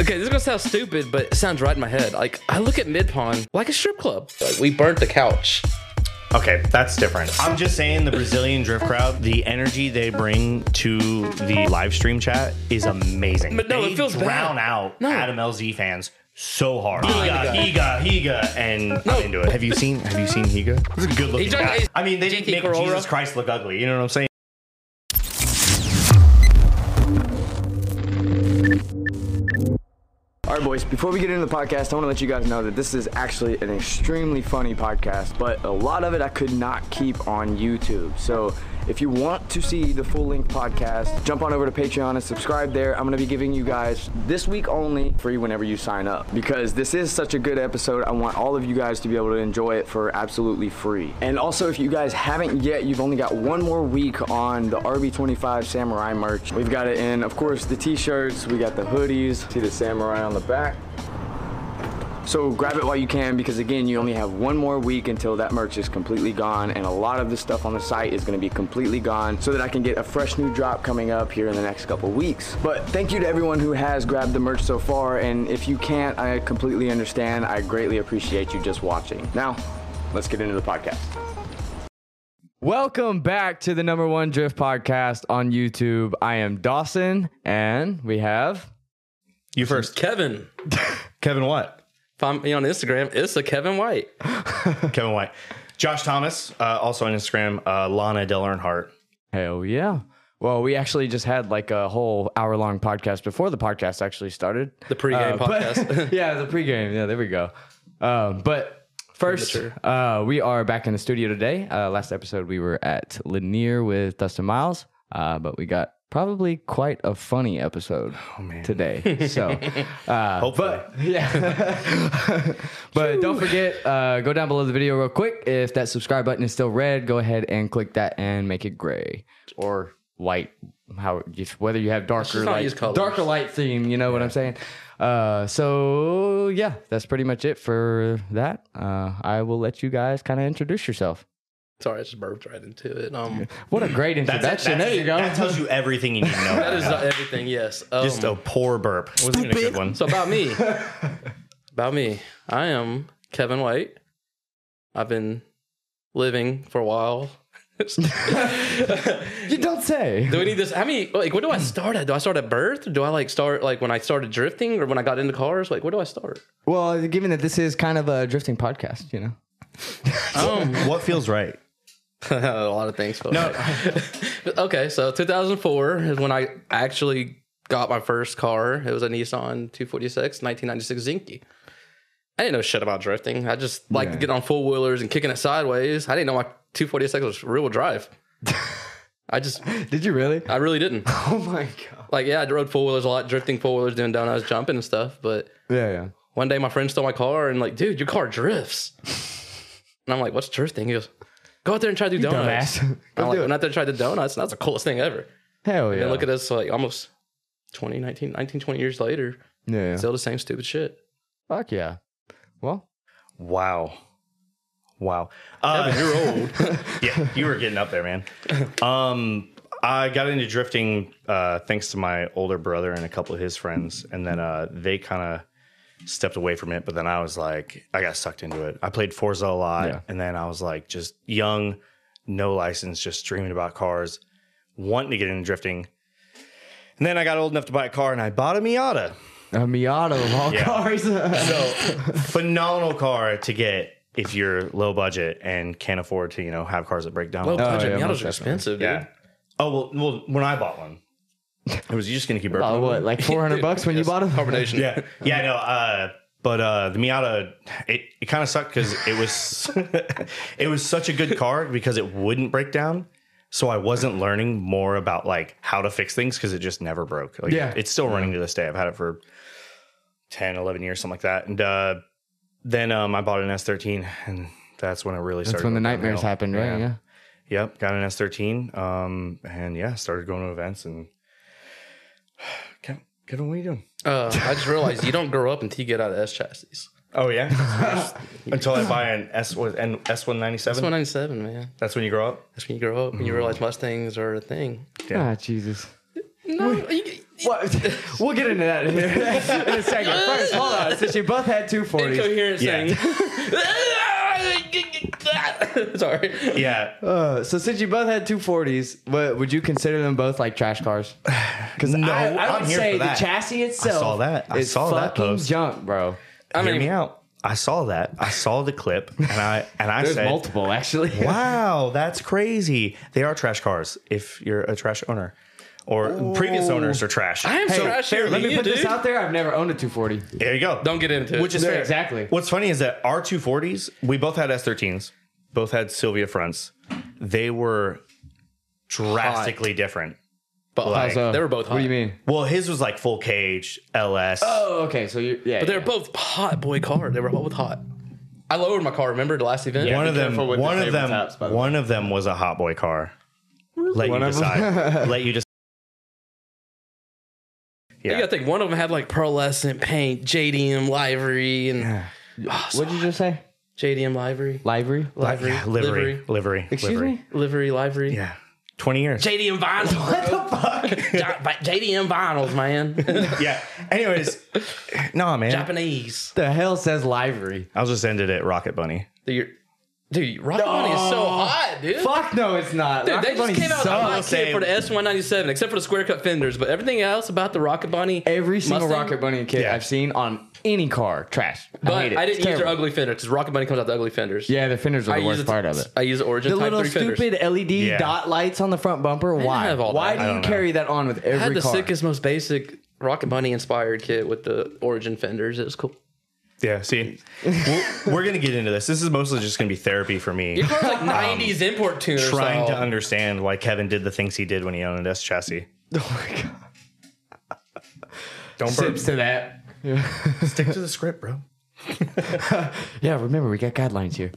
Okay, this is gonna sound stupid, but it sounds right in my head. Like I look at Mid Pond like a strip club. Like we burnt the couch. Okay, that's different. I'm just saying the Brazilian drift crowd, the energy they bring to the live stream chat is amazing. But no, they it feels drown bad. out No. Adam LZ fans so hard. Higa, Higa, Higa, Higa, and No. I'm into it. Have you seen Have you seen Higa? He's a good looking He's like- guy. he's- I mean, they JT didn't make Corolla. Jesus Christ look ugly. You know what I'm saying? All right, boys, before we get into the podcast, I want to let you guys know that this is actually an extremely funny podcast, but a lot of it I could not keep on YouTube. So if you want to see the full length podcast, jump on over to Patreon and subscribe there. I'm going to be giving you guys this week only free whenever you sign up because this is such a good episode. I want all of you guys to be able to enjoy it for absolutely free. And also, if you guys haven't yet, you've only got one more week on the RB25 Samurai merch. We've got it in, of course, the t shirts, we got the hoodies, see the samurai on the back. So grab it while you can because again, you only have one more week until that merch is completely gone, and a lot of the stuff on the site is going to be completely gone, so that I can get a fresh new drop coming up here in the next couple weeks. But thank you to everyone who has grabbed the merch so far, and if you can't, I completely understand. I greatly appreciate you just watching. Now, let's get into the podcast. Welcome back to the number one drift podcast on YouTube. I am Dawson, and we have You first, Kevin. Kevin. What? Find me on Instagram. It's a Kevin White. Kevin White, Josh Thomas, uh, also on Instagram, uh, Lana Del Earnhardt. hell yeah. Well, we actually just had like a whole hour long podcast before the podcast actually started. The pregame Uh, but- podcast. yeah, the pregame. Yeah, there we go. Um, but first, Premature. uh, we are back in the studio today. Uh, last episode, we were at Lanier with Dustin Miles, uh, but we got probably quite a funny episode Oh, today. So. Hopefully, Yeah. but don't forget, uh, go down below the video real quick. If that subscribe button is still red, go ahead and click that and make it gray or light. How if, whether you have darker just not use light, colors. darker light theme, you know what I'm saying. Uh, so yeah, that's pretty much it for that. Uh, I will let you guys kind of introduce yourself. Sorry, I just burped right into it. Um, What a great That's introduction! it. there you go. That tells you everything you need to know. that is not everything. Yes. Um, just a poor burp. Wasn't even a good one. So about me, about me, I am Kevin White. I've been living for a while. you don't say. Do we need this? How many? Like, where do I start at? Do I start at birth? Do I like start like when I started drifting or when I got into cars? Like, where do I start? Well, given that this is kind of a drifting podcast, you know. Um, What feels right? a lot of things. No. okay, so 2004 is when I actually got my first car. It was a Nissan 246 1996 Zinky. I didn't know shit about drifting. I just liked to get on four wheelers and kicking it sideways. I didn't know my 246 was rear wheel drive. I just, Did you really? I really didn't. Oh my god. Like, yeah, I rode four wheelers a lot, drifting four wheelers, doing donuts, jumping and stuff, but. Yeah, yeah. one day my friend stole my car and like, dude, your car drifts. and I'm like, what's drifting? He goes, go out there and try to do donuts. dumbass. And Go I'm like, do it. went out there and tried the donuts, and that's the coolest thing ever. Hell yeah. And look at us like almost 20, 19, 19, 20 years later, Yeah. yeah. still the same stupid shit. Fuck yeah. Well, Wow. Wow. Uh, you're old. yeah, you were getting up there, man. Um, I got into drifting uh, thanks to my older brother and a couple of his friends, and then uh, they kind of stepped away from it. But then I was like, I got sucked into it. I played Forza a lot, Yeah. and then I was like, just young, no license, just dreaming about cars, wanting to get into drifting. And then I got old enough to buy a car, and I bought a Miata. a Miata of all Yeah. cars. So phenomenal car to get if you're low budget and can't afford to, you know, have cars that break down. Low budget Oh, yeah, most Miatas are definitely. expensive, dude. yeah. Oh well, well, when I bought one, it was you just gonna keep burping. oh, what, like 400 bucks when you bought them? Carbonation. Yeah, yeah, no. Uh, but uh, the Miata, it, it kind of sucked because it was it was such a good car because it wouldn't break down. So I wasn't learning more about like how to fix things because it just never broke. Like, Yeah. it's still running to this day. I've had it for 10, 11 years, something like that. And uh, then um, I bought an S13, and that's when it really started. That's when the going nightmares downhill. happened, right? Yeah. Yep, got an S13, um, and yeah, started going to events and. Kevin, Kevin, what are you doing? Uh, I just realized you don't grow up until you get out of S chassis. Oh yeah. Until I buy an S was an S one ninety That's when seven. I'm seven, man. That's when you grow up. Mm. That's when you grow up and you realize Mustangs are a thing. Yeah. Ah, Jesus. No, you, What? We'll get into that in a, in a second. First, hold on. Since you both had 240s. Incoherent Yeah. thing. Sorry. Yeah. Uh, so since you both had 240s, what, would you consider them both like trash cars? Because No, I, I I'm would here say for that. the chassis itself saw that. I is saw that fucking post. junk, bro. I Hear mean, me out. I saw that. I saw the clip, and I and I There's said, multiple, actually. "Wow, that's crazy." They are trash cars. If you're a trash owner, or previous Oh. owners are trash. I am So, trash. fair- Let Let me you, put this dude. out there. I've never owned a 240. There you go. Don't get into it. Which is No, fair. exactly. What's funny is that our 240s, we both had S13s, both had Sylvia fronts. They were drastically different. But How like, so? they were both hot. Uh, What do you mean? Well, his was like full cage LS. Oh, okay. So you, yeah. But they're yeah. both hot boy car. They were both hot. I lowered my car. Remember the last event? one Yeah. of them, careful with one the of them, tabletops, by the way. one of them was a hot boy car. Let you decide. Let you decide. You gotta think one of them had like pearlescent paint, JDM livery, and What'd you just say? JDM livery, Livery? livery, Yeah, livery, livery, livery. Excuse me? livery, livery. Yeah, twenty years. JDM vinyl. What the fuck? JDM vinyls, man. yeah. Anyways, nah, man. Japanese. The hell says livery? I'll just end it at Rocket Bunny. Dude, you're- dude Rock Bunny is so hot, dude. Fuck no, it's not. Dude, Rocket they Bunny just came out with a sucks. hot say- kit for the S197, except for the square cut fenders, but everything else about the Rocket Bunny. Every single Mustang- Rocket Bunny kit Yeah. I've seen on any car, trash. I hate But it. I, didn't It's use their terrible. ugly fender because Rocket Bunny comes out the ugly fenders. Yeah, the fenders are I the use worst it- part of it. I use Origin The Type little 3 fenders. stupid LED Yeah. dot lights on the front bumper. Why? have all that. I Why do you don't know. carry that on with every I had the car? sickest, most basic Rocket Bunny inspired kit with the Origin fenders. It was cool. Yeah, see, we're, we're gonna get into this. This is mostly just gonna be therapy for me, Your car's like 90s import tuner. trying to style. understand why Kevin did the things he did when he owned an S chassis. oh my god. Don't burp. Sips to that. stick to the script, bro. Yeah, remember we got guidelines here.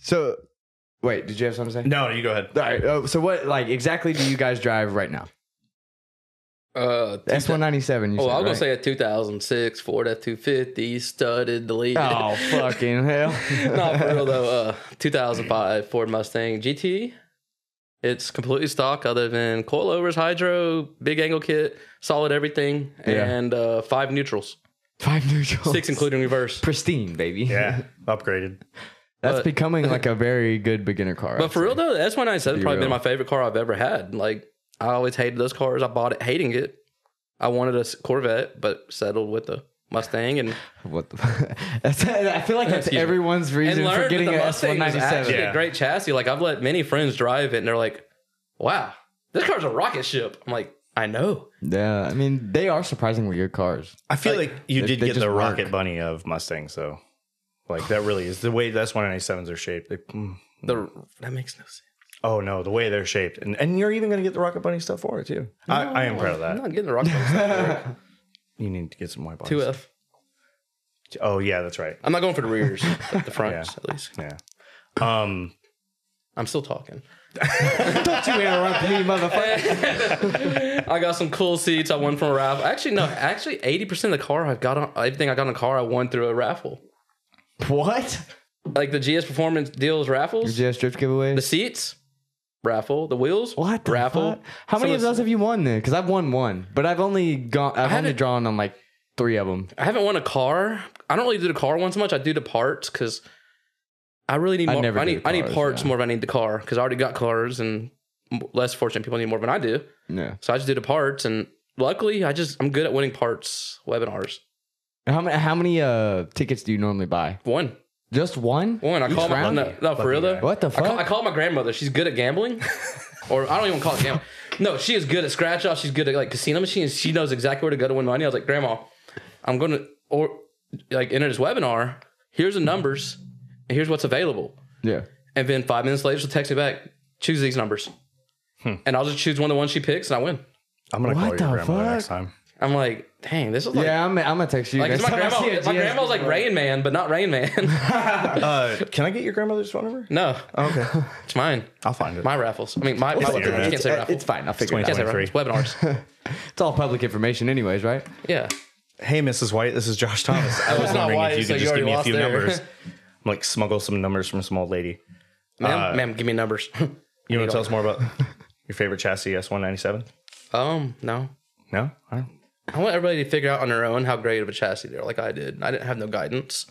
so, wait, did you have something to say? No, you go ahead. All right. Uh, so what, like, exactly do you guys drive right now? Uh, S one ninety seven. oh, said, I was right? gonna say a 2006 Ford F250 studded delete. Oh fucking hell! Not for real though. Uh, 2005 Ford Mustang GT. It's completely stock, other than coilovers, hydro, big angle kit, solid everything, Yeah. and uh, five neutrals, Five neutral. six including reverse. pristine, baby. Yeah, upgraded. That's But- becoming like a very good beginner car. But for real though, the S197 probably real. been my favorite car I've ever had. Like I always hated those cars. I bought it hating it. I wanted a s- Corvette, but settled with the Mustang and, what the? that's, I feel like that's Excuse me. everyone's and reason for learned that getting the an S one Mustang is ninety actually seven. Yeah. a great chassis. Like I've let many friends drive it, and they're like, "Wow, this car's a rocket ship." I'm like, "I know." Yeah, I mean they are surprisingly good cars. I feel like, you they- did they get just the work. rocket bunny of Mustang, so like that really is the way the S197s are shaped. They- mm. Hmm. The that makes no sense. oh no, the way they're shaped, and and you're even gonna get the rocket bunny stuff for it too. I, I am proud of I'm that. not getting the rocket Mustang. You need to get some white bodies. two F. Oh yeah, that's right. I'm not going for the rears, but the fronts Yeah. at least. Yeah. Um. I'm still talking. Don't you interrupt me, motherfucker! I got some cool seats. I won from a raffle. Actually, no. Actually, eighty percent of the car I got on everything I got on the car I won through a raffle. what? Like the GS Performance deals raffles. GS drift giveaways. The seats, raffle. The wheels, what the raffle. fuck? How many Some of those have you won then? Because I've won one, but I've only gone. I've only haven't- drawn on like three of them. I haven't won a car. I don't really do the car one so much. I do the parts because I really need I more. I, never do need the I need cars, parts yeah. more than I need the car because I already got cars and m- less fortunate people need more than I do. Yeah. So I just do the parts and luckily I just I'm good at winning parts webinars. How many? How many uh tickets do you normally buy? One. Just one? One. I Each call my round? no, no, for real though. What the I call, fuck? I call my grandmother. She's good at gambling, or I don't even call it gambling. No, she is good at scratch off. She's good at like casino machines. She knows exactly where to go to win money. I was like, Grandma, I'm going to or like enter this webinar. Here's the numbers, and here's what's available. Yeah. And then five minutes later, she'll text me back. Choose these numbers, Hmm. and I'll just choose one of the ones she picks, and I win. I'm gonna What call the your grandmother fuck? next time. I'm like, dang, this is like. yeah, I'm, I'm gonna text you. Like, 'cause next my time I grandma, see a my GS grandma's like Rain Man, but not Rain Man. Uh, can I get your grandmother's phone number? no, Okay, it's mine. I'll find it. My raffles. I mean, my, my the webinars. You internet? can't say it's, raffles. it's fine. I'll figure it Can't out. say raffles. Webinars. It's all public information, anyways, right? Yeah. hey, Mrs. White, this is Josh Thomas. I was it's not wondering White, if you so could you just already give me a lost few there. numbers. I'm like smuggle some numbers from some old lady. Ma'am, ma'am, give me numbers. You want to tell us more about your favorite chassis S197? Um, no. No, I don't. I want everybody to figure out on their own how great of a chassis they're like I did. I didn't have no guidance.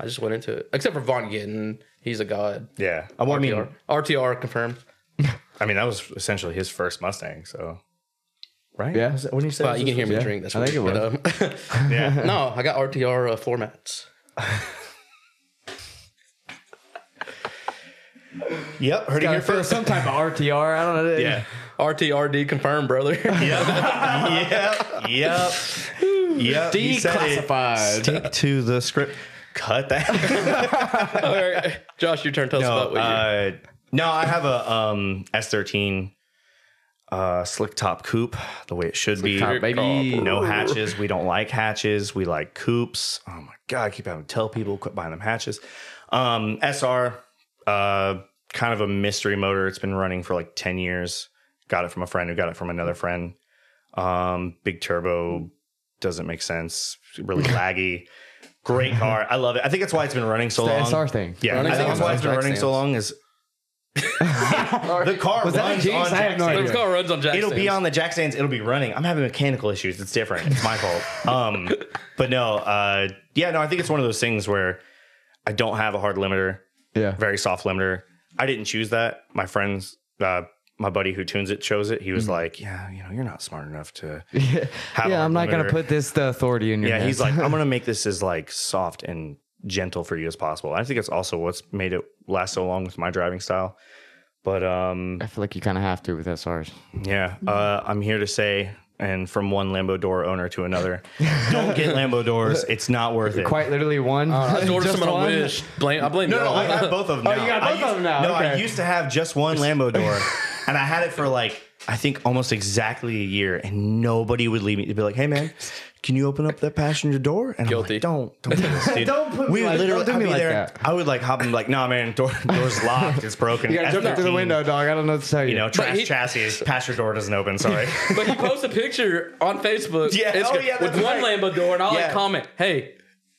I just went into it. Except for Von Gittin. He's a god. Yeah, I, well, I mean, RTR, RTR confirmed. I mean, that was essentially his first Mustang. So, right? Yeah. Was it- when you said, But Uh, you can hear me yeah, drink. That's I what think it yeah, uh, no, I got RTR uh, floor mats. yep, heard it here first. Uh, some type of RTR. I don't know. Yeah, RTRD confirmed, brother. yep, yep, yep. you said it. Declassified. Stick to the script. Cut that. All right. Josh, your turn. Tell us about no, what you uh, no, I have a um, S13 uh, slick top coupe, the way it should be. Top, baby. No hatches. We don't like hatches. We like coupes. Oh my god! I keep having to tell people quit buying them hatches. Um, SR, uh, kind of a mystery motor. It's been running for like ten years. Got it from a friend who got it from another friend. Um, big turbo doesn't make sense. Really laggy. Great car. I love it. I think that's why it's been running so The long. SR thing. Yeah, Running I think so that's long why it's on been jack running so stands. long. Is the car Was that a runs jinx? on I have jack stands. no idea. This car runs on jack It'll be stands. on the jack stands. It'll be running. I'm having mechanical issues. It's different. It's my fault. Um, but no, uh, yeah, no. I think it's one of those things where I don't have a hard limiter, Yeah. very soft limiter. I didn't choose that. My friends, uh, my buddy who tunes it, chose it. He was like, "Yeah, you know, you're not smart enough to." Have a Yeah, I'm not gonna limiter. put this the authority in your Yeah, hands. he's like, I'm gonna make this as like soft and gentle for you as possible. I think it's also what's made it last so long with my driving style. But um, I feel like you kind of have to with SRs. yeah, uh, I'm here to say, and from one Lambo door owner to another, don't get Lambo doors. It's not worth it. Quite literally one. I just ordered Just some on one? Wish. Blame, I blame no, no, y'all. I have both of them. Oh, now. you got I both of them used- now, No, I okay. used to have just one Lambo door, and I had it for like I think almost exactly a year, and nobody would leave me. They'd be like, "Hey, man." Can you open up that passenger door? And I'm Guilty. like, don't, don't do this, dude. Don't put me we would like- literally, don't do I'd me be like there. that. I would like hop and be like, nah, man, door, door's locked. It's broken. You gotta jump it through the F13, window, dog. I don't know what to tell you. You know, trash he- chassis. Passenger door doesn't open. Sorry. But he posts a picture on Facebook Yeah, oh, Instagram, yeah, with that's one right. Lambo door, and I'll like Yeah. comment, hey,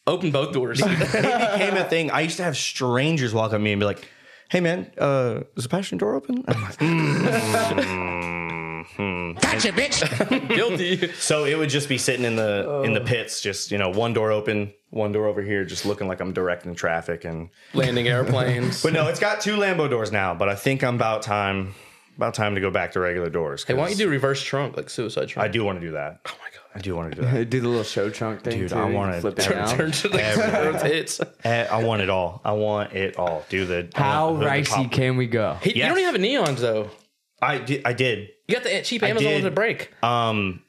open both doors. it became a thing. I used to have strangers walk up to me and be like, "Hey, man, uh, is the passenger door open?" I'm like, "Mm." Guilty. so it would just be sitting in the in the pits, just you know, one door open, one door over here, just looking like I'm directing traffic. And Landing airplanes. but no, it's got two Lambo doors now. But I think I'm about time about time to go back to regular doors. Hey, why don't you do reverse trunk, like suicide I trunk? do want to do that. Oh my god, I do want to do that. They do the little show trunk thing. Dude, too. I You can wanna- flip Turn- it out. Turn to the earth hits. Eh, I want it all. I want it all. Do the I How want the hood to ricey pop. can we go? He, You Yes. don't even have neons, though. I did, I did. You got the eh, cheap Amazon did. with a break. Um,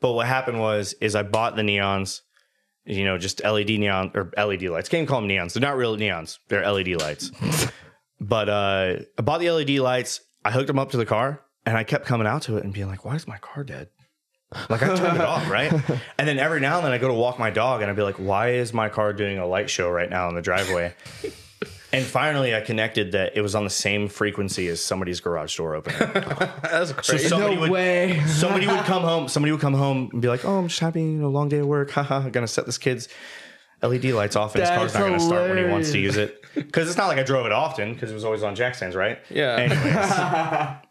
but what happened was is I bought the neons, you know, just LED neon or LED lights. Can't even call them neons. They're not real neons. They're LED lights. but uh, I bought the LED lights. I hooked them up to the car, and I kept coming out to it and being like, "Why is my car dead?" Like I turned it off, right? And then every now and then I go to walk my dog, and I'd be like, "Why is my car doing a light show right now in the driveway?" and finally, I connected that it was on the same frequency as somebody's garage door opener. That's crazy. somebody No would- way. somebody would come home. Somebody would come home and be like, "Oh, I'm just happy, you know, long day at work. Haha, I'm gonna set this kid's LED lights off, and his car's not That's gonna start when he wants to use it. Because it's not like I drove it often, because it was always on jack stands, right? Yeah.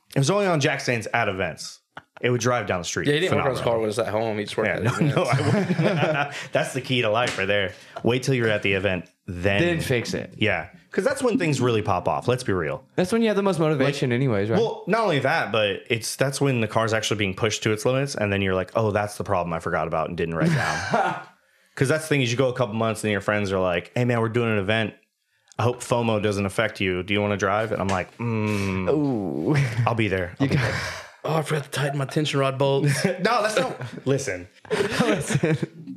Anyways, it was only on jack stands at events. It would drive down the street. yeah, he didn't work on his Phenomenal. car when he was at home. He just worked Yeah, at no, his no, I wouldn't. that's the key to life, right there. Wait till you're at the event, then, Then fix it. Yeah, because that's when things really pop off. Let's be real. That's when you have the most motivation, anyways, right? Well, not only that, but it's that's when the car's actually being pushed to its limits, and then you're like, oh, that's the problem I forgot about and didn't write down. Because that's the thing is, you go a couple months and your friends are like, hey man, we're doing an event. I hope FOMO doesn't affect you. Do you want to drive? And I'm like, mm, I'll be there. I'll be Oh, I forgot to tighten my tension rod bolts. there. no, that's not. Listen,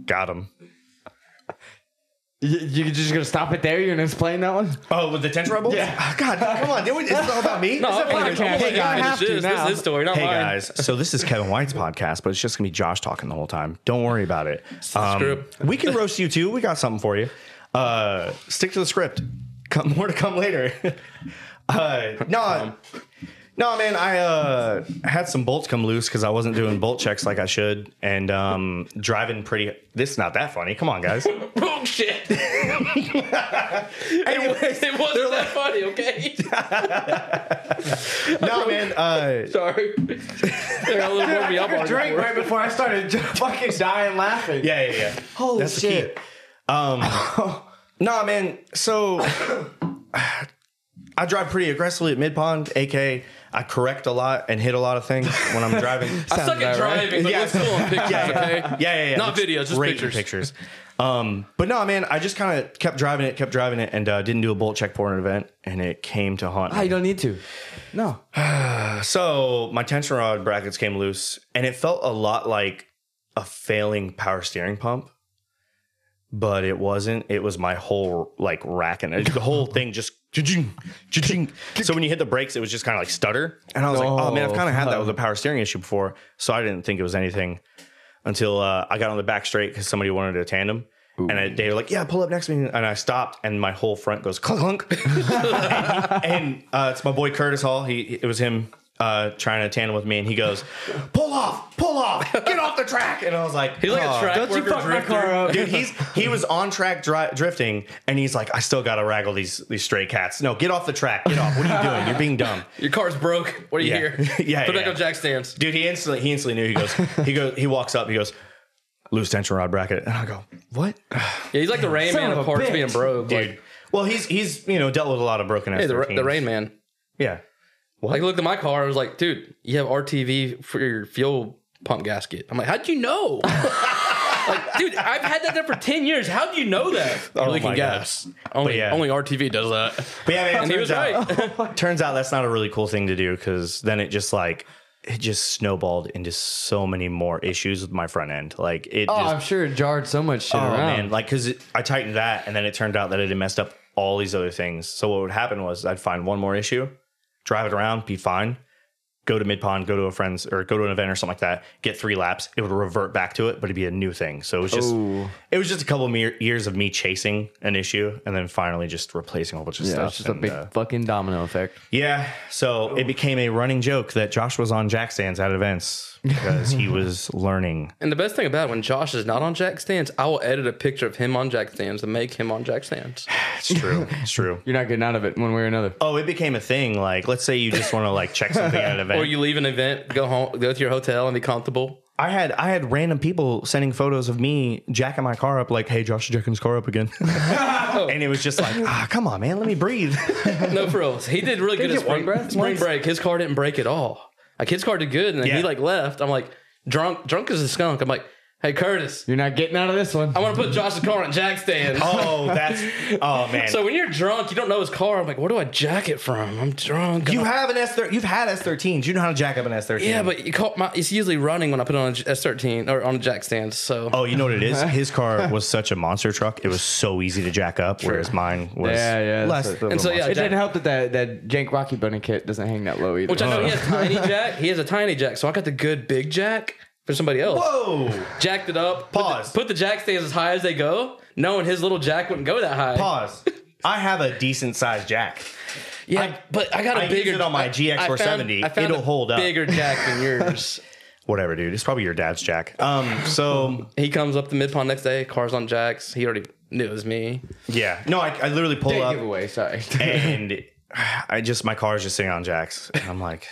got him. You, you're just gonna stop it there. You're gonna explain that one. Oh, with the tension rebels? Yeah. God, come on. dude, It's all about me. No, I'm podcast. gonna Hey, guys. finish this. This is his story, not Hey mine. guys, so this is Kevin White's podcast, but it's just gonna be Josh talking the whole time. Don't worry about it. Um, script. we can roast you too. We got something for you. Uh, stick to the script. Come more to come later. uh, no, No, man, I uh, had some bolts come loose because I wasn't doing bolt checks like I should, and um, driving pretty. This is not that funny. Come on, guys. Bullshit. Oh, it, was, it wasn't that funny, okay? no, man. Uh, Sorry. They got a little warm me up on Drink right before I started fucking dying laughing. yeah, yeah, yeah. Holy the key. shit. Um, nah, man. So I drive pretty aggressively at mid pond, aka I correct a lot and hit a lot of things when I'm driving. I suck at driving, but Yeah. let's go on pictures, okay? yeah, yeah, yeah. Not Just videos, just rating pictures. Pictures. Um, but no, man, I just kind of kept driving it, kept driving it, and uh, didn't do a bolt check for an event, and it came to haunt me. Oh, you don't need to. No. So my tension rod brackets came loose, and it felt a lot like a failing power steering pump, but it wasn't. It was my whole like rack, and the whole thing just. cha-ching, cha-ching. So when you hit the brakes, it was just kind of like stutter, and I was like, "Oh man, I've kind of had that with a power steering issue before." So I didn't think it was anything until uh, I got on the back straight because somebody wanted a tandem. And I, they were like, "Yeah, pull up next to me," and I stopped, and my whole front goes clunk, clunk. and uh, it's my boy Curtis Hall. He it was him uh, trying to tandem with me, and he goes, "Pull off, pull off, get off the track," and I was like, He's like "Oh." a track Don't worker drifter. Dude, he's he was on track dri- drifting, and he's like, "I still got to raggle these these stray cats." No, get off the track. Get off. What are you doing? You're being dumb. Your car's broke. What are you Yeah. here? Yeah, Put back yeah. on jack stands. Dude, he instantly he instantly knew. He goes, he goes, he walks up. He goes, loose tension rod bracket, and I go, "What, Oh, Yeah, he's like the Rain Man of a of parts bitch. being broke. dude?" Like, Well, he's he's you know dealt with a lot of broken. hey, the, the Rain Man. Yeah. Like, I looked at my car. I was like, dude, you have RTV for your fuel pump gasket. I'm like, how'd you know? like, dude, I've had that there for 10 years. How'd you know that? I really Oh my can God. guess. Only, yeah. only RTV does that. But yeah, man, And it he was turns out, right. turns out that's not a really cool thing to do because then it just like it just snowballed into so many more issues with my front end. Like it Oh, just I'm sure it jarred so much shit oh, around. man, like because I tightened that and then it turned out that it had messed up all these other things. So what would happen was I'd find one more issue, drive it around, be fine, go to mid pond, go to a friend's or go to an event or something like that, get three laps. It would revert back to it, but it'd be a new thing. So it was just Oh. it was just a couple of mere- years of me chasing an issue and then finally just replacing a whole bunch of yeah, stuff. it's just a and, big Oh. uh, fucking domino effect. yeah, so it became a running joke that Josh was on jack stands at events because he was learning. And the best thing about it, when Josh is not on jack stands, I will edit a picture of him on jack stands and make him on jack stands. It's true. It's true. You're not getting out of it one way or another. Oh, it became a thing. Like, let's say you just want to like check something at an event. Or you leave an event, go home, go to your hotel, and be comfortable. I had I had random people sending photos of me jacking my car up, like, "Hey, Josh, is jacking his car up again," Oh. and it was just like, "Ah, come on, man, let me breathe." No frills. He did really good at get one spring, breath spring once? break. His car didn't break at all. Like his car did good, and then he Yeah. like left. I'm like drunk, drunk as a skunk. I'm like, hey Curtis, You're not getting out of this one. I want to put Josh's car on jack stands. oh, that's oh man. So when you're drunk, you don't know his car. I'm like, where do I jack it from? I'm drunk. you have an S. You've had S13s. You know how to jack up an S13. yeah, but you call my, it's usually running when I put it on a J- S13 or on a jack stand. So Oh, you know what it is? His car was such a monster truck. It was so easy to jack up, whereas mine was Yeah, yeah, less. that's what- and so yeah, it jack- didn't help that that, that jank Rocky Bunny kit doesn't hang that low either. Oh. Which I know uh. he has tiny jack. He has a tiny jack. So I got the good big jack for somebody else. Whoa! Jacked it up. put the- Pause. Put the, jack stands as high as they go, knowing his little jack wouldn't go that high. Pause. I have a decent sized jack. Yeah, I- but I got a I bigger. used it on my GX470. I found, I found It'll a hold up. Bigger jack than yours. Whatever, dude. It's probably your dad's jack. Um. So he comes up the mid pond next day. Cars on jacks. He already knew it was me. yeah. No, I, I literally pull Day up giveaway, sorry. and I just my car's just sitting on jacks. And I'm like,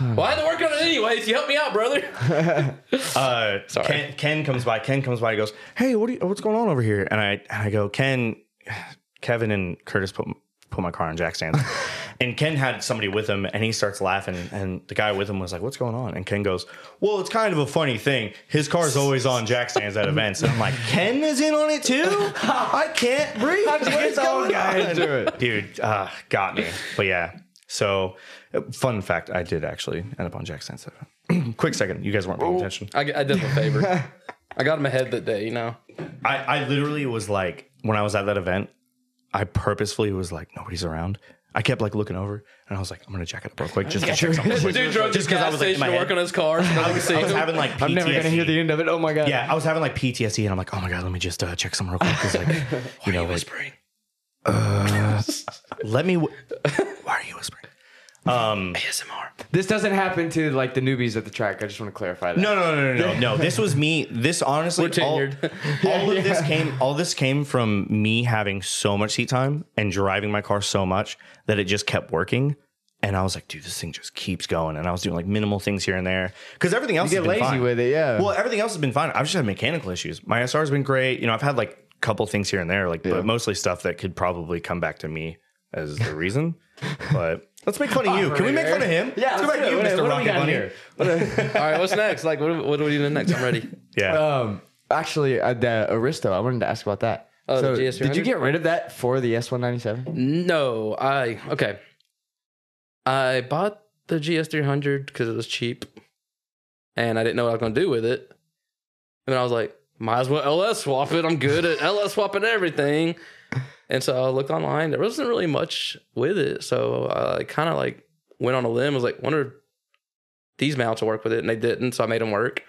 Well, I had to work on it anyways. You helped me out, brother. uh, Sorry. Ken, Ken comes by. Ken comes by. He goes, "Hey, what are you, what's going on over here?" And I and I go, "Ken, Kevin and Curtis put put my car on jack stands." and Ken had somebody with him, and he starts laughing. And the guy with him was like, "What's going on?" And Ken goes, "Well, it's kind of a funny thing. His car's always on jack stands at events." And I'm like, "Ken is in on it too. I can't breathe. What's going on?" Dude, uh, got me. But yeah. So, uh, fun fact, I did actually end up on Jack Stands. at an event. Quick second, you guys weren't paying attention. I, I did him a favor. I got him ahead that day. You know. I, I literally was like, when I was at that event, I purposefully was like, nobody's around. I kept like looking over and I was like, I'm gonna jack it up real quick. Just to check something. Dude drove to the 'cause I gas was, like, in station my to work on head. his car. So I was, I was having like PTSD. I'm never gonna hear the end of it. Oh my god. Yeah, I was having like PTSD and I'm like, oh my God, let me just uh, check something real quick. 'cause, like, uh, you know, like, whispering. let me, w- why are you whispering? Um, ASMR. This doesn't happen to like the newbies at the track. I just want to clarify that. no, no, no, no, no, no. This was me. This honestly, We're all, tenured. all of this came. All this came from me having so much seat time and driving my car so much that it just kept working. And I was like, dude, this thing just keeps going. And I was doing like minimal things here and there because everything else get has been lazy fine. with it, yeah. Well, everything else has been fine. I've just had mechanical issues. My SR has been great. You know, I've had like a couple things here and there, like but mostly stuff that could probably come back to me as the reason. but let's make fun of you. Can we make fun of him? Yeah, let's, go let's back to do you, it. What- Mr. what do we Rocket got Bunny. here? All right, what's next? Like, what, what do we do next? I'm ready. Yeah. Um, actually, uh, the Aristo, I wanted to ask about that. Oh, so the GS300? did you get rid of that for the S197? No, I okay. I bought the GS300 because it was cheap, and I didn't know what I was gonna do with it. And then I was like, might as well LS swap it. I'm good at LS swapping everything. And so I looked online. There wasn't really much with it, so I kind of like went on a limb. I was like, wonder if these mounts will work with it, and they didn't. So I made them work,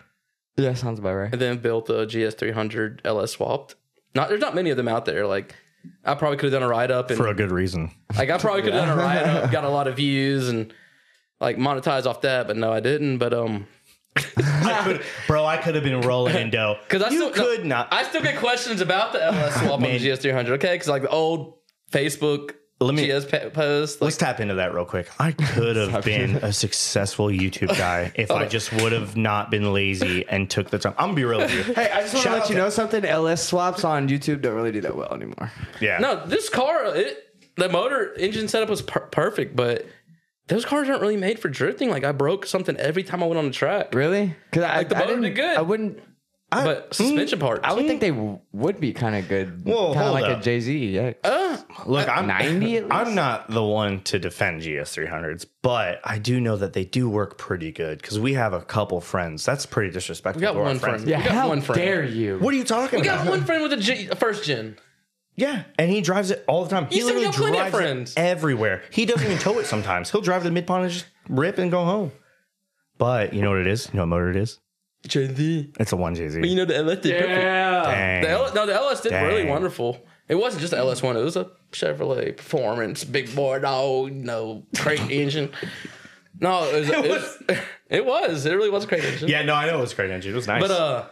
Yeah, sounds about right. and then built a GS300 LS swapped. Not there's not many of them out there. Like I probably could have done a write Uh, up and For a good reason. like I probably could have done a write up, got a lot of views and like monetized off that, but no, I didn't. But um, I could, bro, I could have been rolling in dough. because I you still could no, not. I still get questions about the LS swap on the Man. GS300. Okay, because like the old Facebook Let me- GS pa- post. Like, Let's tap into that real quick. I could have been a successful YouTube guy if I just would have not been lazy and took the time. I'm gonna be real with you. Hey, I just want to Shout let out you to- know something. LS swaps on YouTube don't really do that well anymore. yeah. no, this car, it, the motor engine setup was per- perfect, but those cars aren't really made for drifting. Like I broke something every time I went on the track. Really? Because I, Like, the I motor didn't- did good. I wouldn't. hmm, But suspension parts. I would think they w- would be kind of good. Whoa, kind of hold like up. a Jay Z. Yeah. Oh, Look, I'm 90 at I'm not the one to defend GS300s, but I do know that they do work pretty good because we have a couple friends. That's pretty disrespectful. We got to our one friends. friend. We got how one friend. dare you? What are you talking We about? got one friend with a G, a first gen. Yeah, and he drives it all the time. He You said we got plenty of friends. it everywhere. He doesn't even tow it sometimes. He'll drive to the mid pond and just rip and go home. But you know what it is? You know what motor it is? JZ. It's a one JZ. You know the LS did perfect. Yeah. Dang. The L- no, the LS did really Dang. wonderful. It wasn't just the LS1, it was a Chevrolet Performance, big boy dog, you know, crate engine. No, it was, it, was, it was. It really was a crate engine. yeah, no, I know it was a great engine. It was nice. But, uh,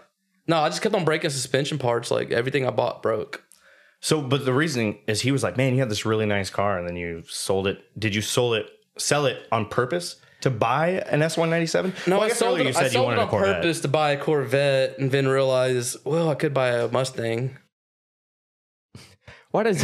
no, I just kept on breaking suspension parts. Like everything I bought broke. so, but the reasoning is he was like, man, you had this really nice car, and then you sold it. Did you sold it? Sell it on purpose to buy an S one ninety seven? No, well, I, guess sold earlier it, you I said you sold it wanted a on Corvette. purpose to buy a Corvette and then realize, well, I could buy a Mustang. What is?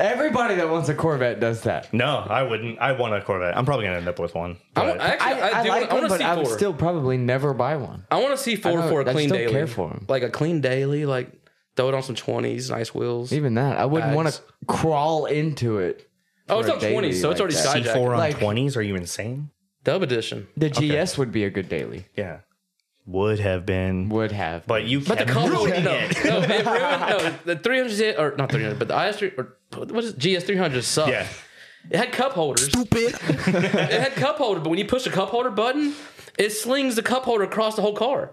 Everybody that wants a Corvette does that. No, I wouldn't. I want a Corvette. I'm probably gonna end up with one. I, but- want- actually, I, I, I do, like I them, want to but see I would four. still probably never buy one. I want to see four know, for a I clean still daily. care for 'em. Like a clean daily, like throw it on some 20s, nice wheels. Even that, I wouldn't want to Bags. crawl into it. Oh, it's for a on daily 20s, so it's already like that. skyjacked. C4 on Like- 20s? Are you insane? Dub edition. The GS would be a good daily. Yeah. Would have been. Would have. But you But the kept color ruining no, it. no, it ruined, no, the 300 or not 300, but the IS three or what is it? GS 300 sucked. Yeah. It had cup holders. Stupid. it had cup holder, but when you push the cup holder button, it slings the cup holder across the whole car.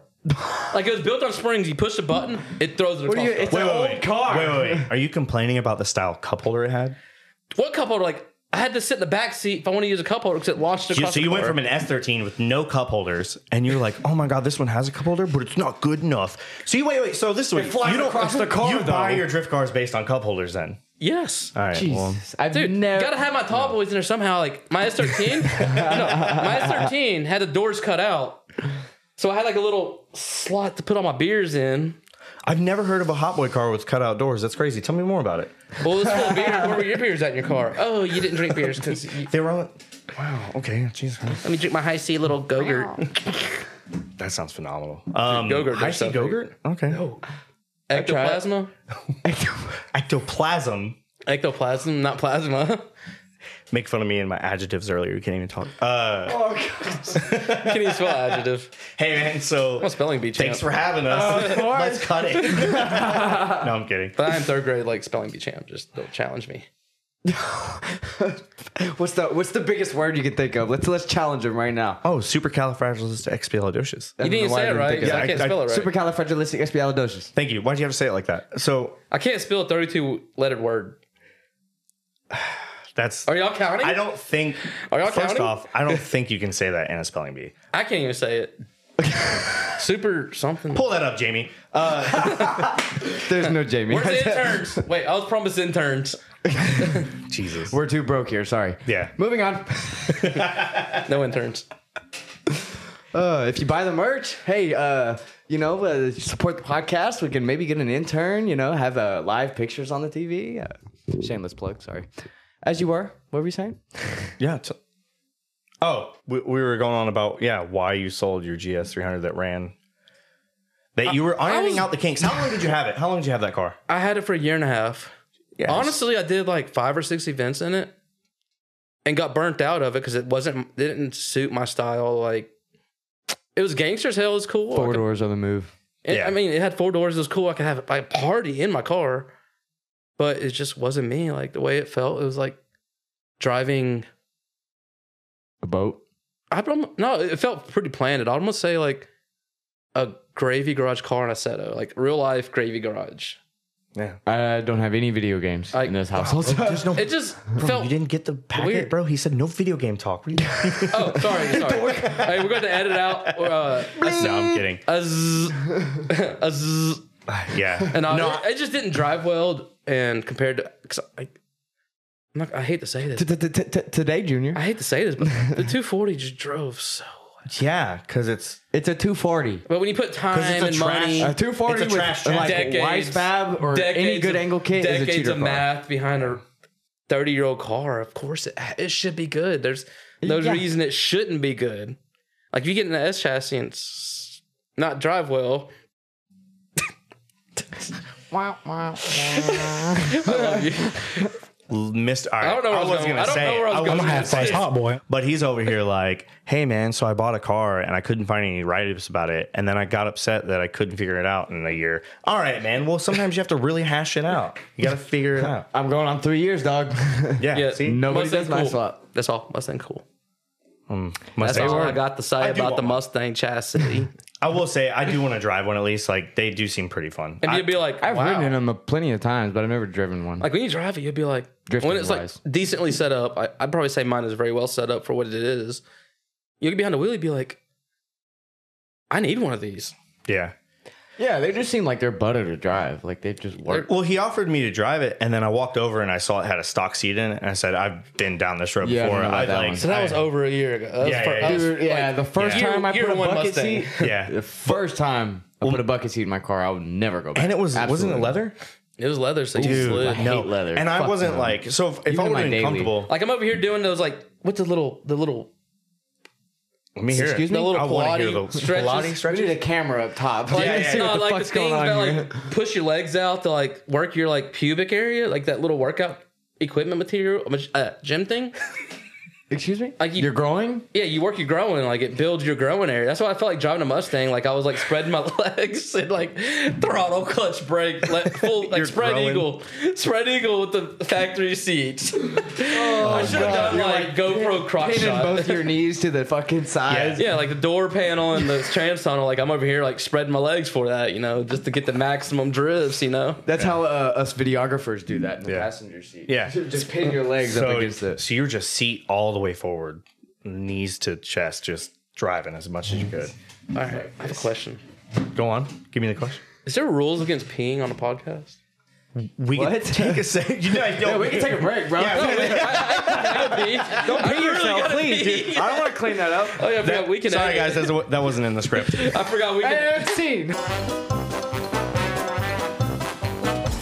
Like it was built on springs. You push the button, it throws it across. do you- the it's whole- an old car. Wait, wait, wait. Are you complaining about the style cup holder it had? what cup holder? Like I had to sit in the back seat if I want to use a cup holder because it launched across. You, so the you went car. from an S13 with no cup holders, and you're like, "Oh my god, this one has a cup holder, but it's not good enough." So you wait, wait. So this way, flies you don't across the car, You buy though. your drift cars based on cup holders, then? yes. All right. Well, Jesus, I've Dude, never. gotta have my tall boys in there somehow. Like my S thirteen, my S thirteen had the doors cut out, so I had like a little slot to put all my beers in. I've never heard of a hot boy car with cutout doors. That's crazy. Tell me more about it. Well, this full of beer. Where were your beers at in your car? Oh, you didn't drink beers because They were all. Wow. Okay. Jesus. Christ. let me drink my high C little gogurt. That sounds phenomenal. Um, Go-Gurt I does see stuff. Gogurt. Okay. tried- Ectoplasma, Ectoplasm. ectoplasm, not plasma. Make fun of me and my adjectives earlier. You can't even talk. Uh, Can you spell adjective? hey man. So I'm a spelling bee champ. Thanks for having us. Let's cut it. no, I'm kidding. But I am third grade like spelling bee champ. Just don't challenge me. what's the What's the biggest word you can think of? Let's let's challenge him right now. Oh, supercalifragilisticexpialidocious. You didn't say it right. 'cause Yeah, I I- can't I- spell it right. Supercalifragilisticexpialidocious. Thank you. Why'd you have to say it like that? So I can't spell a 32 lettered word. That's Are y'all counting? I don't think. Are y'all first counting? off, I don't think you can say that in a spelling bee. I can't even say it. Super something. Pull that up, Jamie. Uh, There's no Jamie. Where's the interns? Wait, I was promised interns. Jesus. We're too broke here. Sorry. Yeah. Moving on. No interns. Uh, if you buy the merch, hey, uh, you know, uh, support the podcast. We can maybe get an intern. You know, have uh, live pictures on the TV. Uh, shameless plug. Sorry. As you were. What were you saying? Yeah. it's- oh, we, we were going on about yeah why you sold your GS 300 that ran. That you were ironing was- out the kinks. How long did you have it? How long did you have that car? I had it for a year and a half. Yeah. Honestly, I did like five or six events in it, and got burnt out of it because it wasn't it didn't suit my style. Like it was gangsters hell is cool. I Four could- doors on the move. it- Yeah. I mean, it had four doors. It was cool. I could have like a party in my car, but it just wasn't me. Like the way it felt, it was like driving. A boat. I don't no. It felt pretty planned. I'd almost say like a gravy garage car in a seto, like real life gravy garage. I don't have any video games I- in this household. Oh, There's no. It just felt you didn't get the packet, weird. bro. He said no video game talk. What are you- Oh, sorry, sorry. hey, we're going to edit out uh, no, I'm kidding. a zzz, a zzz, Yeah. and I, it just didn't drive well. And compared to, cause I, I'm not, I hate to say this, Today, Junior. Uh, I hate to say this, but the 240 just drove so. Yeah, because it's It's a 240. But when you put time it's a and trash- money, A 240 It's a with trash like jacket. wide fab or any decades good of- angle kit is a decades cheater of car. math behind a 30 year old car. Of course, it, it should be good. There's no Yeah. reason it shouldn't be good. Like if you get an S chassis and it's not drive well. l- missed. All right, don't know where I was wasn't going- gonna I don't say know where I was going wasn't with gonna this. say it. Hot boy. But he's over here like, hey man, so I bought a car and I couldn't find any write ups about it. And then I got upset that I couldn't figure it out in a year. All right, man. Well, sometimes you have to really hash it out. You got to figure it out. I'm going on three years, dog. Yeah. Yeah, see? Nobody Mustang does my cool. swap. That's all. Mustang cool. Mm, That's Mustang. all I got to say I do about the want one. Mustang chassis. I will say, I do want to drive one at least. Like, they do seem pretty fun. And I- you'd be like, I've wow. ridden in them a- plenty of times, but I've never driven one. Like when you drive it, you'd be like, Drifting when it's wise. like decently set up, I, I'd probably say mine is very well set up for what it is. You will get behind the wheel, you'd be like, I need one of these. yeah. yeah, they just seem like they're butter to drive. Like they just work. Well, he offered me to drive it, and then I walked over and I saw it had a stock seat in it, and I said, "I've been down this road Yeah, I before." remember I that like, one. So that was I- over a year ago. That was Yeah, fir- yeah, that was, Dude, yeah, like, the first yeah. time I Year- put a year one bucket Mustang. seat. Yeah, The first time I put a bucket seat in my car, I would never go back. and it was wasn't Absolutely. it leather? it was leather, so you Dude, slid. I hate leather. And I Fuck wasn't no. like so. If, if I Even in would my have been daily. comfortable, Like I'm over here doing those like what's the little the little let me hear Excuse it. me? the little I wanna hear Pilates the stretches. Pilates We stretches. need a camera up top. Like, Let me it's see what not the like the fuck's things going on that here. like push your legs out to like work your like pubic area, like that little workout equipment material, uh, gym thing. Excuse me. Like you- You're growing. Yeah, you work your growing, like it builds your growing area. That's why I felt like driving a Mustang. Like I was like spreading my legs and like throttle, clutch, brake, let, full like You're spread growing. eagle, spread eagle with the factory seats. I should have done Oh, like, GoPro crotch Pinning shot. both your knees to the fucking sides. yeah, like the door panel and the trans tunnel. Like I'm over here like spreading my legs for that, you know, just to get the maximum drifts, you know. That's how uh, us videographers do that in the Yeah. passenger seat. Yeah. Just pin your legs up against So, it. so you're just seat all the way forward, knees to chest, just driving as much as you could. All right, I have a question. Go on, give me the question. Is there rules against peeing on a podcast? We can What? take a second. You know, I don't- Yeah, we can take a break, bro. Don't pee yourself, please, dude. I don't want to clean that up. Oh yeah, I forgot we can. Sorry, edit. guys, that's, that wasn't in the script. Oh I forgot we can. scene.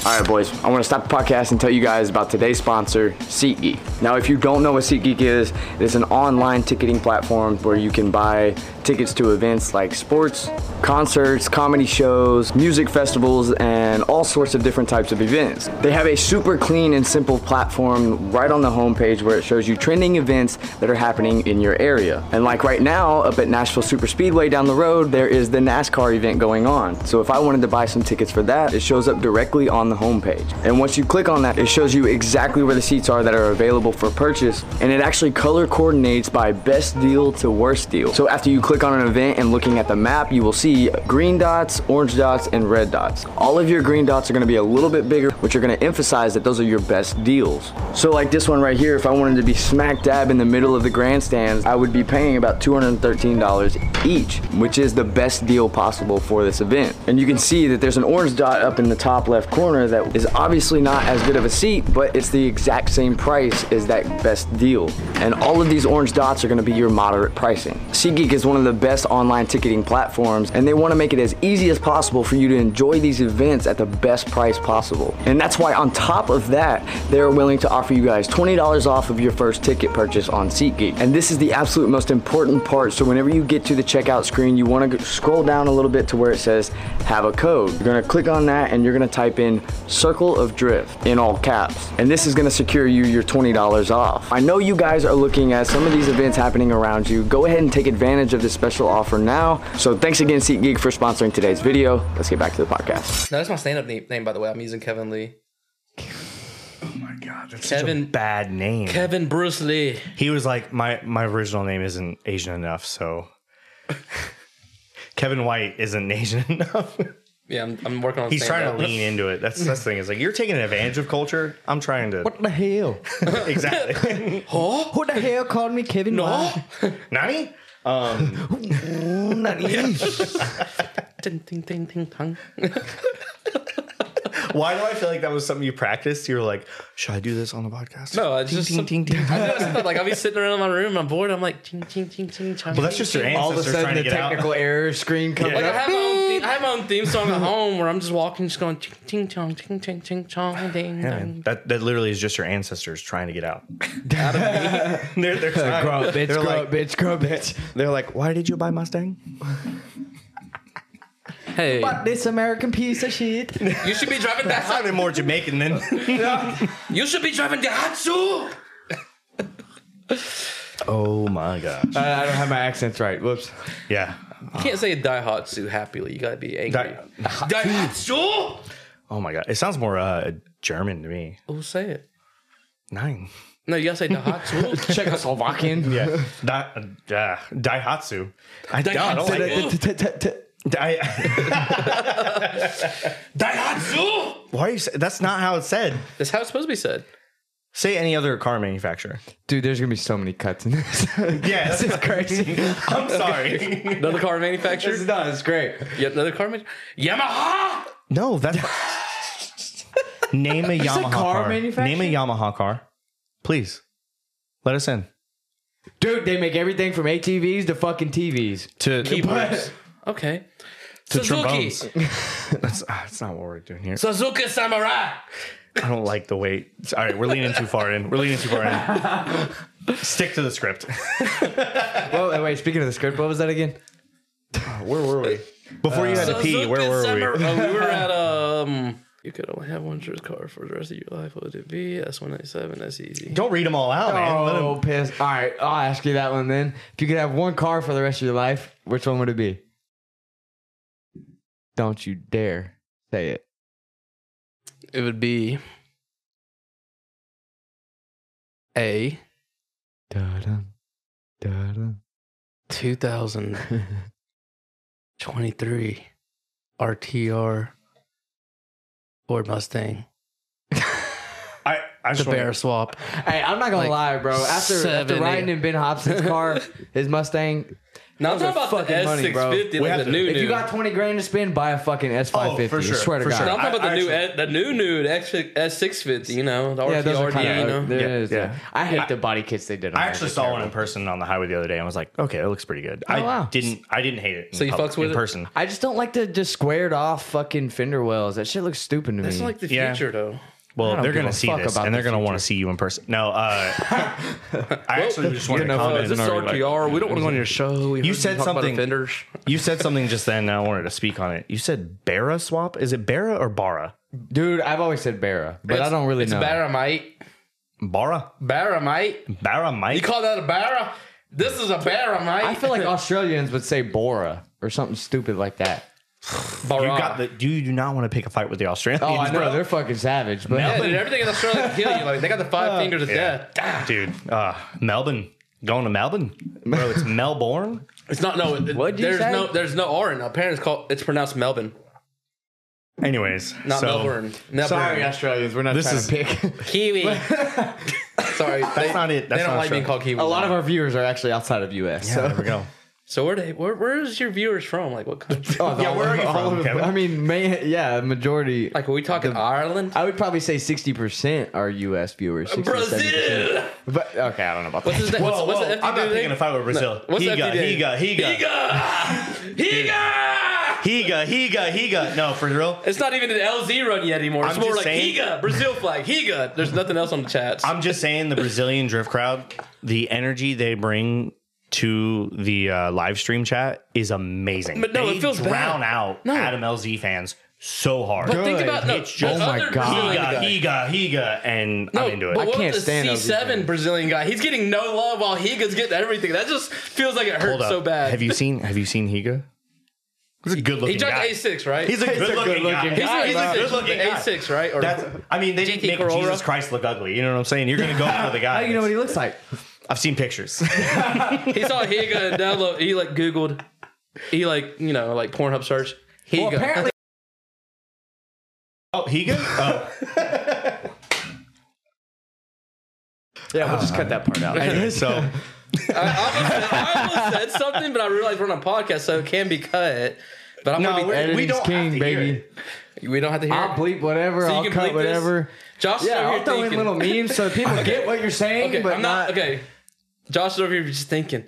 All right, boys, I want to stop the podcast and tell you guys about today's sponsor, SeatGeek. Now, if you don't know what SeatGeek is, it's an online ticketing platform where you can buy tickets to events like sports, concerts, comedy shows, music festivals, and all sorts of different types of events. They have a super clean and simple platform right on the homepage where it shows you trending events that are happening in your area. And like right now, up at Nashville Super Speedway down the road, there is the NASCAR event going on. So if I wanted to buy some tickets for that, it shows up directly on the homepage. And once you click on that, it shows you exactly where the seats are that are available for purchase, and it actually color coordinates by best deal to worst deal. So after you click click on an event and looking at the map, you will see green dots, orange dots, and red dots. All of your green dots are going to be a little bit bigger, which are going to emphasize that those are your best deals. So, like this one right here, if I wanted to be smack dab in the middle of the grandstands, I would be paying about $213 each, which is the best deal possible for this event. And you can see that there's an orange dot up in the top left corner that is obviously not as good of a seat, but it's the exact same price as that best deal. And all of these orange dots are going to be your moderate pricing. SeatGeek is one of the best online ticketing platforms, and they want to make it as easy as possible for you to enjoy these events at the best price possible. And that's why, on top of that, they're willing to offer you guys $20 off of your first ticket purchase on SeatGeek. And this is the absolute most important part. So, whenever you get to the checkout screen, you want to scroll down a little bit to where it says have a code. You're going to click on that and you're going to type in Circle of Drift in all caps. And this is going to secure you your $20 off. I know you guys are looking at some of these events happening around you. Go ahead and take advantage of this special offer now. So, thanks again, SeatGeek, for sponsoring today's video. Let's get back to the podcast. No, that's my stand up name, name, by the way. I'm using Kevin Lee. God, that's Kevin- such a bad name. Kevin Bruce Lee. he was like, my my original name isn't Asian enough, so Kevin White isn't Asian enough. Yeah, I'm, I'm working on He's trying stand-up. to lean into it. That's that's the thing. Is like you're taking advantage of culture. I'm trying to What the hell? exactly. Who the hell called me Kevin? No. Nani? Um, Ding, ding, ding, ding, dong. Why do I feel like that was something you practiced? You were like, should I do this on the podcast? No, it's just some- I know, it's not like I'll be sitting around in my room, I'm bored, I'm like, ching, ching, ching, ching, chong. Well, that's just your All ancestors of a trying sudden, to the get technical out. error screen comes Like I up. have, my own theme, I have my own theme song at home where I'm just walking, just going ching ching chong, ching ching ching chong, ding Yeah, dong. man. that that literally is just your ancestors trying to get out. they're they're trying. Grow up, bitch. They're Grow like- up, bitch. Grow up, bitch. They're like, why did you buy Mustang? Hey, This American piece of shit. you should be driving that. Probably more Jamaican than You should be driving the Hatsu. Oh my gosh. Uh, I don't have my accents right. Whoops. yeah. You can't say Daihatsu happily. You gotta be angry. Dai- Daihatsu. Oh my god. It sounds more uh, German to me. Oh, say it. Nine. No, you gotta say Daihatsu. Czechoslovakian. Yeah. Di- uh, Daihatsu. I, God, I don't Daihatsu. like it. Dai- Daihatsu. why are you say- that's not how it's said. That's how it's supposed to be said. Say any other car manufacturer. Dude, there's gonna be so many cuts in this. Yeah, this is crazy. I'm sorry. Another car manufacturer. This is not. It's great. Yet another car manufacturer. Yamaha. no, that's name a Yamaha car Name a manufacturer? Yamaha car, please. Let us in Dude, they make everything from ATVs to fucking TVs. to Keyboards. Okay. to Suzuki. trombones. that's, ah, that's not what we're doing here. Suzuki Samurai. I don't like the weight. All right, we're leaning too far in. We're leaning too far in. Stick to the script. Well, oh, wait. Speaking of the script, what was that again? Where were we? Before you had Uh, to pee, where Suzuki were Samurai. Oh, we were at um. You could only have one shirt car for the rest of your life. What would it be? S E one ninety seven. That's easy. we? Don't read them all out, man. Let 'em- Oh, piss. All right, I'll ask you that one then. If you could have one car for the rest of your life, which one would it be? Don't you dare say it. It would be a Da-dum, da-dum. two thousand twenty three RTR Ford Mustang. I, I The just bear want swap. Hey, I'm not gonna Like lie, bro. After, after seven, riding yeah. in Ben Hobson's car, his Mustang, Now I'm Those talking are about the fucking S money, six bro. fifty, We like have the to- new if new. you got 20 grand to spend, buy a fucking S550. Oh, for sure, I swear to for God. sure. No, I'm talking about the new I actually- the new nude S six fifty. You know the Yeah, those are RTR. kind you of, know. there Yeah, is, yeah. I hate the body kits they did. On I there. actually They're saw one terrible. in person on the highway the other day. and I was like, okay, it looks pretty good. I wow. didn't. I didn't hate it. So you fucks with in it? person. I just don't like the just squared off fucking fender wells. That shit looks stupid to That's me. like the Yeah. future though. Well, don't they're give gonna a see fuck this, about and they're the gonna want to see you in person. No, uh, I actually just wanted to Oh, is comment. this and already, like- RTR? we don't want to go on your show. We heard You said talk about something. offenders. You said something just then, and I wanted to speak on it. You said Barra swap. Is it Barra or Barra? Dude, I've always said Barra, but I It's- don't really it's know. Baramite. Barra? Baramite. Barra You Mike? call that a bara? This is a baramite. I feel like Australians would say Bora or something stupid like that. bara. You uh, got the. Do you do not want to pick a fight with the Australians? Oh, I know bro? they're fucking savage, but Yeah, dude, everything in Australia can kill you. Like they got the five fingers of death. Dude, uh, Melbourne. Going to Melbourne, bro. It's Melbourne. It's not no. it- What'd you there's say? no there's no R in it. Parents call it's pronounced Melbourne, Anyways, not so Melbourne. Melbourne. Sorry, Australians. We're not This trying is- to pick. Kiwi. Sorry, that's not it. That's they don't not like being Australia. called Kiwi. A lot of our viewers are actually outside of U.S. Yeah, so. there we go. So where they where where's your viewers from? Like what country? Yeah, where are you All from, over Oh, the- Kevin? I mean, may, yeah, majority. like are we talking Ireland? I would probably say sixty percent are U.S. viewers. 60, 70%. Brazil. But okay, I don't know about What's that. his name? Whoa, what's, whoa, what's the I'm FDD not picking name? a fight with Brazil. what's the Higa, FDD? Higa, Higa, Higa. Higa. Higa, Higa, Higa. No, for real. It's not even an LZ run yet anymore. It's I'm more just like saying- Higa, Brazil flag, Higa. There's nothing else on the chats. I'm just saying the Brazilian drift crowd, the energy they bring to the uh, live stream chat is amazing. But no, they it feels bad. drown out No. Adam LZ fans so hard. but think good. about no, It's just- Ah, the Oh my other God. Brazilian Higa, guy. Higa, Higa, and No, I'm into But it. what can't about stand the those C7 Brazilian guy? He's getting no love while Higa's getting everything. That just feels like it Hold hurts up. so bad. Have you seen Have you seen Higa? He's a good He looking jumped guy. A6, right? He's a good looking guy. He's He's a good looking a guy. A6, right? Or That's, I mean, they didn't GT make Corolla. Jesus Christ look ugly. You know what I'm saying? You're going to go for the How guy. do uh, you know what he looks like? I've seen pictures. he saw Higa and download. He like Googled. He like you know like Pornhub search. Higa. Well, apparently, oh, Higa? Oh, Yeah, we'll just cut that part out. anyway, so I, almost said, I almost said something, but I realized we're on a podcast, so it can be cut. But I'm No, gonna be. we're- editing's We don't have king, to hear baby. it. We don't have to hear. I'll it. bleep whatever. So you I'll can bleep cut this? whatever. Josh is over Yeah, here I'll throw in thinking- little memes so that people get what you're saying, Okay, but I'm not. not, okay. Josh is over here just thinking.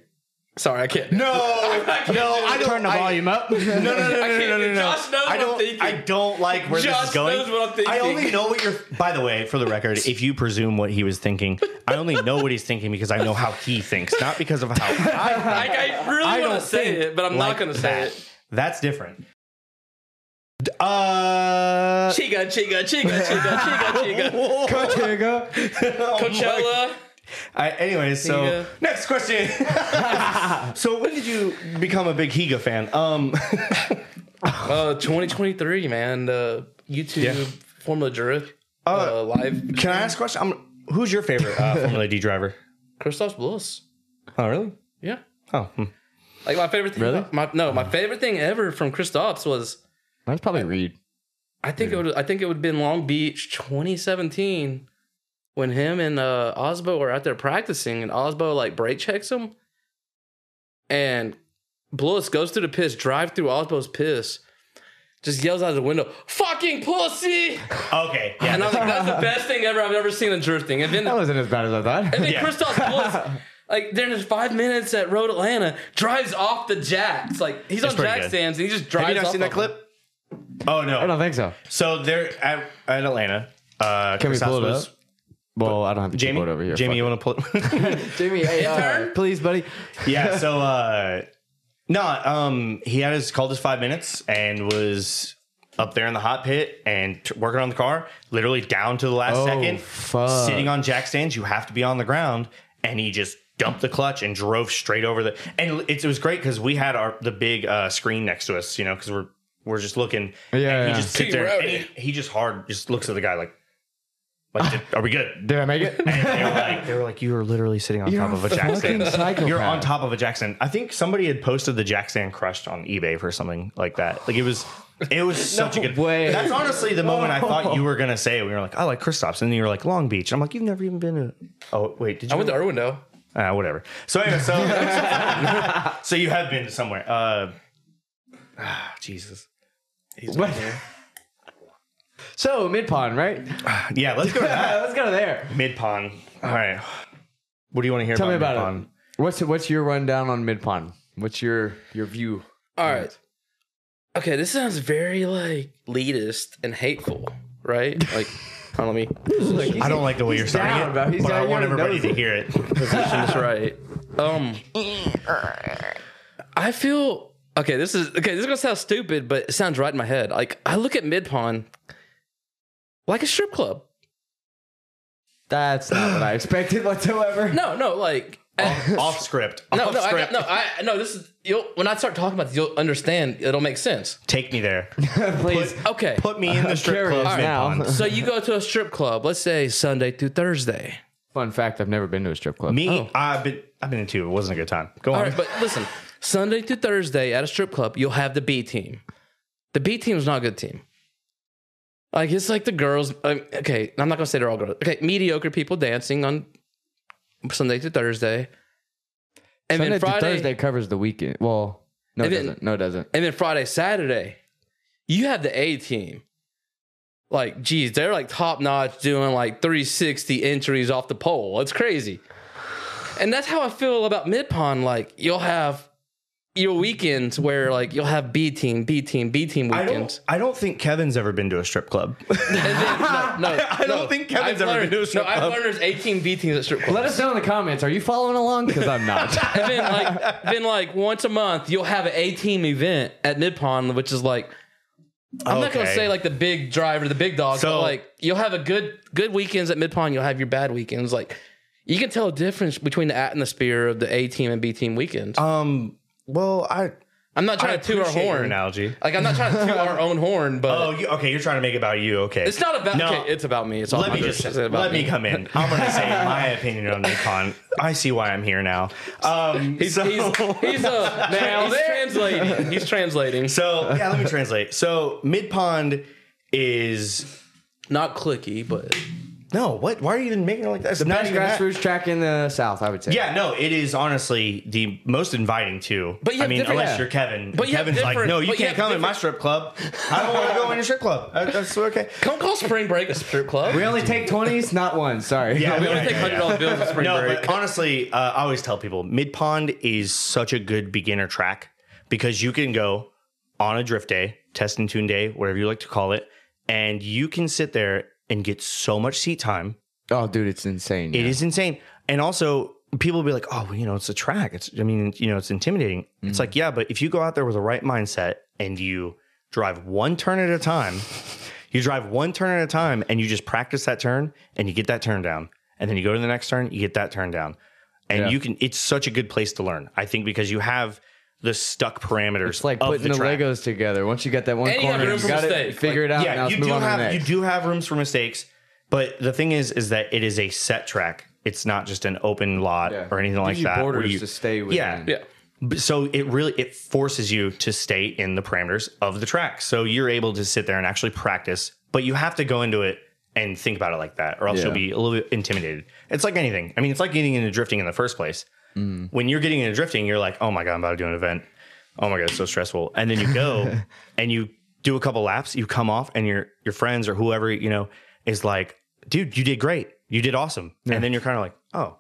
Sorry, I can't. No, no, I don't. Turn the I- volume up. No, no, no, no, I no, can't- no, no, no. Josh knows I what I'm don't, thinking. I don't like where this Josh is going. knows what I'm I only thinking. know what you're. By the way, for the record, if you presume what he was thinking, I only know what he's thinking because I know how he thinks, not because of how I. Like, I I really want don't to say think it, but I'm like not going to say that. it. That's different. D- Uh, Chiga, chiga, chiga, chiga, chiga, chiga. Chigga. Coachella. oh, I, anyway, so Higa. next question. so when did you become a big Higa fan? Um, Uh, 2023, man. The YouTube Yeah. Formula Drift uh, live. can I ask a question? I'm, who's your favorite uh, Formula D driver? Christoph Bliss. Oh, really? Yeah. Oh, hmm. Like my favorite thing. Really? My, no, my favorite thing ever from Christoph's was That's probably Reed. I think it would I think it would have been Long Beach 2017 when him and uh, Osbo were out there practicing and Osbo like brake checks him and Bliss goes through the piss, drive through Osbo's piss, just yells out the window, fucking pussy! okay. Yeah, And I was like, that's the best thing ever I've ever seen in drifting. And then That wasn't as bad as I and thought. then Christoph Bliss, like during his five minutes at Road Atlanta, drives off the jacks. Like he's on pretty jack good. stands and he just drives. Have you not off seen that of them. clip? Oh no! I don't think so. So they're at, at Atlanta. Uh, Can we Chris pull it Oswald's- up? Well, I don't have to Jamie, it over here. Jamie, you want to pull? Fuck. Jamie, hey, Intern? uh, please, buddy. yeah. So uh, no, um, he had his called his five minutes and was up there in the hot pit and t- working on the car, literally down to the last Oh, second, fuck. sitting on jack stands. You have to be on the ground, and he just dumped the clutch and drove straight over the. And it, it was great because we had our the big uh, screen next to us, you know, because we're we're just looking. and Yeah, he yeah. just sits Team there. And Rowdy. he, he just hard just looks at the guy like, like, "Did- are we good? Did I make it? And they were like, they were like, you were literally sitting on You're top of a a jack fucking stand. psychopath. You're on top of a jack stand. I think somebody had posted the jack stand crushed on eBay for something like that. Like it was, it was such a good. way. That's honestly the moment I thought you were gonna say. We were like, I like Kristaps, and then you were like Long Beach. And I'm like, you've never even been to. Oh wait, did you? I went to Irwin though. uh, whatever. So anyway, so so you have been to somewhere. Uh, ah, Jesus. What? So mid pond, right? Yeah, let's go to that. Let's go there. Mid pond. All right. What do you want to hear? Tell me about about Mid-Pond? it. What's what's your rundown on mid pond? What's your your view? All right. Okay, this sounds very like elitist and hateful, right? Like, hold on, let me I don't like the way you're starting down, it, bro. He's but I down. want He everybody already knows to it. hear it. position this right. Um, I feel okay. This is okay. This is gonna sound stupid, but it sounds right in my head. Like I look at Mid Pond like a strip club. That's not what I expected whatsoever. No, no, like. Off script. No, Off no, I, script. no, I, no. This is you'll. When I start talking about this, you'll understand. It'll make sense. Take me there. please. Okay. Put me in the strip curious club now. now. so you go to a strip club, let's say Sunday through Thursday. Fun fact: I've never been to a strip club. Me, I've been I've been into it. It wasn't a good time. Go Oh. All on. right, but listen, Sunday to Thursday at a strip club, you'll have the B team. The B team's not a good team. Like it's like the girls. Um, okay, I'm not gonna say they're all girls. Okay, mediocre people dancing on Sunday to Thursday, and Sunday then through Friday, Thursday covers the weekend. Well, no, it And then- doesn't. No, it doesn't. and then Friday, Saturday, you have the A team. Like, geez, they're like top notch doing like 360 entries off the pole. It's crazy. And that's how I feel about mid pond. Like, you'll have your weekends where like you'll have B team, B team, B team I don't, weekends. I don't think Kevin's ever been to a strip club. And then, no, no, I don't think Kevin's ever learned, been to a strip No, I've club. learned there's 18 B teams at strip clubs. Let us know in the comments. Are you following along? Because I'm not. and then like then like once a month you'll have an A team event at Mid Pond, which is like I'm not gonna Okay. say like the big driver, the big dog, So- but like you'll have a good good weekends at Mid Pond, you'll have your bad weekends. Like you can tell a difference between the atmosphere of the A team and B team weekends. um, well, I I'm not I trying to toot our appreciate your horn. analogy. Like I'm not trying to toot our own horn, but Oh, you, okay. You're trying to make it about you. Okay, it's not about No, okay, it's about me. It's all let me 100% just about let me come in. I'm gonna say my opinion on Nikon. I see why I'm here now. Um, He's, so, he's, he's a man. He's translating. He's translating. so yeah, let me translate. So mid pond is Not clicky, but no. What? Why are you even making it like that? The Best grassroots track in the South, I would say. Yeah, no, it is honestly the most inviting too. But you I have mean, different- unless yeah. you're Kevin. But you have Kevin's like, different- no, you but you can't have come in my strip club. I don't want to go in your strip club. Uh, That's okay. don't call spring break a strip club. We only take twenties, not one. Sorry. Yeah, We only take hundred dollar bills at spring No, break. but honestly, uh, I always tell people mid pond is such a good beginner track because you can go on a drift day, test and tune day, whatever you like to call it, and you can sit there and get so much seat time. Oh, dude, it's insane. It is insane. And also, people will be like, oh, well, you know, it's a track. It's, I mean, you know, it's intimidating. Mm. It's like, yeah, but if you go out there with the right mindset and you drive one turn at a time, you drive one turn at a time and you just practice that turn and you get that turn down. And then you go to the next turn, you get that turn down. And you can, it's such a good place to learn, I think, because you have the stuck parameters. It's like of putting the the, track. Legos together. Once you got that one And you have corner, room you, for got it. mistake. Figured out. Oh, now let's you move do on have to the next. you do have rooms for mistakes, but the thing is, is that it is a set track. It's not just an open lot Yeah. or anything Gives like you that. where borders to stay within. Yeah, yeah. B- So it really it forces you to stay in the parameters of the track. So you're able to sit there and actually practice, but you have to go into it and think about it like that, or else Yeah. you'll be a little bit intimidated. It's like anything. I mean, it's like getting into drifting in the first place. When you're getting into drifting, you're like, oh my god, I'm about to do an event. Oh my god, it's so stressful. And then you go and you do a couple laps, you come off, and your your friends or whoever you know is like, dude, you did great, you did awesome. And then you're kind of like, oh,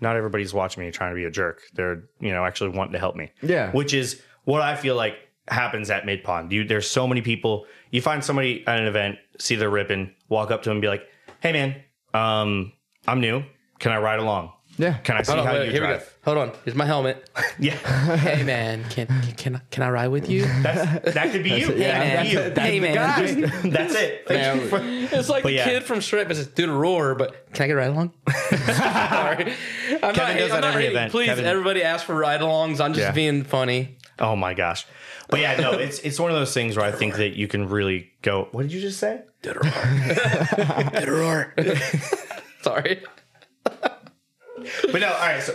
not everybody's watching me trying to be a jerk. They're, you know, actually wanting to help me. Yeah. Which is what I feel like happens at mid pond. You there's so many people. You find somebody at an event, see they're ripping, walk up to them and be like, Hey man, um, I'm new. Can I ride along? Yeah. Can I see Hold on, how wait, you here drive? we go. Hold on. Here's my helmet. Yeah. hey man, can can can I, can I ride with you? That's, that could be you. man. That could be you. That's Hey, the man. guy. That's it. Thank you for- It's like But the yeah. kid from Shrek that says, "Dude, a roar!" But can I get a ride along? Sorry, I'm not. Kevin hating- does that I'm not every hating. event. Please, Kevin- everybody ask for ride-alongs. I'm just Yeah. being funny. Oh my gosh. But yeah, no, it's it's one of those things where I think that you can really go, what did you just say? Get a roar. Sorry. But no, all right. So,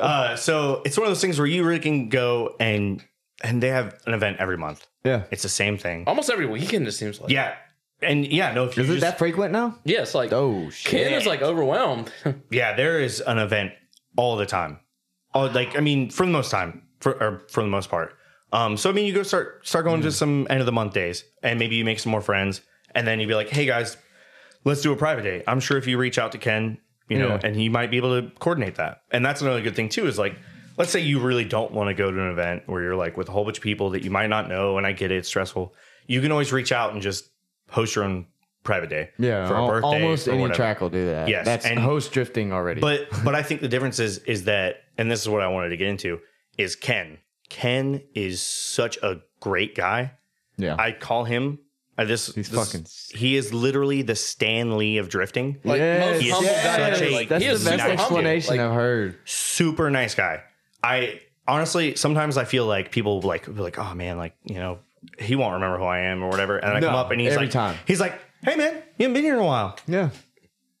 Uh, so it's one of those things where you really can go and and they have an event every month. Yeah. It's the same thing. Almost every weekend it seems like. Yeah, and yeah, no. If you Is it just, that frequent now? Yeah, it's like Oh Ken shit. is like overwhelmed. yeah, there is an event all the time. All like I mean, for the most time, for or for the most part. Um, so I mean, you go start start Mm. going to some end of the month days, and maybe you make some more friends, and then you'd be like, hey guys, let's do a private day. I'm sure if you reach out to Ken, you know, Yeah. and he might be able to coordinate that. And that's another good thing too is like, let's say you really don't want to go to an event where you're like with a whole bunch of people that you might not know, and I get it, it's stressful. You can always reach out and just host your own private day. Yeah. for a al- birthday, almost or any whatever. track will do that. Yes, That's and- host drifting already. But but I think the difference is is that, and this is what I wanted to get into is Ken. Ken is such a great guy. yeah. I call him uh, this. He's fucking s- He is literally the Stan Lee of drifting. Like Yes, most He is humble guy. such ever. a- Like, That's he is the best super humble. explanation Like, I've heard. super nice guy. I honestly sometimes I feel like people like be like, oh man, like you know, he won't remember who I am or whatever. And I No, come up and he's every like, time. he's like, hey man, you haven't been here in a while. Yeah.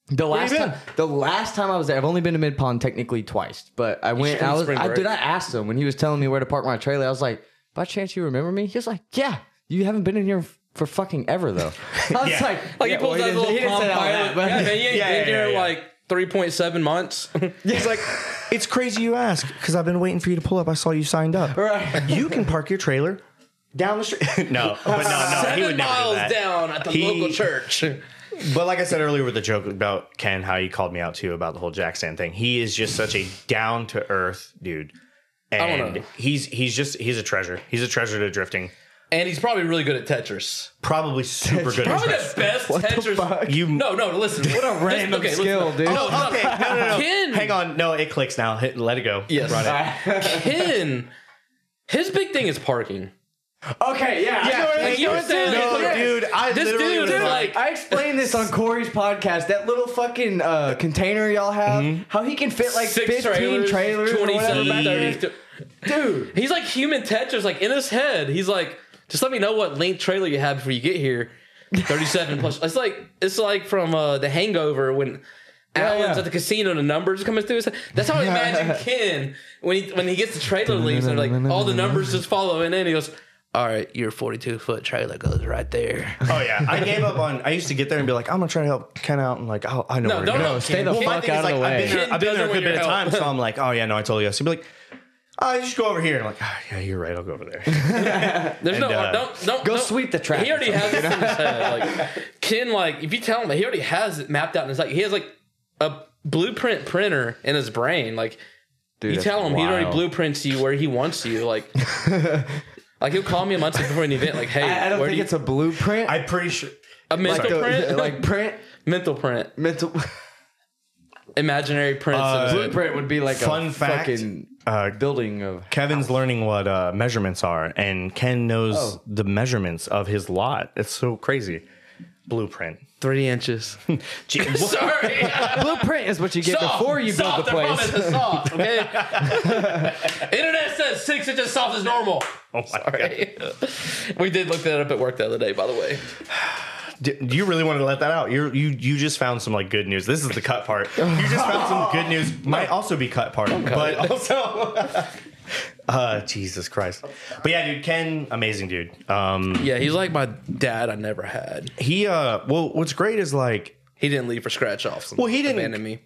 The last you been? time, the last time I was there, I've only been to Mid Pond technically twice, but I went. should've I was, spring I, dude. I break. asked him when he was telling me where to park my trailer. I was like, "By chance, you remember me?" He was like, "Yeah, you haven't been in here for fucking ever, though." I was Yeah. like, Like he yeah, pulls that well, didn't- little he didn't say Palm it out Pilot. loud, but- yeah, man, you ain't Yeah, been yeah, here yeah. like 3.7 months. He's like, it's crazy you ask because I've been waiting for you to pull up. I saw you signed up. Right. You can park your trailer down the street. no, but no, no, he Seven would never do miles that. down at the He- local church. But like I said earlier with the joke about Ken, how you called me out too about the whole Jack Sand thing. He is just such a down to earth dude, don't and know. he's he's just he's a treasure. He's a treasure to drifting. And he's probably really good at Tetris. Probably super good. at Probably drifting. the best Tetris. You No, no, listen. What a random skill, dude. No, no, okay? No, no, no. Ken. Hang on. No, it clicks now. Hit, let it go. Yes. Run it. Ken, his big thing is parking. Okay, yeah, Yeah, I know like it you were is. saying, No, like, dude. I This literally dude was is like, like- I explained this on Corey's podcast. That little fucking uh, container y'all have, how he can fit like Mm-hmm. Six 15 trailers, trailers, or whatever 27, back there. 30. Dude, He's like human Tetris, like in his head. He's like, just let me know what length trailer you have before you get here. 37 plus. It's like it's like from uh, the Hangover when Alan's yeah. at the casino and the numbers coming through. his head. That's how I imagine Ken when he when he gets the trailer leaves and like all the numbers just follow and then he goes, "All right, your 42 foot trailer goes right there." Oh yeah, I gave up on. I used to get there and be like, I'm gonna try to help Ken out, and like, oh, I know. No, where don't to go. help Ken. the well, my fuck thing out is of like, the way. I've been there, Ken I've been there a doesn't good want bit of your time, help. so I'm like, oh yeah, no, I totally guess. He'd be like, oh, you just go over here. And I'm like, oh, yeah, you're right. I'll go over there. There's no uh, don't don't go don't- sweep the track He already has this in his head. Like Ken, like if you tell him, he already has it mapped out in his like he has like a blueprint printer in his brain. Like you that's tell him, he already wild. blueprints you where he wants you. Like, like he'll call me a month before an event. Like, hey, I, I don't where do think you, it's a blueprint. I'm pretty sure. a mental like, a- print, like print, mental print, mental imaginary prints. in his head. blueprint would be like a Fun fact, fucking uh, building of. Kevin's learning what uh, measurements are, and Ken knows Oh. the measurements of his lot. It's so crazy. Blueprint. Three inches. Gee, what- Sorry, Blueprint is what you get Soft, before you build soft, the I promise, place. it's soft, okay. Internet says six inches soft is normal. oh my God. we did look that up at work the other day, by the way. D- Do you really want to let that out? You you you just found some like good news. This is the cut part. You just found some good news. Might also be cut part, but also. uh, Jesus Christ. But yeah, dude, Ken, amazing dude. Um, Yeah, he's like my dad. I never had. he uh, well, what's great is like He didn't leave for scratch offs. Well, he didn't- abandon me.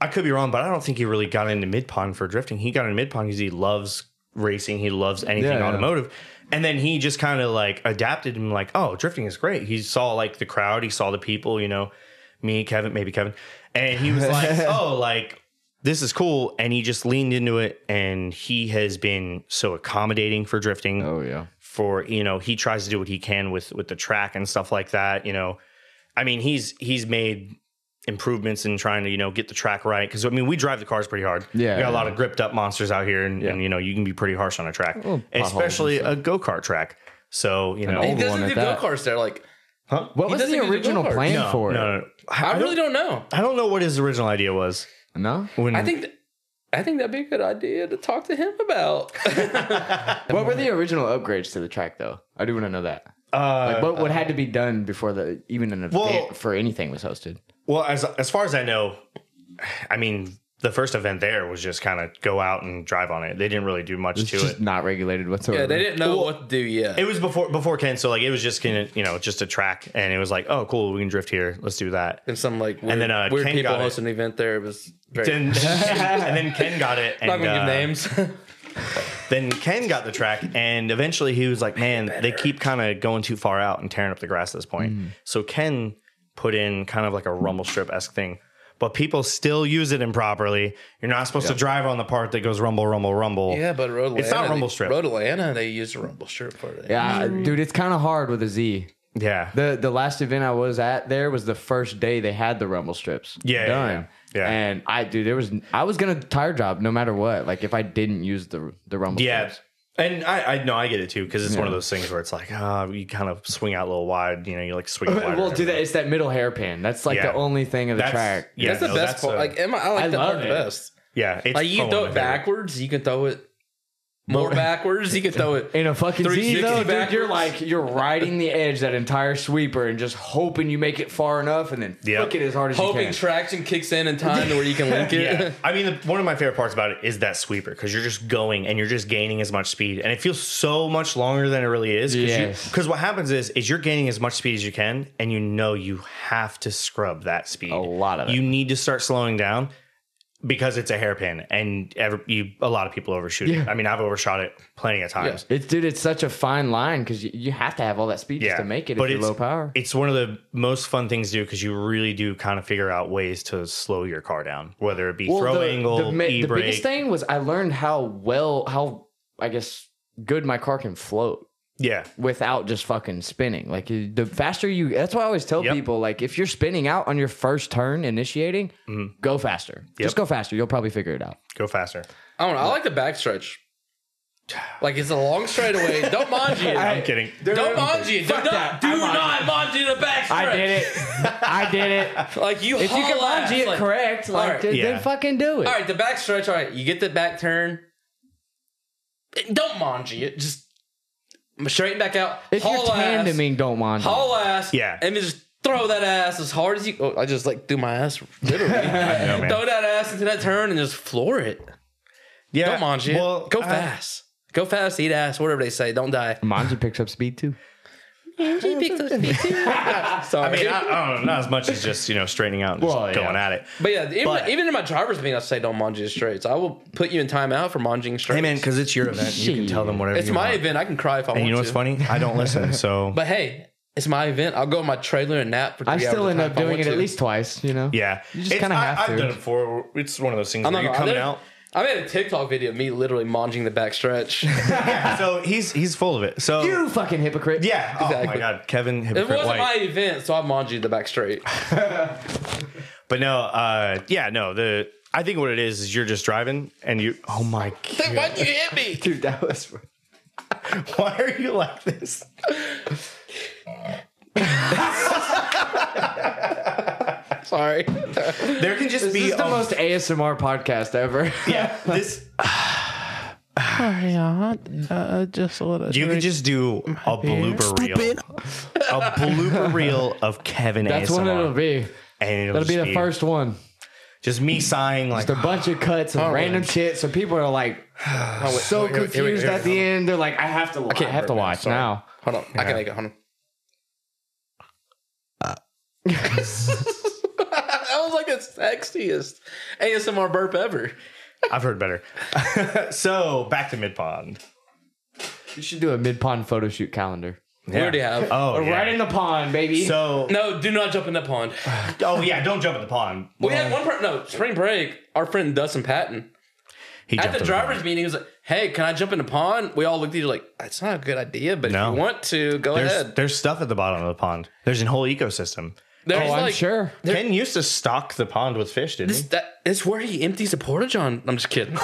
I could be wrong, but I don't think he really got into mid pond for drifting. He got into mid pond because he loves racing. He loves anything Yeah, yeah. automotive. And then he just kind of like adapted and like, oh, drifting is great. He saw like the crowd, he saw the people, you know, me, Kevin, maybe Kevin. And he was like, oh, like this is cool. And he just leaned into it and he has been so accommodating for drifting Oh yeah. for you know he tries to do what he can with with the track and stuff like that you know i mean he's he's made improvements in trying to you know get the track right because i mean we drive the cars pretty hard Yeah, we got a lot yeah. of gripped up monsters out here and, and you know you can be pretty harsh on a track Little potholes especially a go-kart track so you know He old no, one doesn't at do go that. karts there. Like What He was doesn't the do the original go-kart. plan no, for no, it? no. I, I, I really don't don't know. i don't know what his original idea was No. when I think. Th- I think that'd be a good idea to talk to him about. What were the original upgrades to the track though? I do want to know that. uh, Like what, what had to be done before the even an event Well- for anything was hosted? Well, as as far as I know, I mean, the first event there was just kind of go out and drive on it. They didn't really do much It's to just it. not regulated whatsoever. yeah, they didn't know what to do yet. It was before before Ken, so like it was just gonna you know just a track, and it was like, oh, cool, we can drift here. Let's do that. and some like weird, And then, uh, weird Ken people got it. hosting an event there. It was very. Then, and then Ken got it, and not gonna uh, give names. then Ken got the track, and eventually he was like, man, they keep kind of going too far out and tearing up the grass at this point. Mm. So Ken put in kind of like a rumble strip esque thing. But people still use it improperly. You're not supposed to drive on the part that goes rumble, rumble, rumble. yeah, but Road It's not Rumble Strip. Road Atlanta, they used Rumble Strip for it. Yeah, dude, it's kind of hard with a Z. Yeah. The the last event I was at there was the first day they had the rumble strips. Yeah, yeah, done. yeah, yeah. And I dude, there was I was gonna tire job no matter what. Like if I didn't use the the rumble yeah. strips. And I, I know I get it too because it's one of those things where it's like, ah, you kind of swing out a little wide, you know, you like Uh, swing wide. Well, do that. It's that middle hairpin. That's like Yeah. the only thing of the track. Yeah, that's the no, best that's, part. uh, like, Emma, I like I that love part the it. best. yeah, it's Like you probably throw my it favorite. backwards, you can throw it more backwards. You could throw it In a fucking Z 360 though, dude, you're backwards. like you're riding the edge that entire sweeper and just hoping you make it far enough and then Yep. flick it as hard as you hoping can. traction kicks in in time to where you can link it. Yeah. I mean, the, one of my favorite parts about it is that sweeper because you're just going and you're just gaining as much speed, and it feels so much longer than it really is. Because Yes. what happens is, is you're gaining as much speed as you can, and you know you have to scrub that speed. A lot of it. You need to start slowing down because it's a hairpin, and every, you a lot of people overshoot it. I mean, I've overshot it plenty of times. It's dude, it's such a fine line because you, you have to have all that speed just to make it. But if you're it's low power. It's one of the most fun things to do because you really do kind of figure out ways to slow your car down, whether it be throw angle, ma- e the brake. biggest thing was I learned how well, how I guess good my car can float Yeah, without just fucking spinning. Like you- the faster you, that's why I always tell Yep. people like if you're spinning out on your first turn initiating, go faster. Just Mm-hmm. Yep. go faster. You'll probably figure it out. go faster. I don't know. I like the backstretch. Like it's a long straightaway. Don't manji it. I'm kidding. don't manji it. Do that. not, do I'm on not manji the backstretch. I did it. I did it. Like you, If you can haul ass, bungee it like- correct, like Alright. then, Yeah. then fucking do it. All right, the back stretch. All right, you get the back turn. Don't manji it. Just straighten back out. If you're haul ass, tandeming, don't mind. haul ass. Yeah. and then just throw that ass as hard as you. Oh, I just like threw my ass literally. No, man. throw that ass into that turn and just floor it. yeah, Don't manji Well, it. Go I- fast. Go fast. Eat ass. Whatever they say. Don't die. Manji picks up speed too. Sorry. I mean, I, I don't know, not as much as just you know straightening out and just Well, yeah. going at it. But yeah, even, But- even in my driver's meeting, I say don't manji the straights. I will put you in timeout for manjing straights. Hey man, because it's your event, you can tell them whatever. it's you my want. event. I can cry if I want And you know what's to. funny? I don't listen, so But hey, it's my event. I'll go in my trailer and nap for three I hours still at a end time up if I doing want it at to. least twice. You know. yeah, You just It's- kinda I- have I've to. done it before. It's one of those things I'm where not you're gonna- coming I out. I made a TikTok video of me literally monging the back stretch. it so he's he's full of it. So You fucking hypocrite. yeah, oh my Exactly. god, Kevin hypocrite wasn't White. my event, so I monged the back straight. But no, uh, yeah, no. The I think what it is is you're just driving and you. Oh my god! Dude, why'd you hit me? dude, that was. Why are you like this? Sorry. Oh, There can just This be is the a- most ASMR podcast ever. Yeah, this. you could just do a blooper reel, a blooper reel of Kevin That's ASMR, what it'll be. and it'll That'll be just the first one. Just me sighing like, Just a bunch of cuts Oh, and random shit. So people are like so confused at the end. They're like, I have to. I, can't have to hurt, man. watch Sorry. now. Hold on. I can make it. Hold on. that was like the sexiest ASMR burp ever. I've heard better. so back to mid pond. You should do a mid pond photo shoot calendar. We already have. Oh yeah. Right in the pond, baby. so No, do not jump in that pond. oh yeah, don't jump in the pond. We Uh. had one. Per- no, spring break. Our friend Dustin Patton. He at jumped the in driver's pond. meeting, he was like, "Hey, can I jump in the pond?" We all looked at you like, "That's not a good idea, but No. if you want to, go There's, ahead." there's stuff at the bottom of the pond. There's an whole ecosystem. There's oh, I'm sure. Ken used to stock the pond with fish, didn't This, he? that, it's where he empties the porta john. I'm just kidding.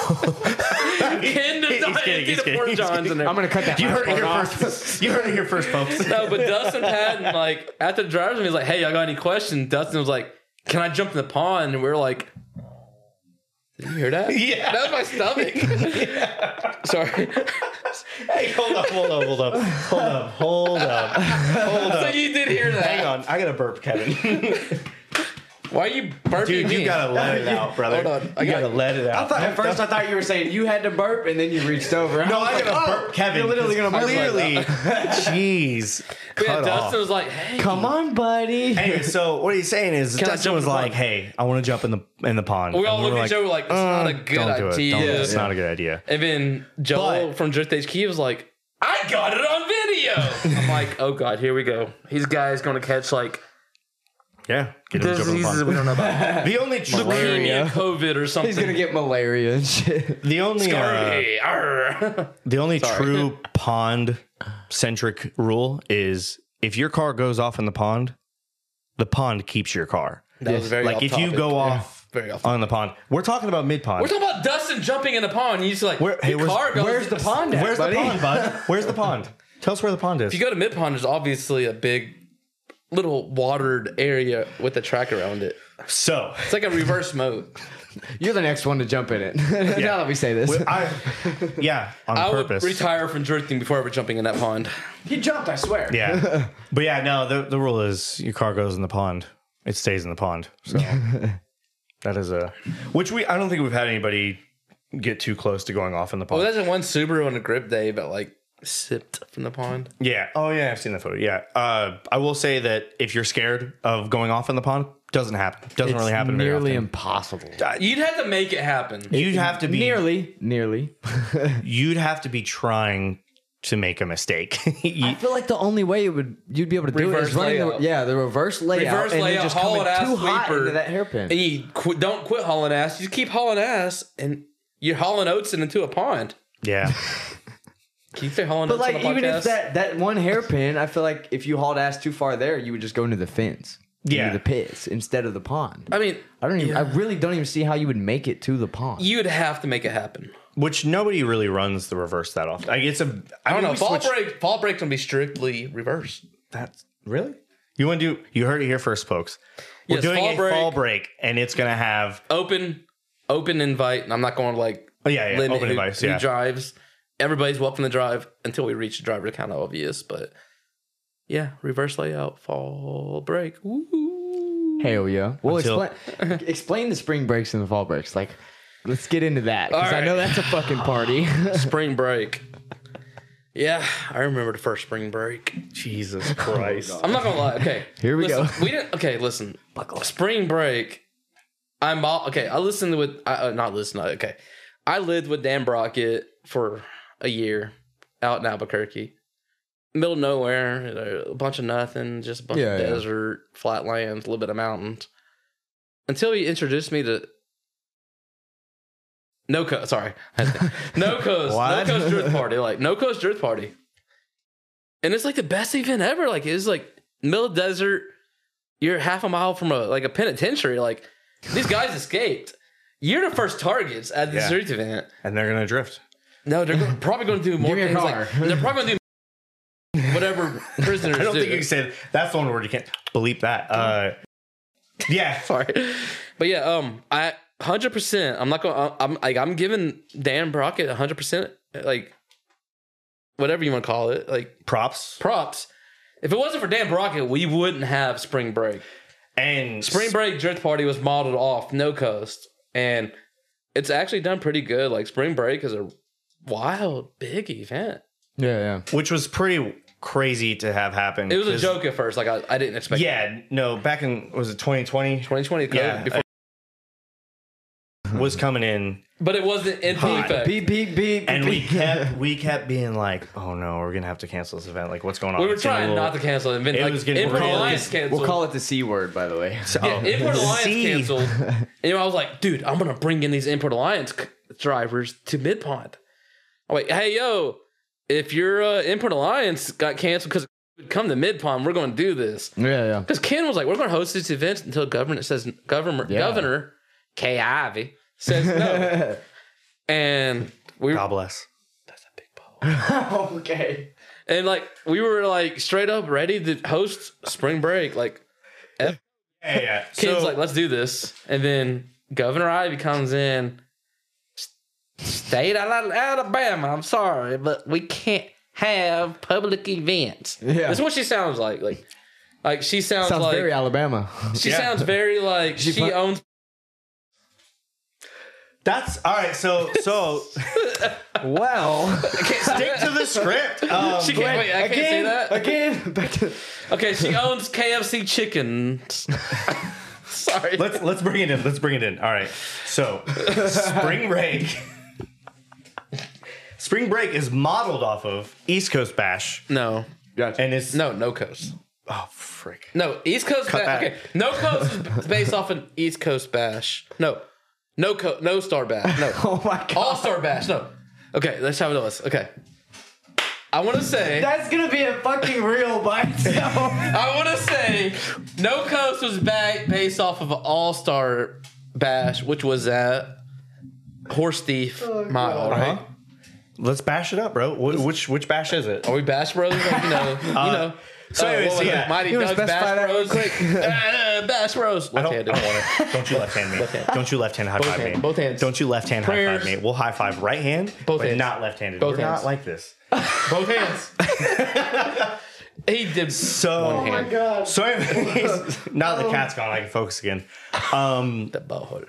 Ken does He's not kidding, empty he's the kidding, porta he's johns in there. I'm gonna cut that. You last heard it part here off. first. You heard it here first, folks. no, but Dustin Patton, like at the driver's meeting, he's like, "Hey, y'all got any questions?" Dustin was like, "Can I jump in the pond?" And we are like, "Did you hear that? Yeah. that was my stomach." Sorry. Hey, hold up, hold up, hold up, hold up, hold up, hold so up. you did hear that? Hang on, I gotta burp, Kevin. Why are you burping Dude, me? you gotta let it out, brother. Hold on, I you got- gotta let it out. At first, I thought you were saying you had to burp, and then you reached over. no, I gotta burp, Kevin. "Oh, you're literally gonna burp clearly. Jeez, But yeah, cut Dustin off. was like, "Hey, Come on, buddy. Anyway, so what he's saying is Can I Dustin jump was in the like, pond? "Hey, I want to jump in the in the pond." We all And look were at each other like, it's not a "Uh, good don't do it, idea." don't do it, It's Yeah. not a good idea. And then Joel But- from Drift HQ was like, I got it on video. I'm like, oh God, here we go. His guy's gonna catch like Yeah, get him to jump in the diseases we pond. don't know about. The only true, Leukemia, COVID, or something. He's gonna get malaria and shit. the only uh, Hey, arr. The only true pond centric rule is if your car goes off in the pond, the pond keeps your car. That was very like off if you topic. go off Very off on the pond, we're talking about mid pond. We're talking about Dustin jumping in a pond. You just like Where- hey, your where's- car goes. Where's the pond at, Where's buddy? the pond, bud? Where's the pond? Tell us where the pond is. If you go to mid pond, there's obviously a big little watered area with a track around it. So It's like a reverse moat. You're the next one to jump in it. now that we say this, I, yeah, on I purpose. would retire from drifting before ever jumping in that pond. he jumped. I swear. yeah, but yeah, no. The the rule is your car goes in the pond. It stays in the pond. So that is a which we I don't think we've had anybody get too close to going off in the pond. Well, that's one Subaru on a grip day, but like sipped from the pond. Yeah. Oh yeah, I've seen that photo. Yeah. Uh, I will say that if you're scared of going off in the pond, doesn't happen. Doesn't really happen. very Nearly often. impossible. You'd have to make it happen. You'd have to be. Nearly, nearly. You'd have to be trying to make a mistake. I You- feel like the only way it would you'd be able to do it Reverse is running the, layout. yeah the reverse layout Reverse and then layout, just haul coming it ass too hot sweeper. into that hairpin. And you qu- don't quit hauling ass. You keep hauling ass, and you're hauling oats into a pond. yeah. Can you say hauling But oats? on like the even podcast? if that that one hairpin, I feel like if you hauled ass too far there, you would just go into the fence, Yeah. into the pits instead of the pond. I mean, I don't even. I yeah. really don't even see how you would make it to the pond. you'd have to make it happen. Which nobody really runs the reverse that often. Like it's a. I don't mean, know. we Fall switched- break, fall break's gonna be strictly reverse. That's really. You want to do? You heard it here first, folks. We're Yes, doing fall a break. fall break, and it's gonna have. Open, open invite, and I'm not going to like Oh yeah, yeah. limit open who, advice. who Yeah. drives. Everybody's welcome to drive until we reach the driver kind of obvious, but yeah, reverse layout, fall break. Woo. Hell yeah! Well, Until- explain explain the spring breaks and the fall breaks. Like, let's get into that because I Alright. know that's a fucking party. Spring break. Yeah, I remember the first spring break. Oh Jesus Christ. I'm not gonna lie. Okay, Here we Listen, go. We didn't. Okay, listen. Spring break. I'm all okay. I listened with. I, uh, not listen. Okay, I lived with Dan Brockett for a year out in Albuquerque, middle of nowhere, you know, a bunch of nothing, just a bunch Yeah, of yeah. desert, flat lands, a little bit of mountains. Until he introduced me to. No coast, sorry. no coast, no What? coast drift party, like no coast drift party and it's like the best event ever. Like it's like middle of desert. You're half a mile from a like a penitentiary. Like these guys escaped. You're the first targets at this Yeah. street event. and they're gonna drift. No, they're go- probably going to do more me a things. like- car. they're probably going to do whatever prisoners I don't do. think you can say that's the one word you can't bleep that. Uh, yeah, Sorry, but yeah, um, I hundred percent. I'm not going. I'm like I'm giving Dan Brockett hundred percent. Like whatever you want to call it, like props props. If it wasn't for Dan Brockett, we wouldn't have spring break. and Spring Break Drift Party was modeled off No Coast, and it's actually done pretty good. Like Spring Break is a wild, big event. yeah, yeah. which was pretty crazy to have happen. It was a 'cause- joke at first. Like I, I didn't expect. Yeah, no. Back in was it 2020 2020 COVID Yeah, before, was coming in, but it wasn't in Hot. effect. Beep beep beep. and beep. we kept we kept being like, oh no, we're gonna have to cancel this event. Like, what's going on? We were It's gonna trying roll. not to cancel it. and then, It Like, was getting Inward real. Alliance canceled. We'll call it the c word, by the way. So, Yeah, Import Alliance See, canceled, and I was like, dude, I'm gonna bring in these Import Alliance c- drivers to Mid Pond. I'm like, hey yo, if your uh, Import Alliance got canceled because come to Mid Pond, we're gonna do this. Yeah, yeah. Because Ken was like, we're going to host this event until government says governor Yeah. governor K Ivy says no, and we God bless. that's a big ball. okay. and like we were like straight up ready to host spring break. Like Yeah, yeah. Ken's So, like, let's do this, and then Governor Ivy comes in. "S- State of Alabama, I'm sorry, but we can't have public events. Yeah. That's what she sounds like. Like, like she sounds, Sounds like very Alabama. she Yeah. sounds very like she, fu- owns that's all right. So so well, stick to the script. Um, She can't wait. I can't say that. again. Back to Okay, she owns KFC chickens. Sorry. let's let's bring it in. Let's bring it in. All right. So spring break. spring break is modeled off of East Coast Bash, no, and it's no, no coast. oh frick. No East Coast. Ba- that. okay, no coast is based off an East Coast bash. No, no, co- no star bash. No, oh my god. all star bash. No. Okay, that's how it was. Okay, I want to say. That's gonna be a fucking reel by itself. I want to say, No Coast was back based off of an All Star Bash, which was at Horse Thief Mile, right? Uh-huh. Let's bash it up, bro. Wh- Which which bash is it? Are we Bash Brothers? Like, you know, you know. Uh, So, anyways, what was yeah. it? Mighty You wanna Doug specify Bass that Rose. real uh, Bass Rose. I don't, I Left-handed. don't want to. Don't you left hand me. Don't you left hand high Both five hand- me. both hands. Don't you left hand high five Prayers. me. We'll high five right hand, Both but hands. not left handed. We're Both not hands. like this. Both hands. he did. One So, hand. Um. Oh my god. So, anyways, now that the cat's gone, I can focus again. Um, The butthole.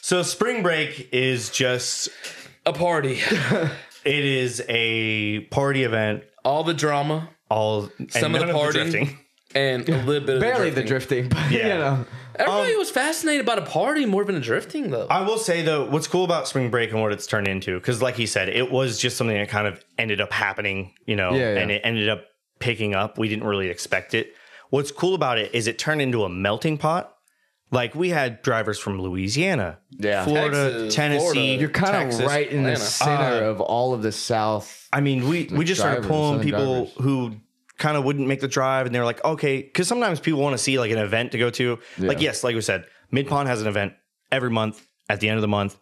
so spring break is just A party. it is a party event. All the drama All and Some of none the party. drifting. and a little bit of Barely the the drifting. drifting, but Yeah. you know. Everybody was fascinated by the party more than the drifting, though. um, I will say though, what's cool about spring break and what it's turned into, because like he said, it was just something that kind of ended up happening, you know, Yeah, yeah. and it ended up picking up. We didn't really expect it. What's cool about it is it turned into a melting pot. Like we had drivers from Louisiana, Yeah. Florida, Texas, Tennessee. Florida. You're kind of Texas, right in the Atlanta. center of all of the South. I mean, we we just started drivers, pulling Southern people drivers. who kind of wouldn't make the drive, and they're like, okay, because sometimes people want to see like an event to go to. Like, yes, like we said, Mid Pond has an event every month at the end of the month.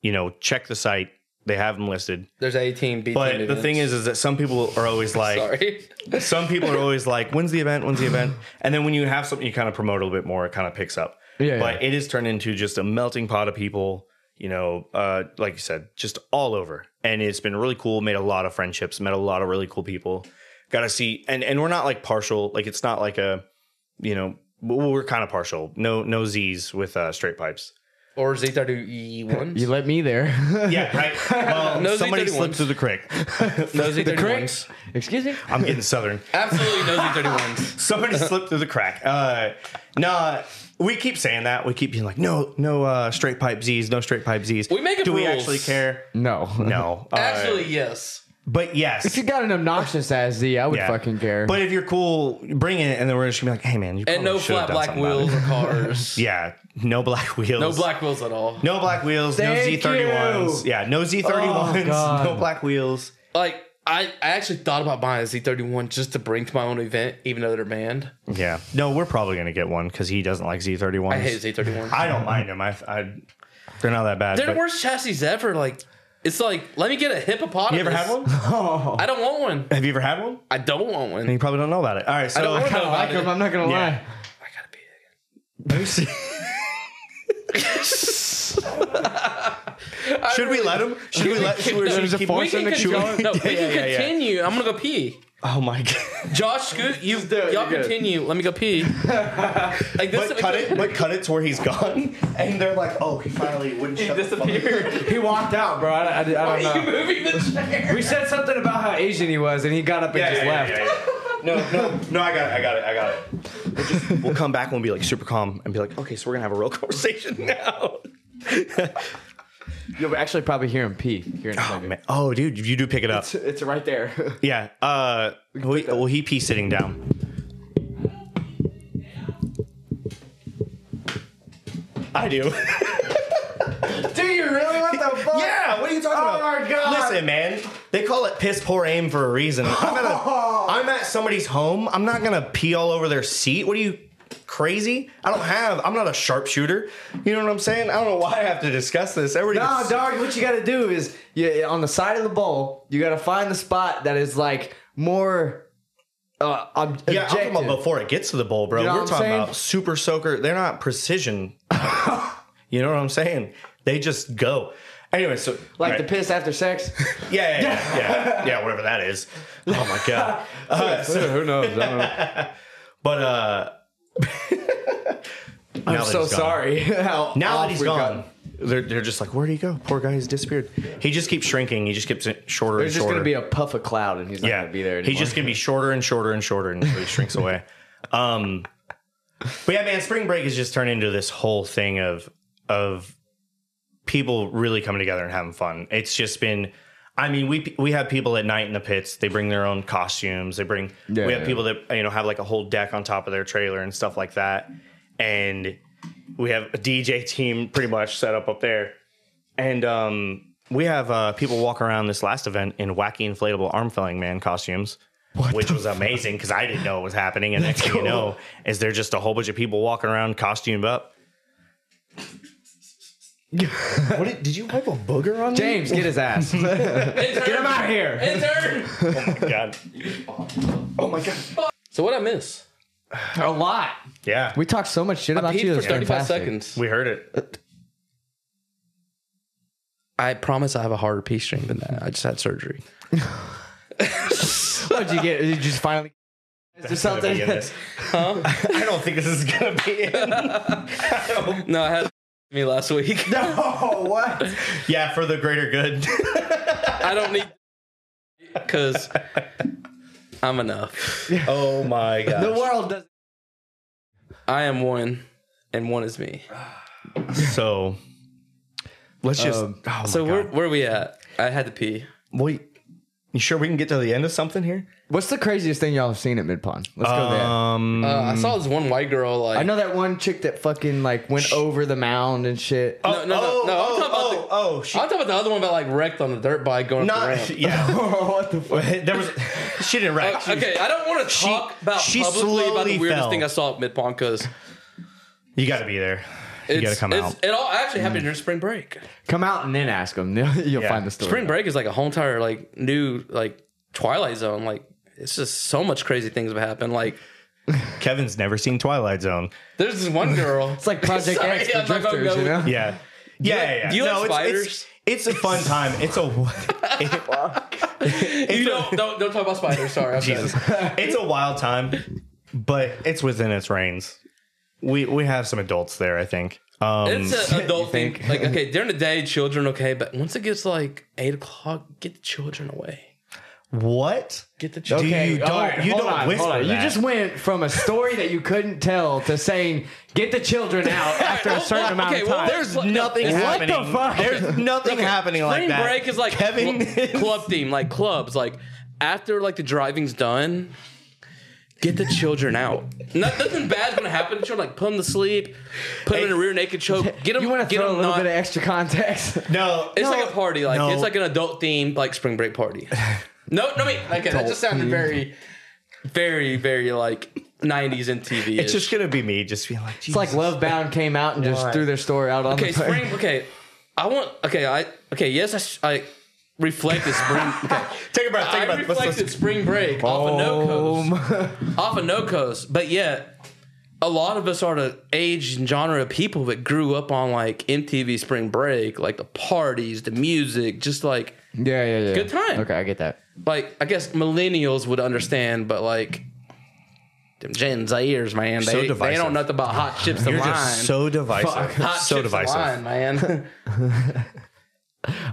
You know, check the site; they have them listed. There's 18 B But team the thing events. is, is that some people are always like, sorry. some people are always like, when's the event? When's the event? And then when you have something you kind of promote a little bit more, it kind of picks up. Yeah, but it is turned into just a melting pot of people, you know, uh, like you said, just all over. And it's been really cool, made a lot of friendships, met a lot of really cool people. Got to see, and, and we're not like partial, like it's not like a, you know, well, we're kind of partial. No, no Z's with uh, straight pipes. Or Z32E1s. You let me there. Yeah, right. Well, No somebody Z31s. slipped through the crick. no Z31s. Correct? Excuse me? I'm getting southern. Absolutely no E Z31s. Somebody slipped through the crack. Uh, nah, we keep saying that. We keep being like, no, no uh, straight pipe Z's, no straight pipe Z's. We make up Do we rules. actually care? No. No. Uh, Actually, yes. but yes. If you got an obnoxious ass Z, I would Yeah. fucking care. But if you're cool, bring it, and then we're just gonna be like, hey man, you And probably no Oh, should've flat done black something about wheels it." or cars. Yeah, no black wheels. No black wheels at all. No black wheels. no Thank Z thirty ones. you. Yeah, Oh, no Z thirty ones. God. No black wheels. Like, I, I actually thought about buying a Z31 just to bring to my own event, even though they're banned. Yeah. No, we're probably gonna get one because he doesn't like Z thirty ones. I hate Z31. I don't mind them. I, I they're not that bad. They're the but- worst chassis ever. Like, it's like, let me get a hippopotamus. You ever had one? I don't want one. Have you ever had one? I don't want one. You probably don't know about it. All right, so I don't want to know I about like it. him, I'm not gonna Yeah. lie. I gotta be Let me see. should we let him? Should we let? Should we, should There's we a keep force him? in the Should we- control. No, we Yeah, can yeah, yeah. continue. I'm gonna go pee. Oh my god! Josh, Scoot, you it, y'all you're good. continue. Let me go pee. Like this, But cut it, but cut it to where he's gone, and they're like, "Oh, he finally wouldn't shut the fuck up." He walked out, bro. I, I, I don't You know. moving the chair? We said something about how Asian he was, and he got up and just left. No, no, no! I got it! I got it! I got it! We'll, just, we'll come back and we'll be like super calm and be like, "Okay, so we're gonna have a real conversation now." You'll actually probably hear him pee here in a Oh, second. man. oh, dude, you do pick it up. It's right there. Yeah. Uh, well, he- well, he pee sitting down. I do. Do you really? What the fuck? yeah. What are you talking Oh about? my God. Listen, man. They call it piss poor aim for a reason. I'm at, a, I'm at somebody's home. I'm not gonna pee all over their seat. What are you crazy? I don't have. I'm not a sharpshooter. You know what I'm saying? I don't know why I have to discuss this. Everybody. No, dog. What you gotta do is, you, on the side of the bowl, you gotta find the spot that is like more. Uh, Yeah, ob- I'm objective. talking about before it gets to the bowl, bro. You know We're what I'm talking saying? about super soaker. They're not precision. you know what I'm saying? They just go. Anyway, so like all the right. piss after sex. yeah, yeah, yeah, yeah, yeah, whatever that is. Oh my god. Uh, so- Who knows? I don't know. but uh, I'm so sorry. How Now off that he's we gone, got. they're they're just like, where'd he go? Poor guy, he's disappeared. He just keeps shrinking. He just keeps it shorter There's and just shorter. gonna be a puff of cloud, and he's not gonna be there anymore. He's just gonna be shorter and shorter and shorter until he shrinks away. Um, but yeah, man, spring break has just turned into this whole thing of of people really coming together and having fun. It's just been. I mean, we we have people at night in the pits. They bring their own costumes. They bring. Yeah, we have yeah. people that you know have like a whole deck on top of their trailer and stuff like that. And we have a DJ team pretty much set up up there. And um, we have uh, people walk around this last event in wacky inflatable arm filling man costumes, which was amazing because I didn't know it was happening. And next thing you know, is there just a whole bunch of people walking around costumed up. What did, did you wipe a booger on me? James, get his ass. Get him out of here. Intern. God. Oh my god. So what I miss? A lot. Yeah. We talked so much shit I about peed you. for That's 35 fantastic. seconds. We heard it. I promise I have a harder pee string than that. I just had surgery. What'd you get? Did you just finally? Just Gonna be in this. I don't think this is gonna be. In. No, I had me last week. Oh what? Yeah, for the greater good. I don't need because I'm enough. oh my god. the world does. I am one, and one is Oh me. So let's just. oh my So God. where where are we at? I had to pee. wait. You sure we can get to the end of something here? What's the craziest thing y'all have seen at Mid Pond? Let's go there. Um, Uh, I saw this one white girl like. I know that one chick that fucking like went over the mound and shit. No, no, no, no. I'm talking about the. oh, she, I'm talking about the other one that like wrecked on the dirt bike going up the not, ramp. yeah. what the fuck? there was, she didn't wreck. She- Uh, Okay, I don't want to She- talk about she publicly about slowly the weirdest fell. thing I saw at Mid Pond because You got to be there. You got to come out. It all actually happened during spring break. Come out and then ask them. You'll Yeah. find the story. Spring break is like a whole entire like new like Twilight Zone. Like it's just so much crazy things have happened. Like Kevin's never seen Twilight Zone. there's this one girl. It's like Project Sorry, X for I'm not gonna drifters, go you know? Yeah. Yeah, yeah, yeah. do you like it's, spiders? it's, it's a fun time. It's a you don't, don't don't talk about spiders. Sorry, I'm Jesus. done. it's a wild time, but it's within its reins. We we have some adults there, I think. Um, It's an adult thing. think? Like okay, during the day, children okay, but once it gets like eight o'clock, get the children away. what? Get the Do children. you don't alright, you hold don't on, hold whisper on. You that. just went from a story that you couldn't tell to saying get the children out after a certain amount okay, of well, time. there's There's nothing What the happening. fuck? There's nothing happening like Spring that. break is like Kevin. cl- club theme, like clubs, like after like the driving's done, get the children out. No- Nothing bad's gonna happen. to Children like put them to sleep, put them in a rear naked choke, get them. you want to get throw a 'em little not- bit of extra context? no, It's like a party. Like No. it's like an adult themed like spring break party. No, no, wait. Okay, that just sounded very, very, very like '90s and TV. It's just gonna be me, just being like, Jesus. It's like Love Bound came out and just Why? threw their story out on okay. the play- Spring. Okay, I want. Okay, I. Okay, yes, I. Sh- I reflected spring. Okay. Take a breath. Take a I breath. Let's- reflected let's- spring break off of no coast, off of no coast. But yet, a lot of us are the age and genre of people that grew up on like MTV Spring Break, like the parties, the music, just like Yeah, yeah, yeah. Good time. Okay, I get that. like I guess millennials would understand, but like them Gen Zers, man, So they, they divisive. don't know nothing about hot chips and You're wine. just so divisive. hot so chips and divisive. wine, man.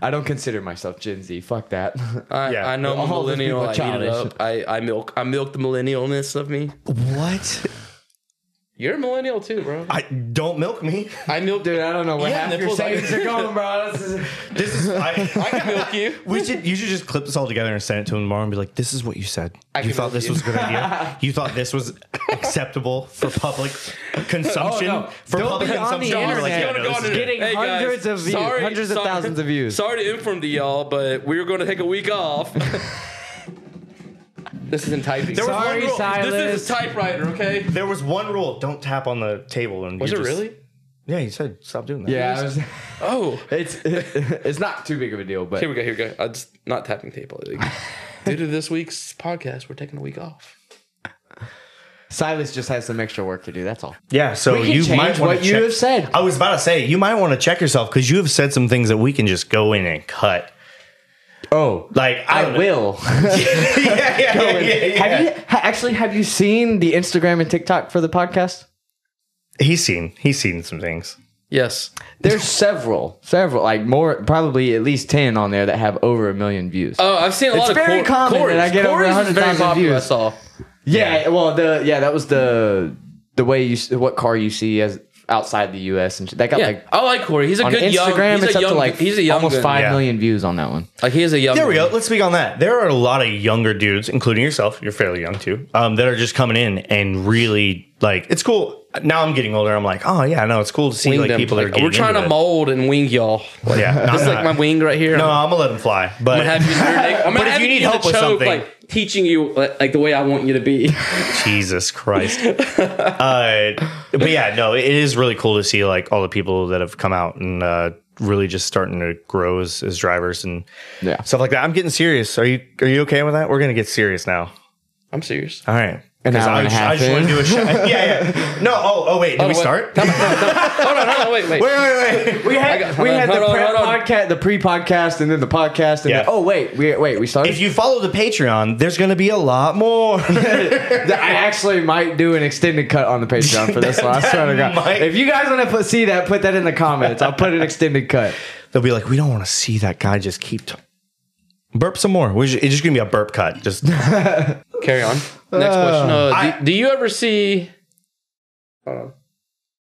I don't consider myself Gen Z. Fuck that. Uh, I, Yeah. I know I'm a All those millennial. people are I eat it childish. up. I, I milk. I milk the millennialness of me. What? You're a millennial too, bro. I don't milk me. I milk. Dude, I don't know where Yeah, half your nipples are- savings are going, bro. This is- This is. I I, can milk you. we should. You should just clip this all together and send it to him tomorrow and be like, "This is what you said. you can thought milk this you." was a good idea. You thought this was acceptable for public consumption. Oh, no. For Don't public be on the consumption. You're internet. yeah, Don't no, go this on is the good. internet. Getting hundreds of views, hundreds of thousands of views. Sorry to inform to y'all, but we were going to take a week off. this isn't typing. There was one Sorry, rule. Silas. this is a typewriter, okay? There was one rule: don't tap on the table. And Was you it just- really? Yeah, you said stop doing that. yeah, I was- Oh, it's it's not too big of a deal, but here we go. Here we go. I'm just not tapping table. Due to this week's podcast, we're taking a week off. Silas just has some extra work to do. That's all. Yeah, so We can you change might want what you have said. I was about to say you might want to check yourself because you have said some things that we can just go in and cut. Oh, Like I don't- will. yeah, yeah, yeah, yeah, yeah. Have you ha- actually have you seen the Instagram and TikTok for the podcast? He's seen. He's seen some things. Yes. There's several, several, like more, probably at least ten on there that have over a million views. Oh, I've seen a lot It's of very Cor- common that I get over Corey's is 100,000 very popular, views. I saw. yeah, well, the yeah, that was the the way you s- what car you see as outside the U.S. and sh- that got Yeah, like I like Corey. He's a on good Instagram. young. He's it's a up young. to like he's a young. almost gun. five million Yeah. views on that one. Like he is a young. There we gun. go. Let's speak on that. There are a lot of younger dudes, including yourself. You're fairly young too. Um, that are just coming in and really like it's cool. Now I'm getting older. I'm like, oh yeah, no, it's cool to see Wing like them. people that are. Like, Getting we're trying into to it. mold and wing y'all. Like, Yeah, no, This I'm is like my not. wing right here. No, I'm gonna let him fly. But I'm gonna have you in your neck- I'm But gonna if have you need in help the with choke, something- like teaching you like, like the way I want you to be. Jesus Christ. uh, but yeah, no, it is really cool to see like all the people that have come out and uh, really just starting to grow as, as drivers and Yeah. stuff like that. I'm getting serious. Are you are you okay with that? We're gonna get serious now. I'm serious. All right. An 'Cause hour I and a just, half I just in. want to do a shot. Yeah, yeah. No. Oh, oh, wait. Did we what- start? No, no, no. Hold on, hold on, wait, wait. Wait, wait, wait. We I had, got- we hold on, had the hold on, pre hold on. podcast, the pre podcast, and then the podcast. And Yeah. then, oh wait, we wait, we started. If you follow the Patreon, there's going to be a lot more. Th- I actually might do an extended cut on the Patreon for this one. I swear to God. might- If you guys want to put, see that, put that in the comments. I'll put an extended cut. They'll be like, we don't want to see that guy just keep t- burp some more. We're ju- it's just going to be a burp cut. Just Carry on. Next question. Uh, I- do, do you ever see? Hold on.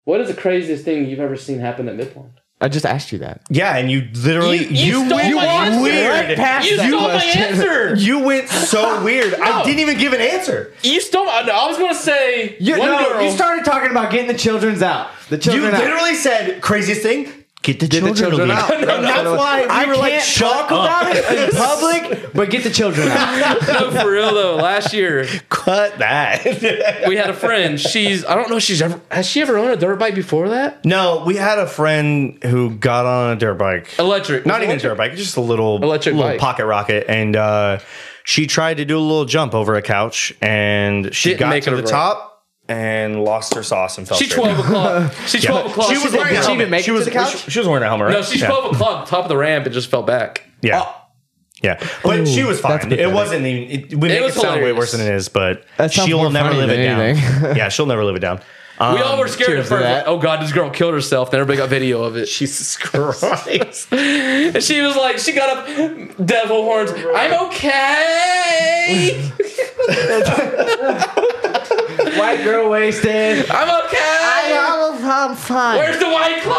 What is the craziest thing you've ever seen happen at Midpoint? I just asked you that. yeah, and you literally You- you you, stole went my answer. weird. You that stole my question. answer. You went so weird. I No. didn't even give an answer. You stole. I I was gonna say You, one no, girl. you started talking about getting the children's out. The you children out. literally said craziest thing. Get the children, children to leave. out. And that's why we I were like, can't shut up. talk about it in public, but get the children out. no, for real though. Last year Cut that. we had a friend. She's. I don't know. if She's ever. Has she ever owned a dirt bike before that? no, we had a friend who got on a dirt bike. Electric. Not even a Electric. dirt bike, just a little Electric little bike. pocket rocket, and uh, she tried to do a little jump over a couch, and she Didn't got make it to the over. top and lost her sauce and fell. She straight. twelve o'clock. She twelve o'clock. She was didn't wearing a get- she even helmet. make She it was to the couch? She, she was wearing a helmet, right? No, she's yeah. twelve o'clock. Top of the ramp. It just fell back. Yeah. Yeah, but she was fine. It pathetic. wasn't even. It, we make it, was sound way hilarious. worse than it is, but That sounds she'll more never funny live it than down. anything. yeah, she'll never live it down. Um, We all were scared at cheers to first. that. Like, oh god, this girl killed herself. Then everybody got video of it. Jesus Christ! And she was like, she got up, devil horns. I'm okay. White girl wasted. I'm okay. um, I'm fine. Where's the white claw?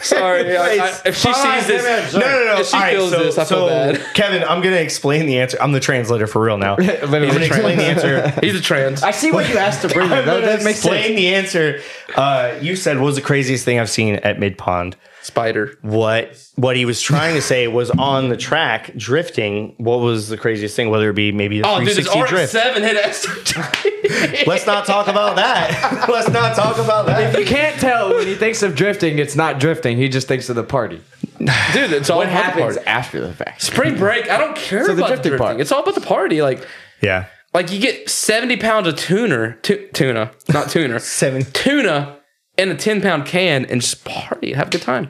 Sorry, I- I- if she sees this, No, no, no. If she All right, feels so, this, I feel so, bad. Kevin, I'm gonna explain the answer. I'm the translator for real now. I'm Literally gonna explain the answer. he's a trans. I see what you asked to bring. I'm That, gonna that makes sense. explain the answer. Uh, you said what was the craziest thing I've seen at Mid Pond? Spider. What what he was trying to say was on the track drifting. What was the craziest thing? Whether it be maybe a Oh, dude, this 360 RX drift. seven hit SRT. Let's not talk about that. Let's not talk about that. You can't tell when he thinks of drifting, it's not drifting. He just thinks of the party. dude, it's all What about Oh, the happens party. after the fact? Spring break. I don't care So the about the drifting drifting. part. It's all about the party. Like, Yeah. like you get seventy pounds of tuner, tu- tuna, not tuner, Seven. tuna in a ten pound can, and just party, have a good time.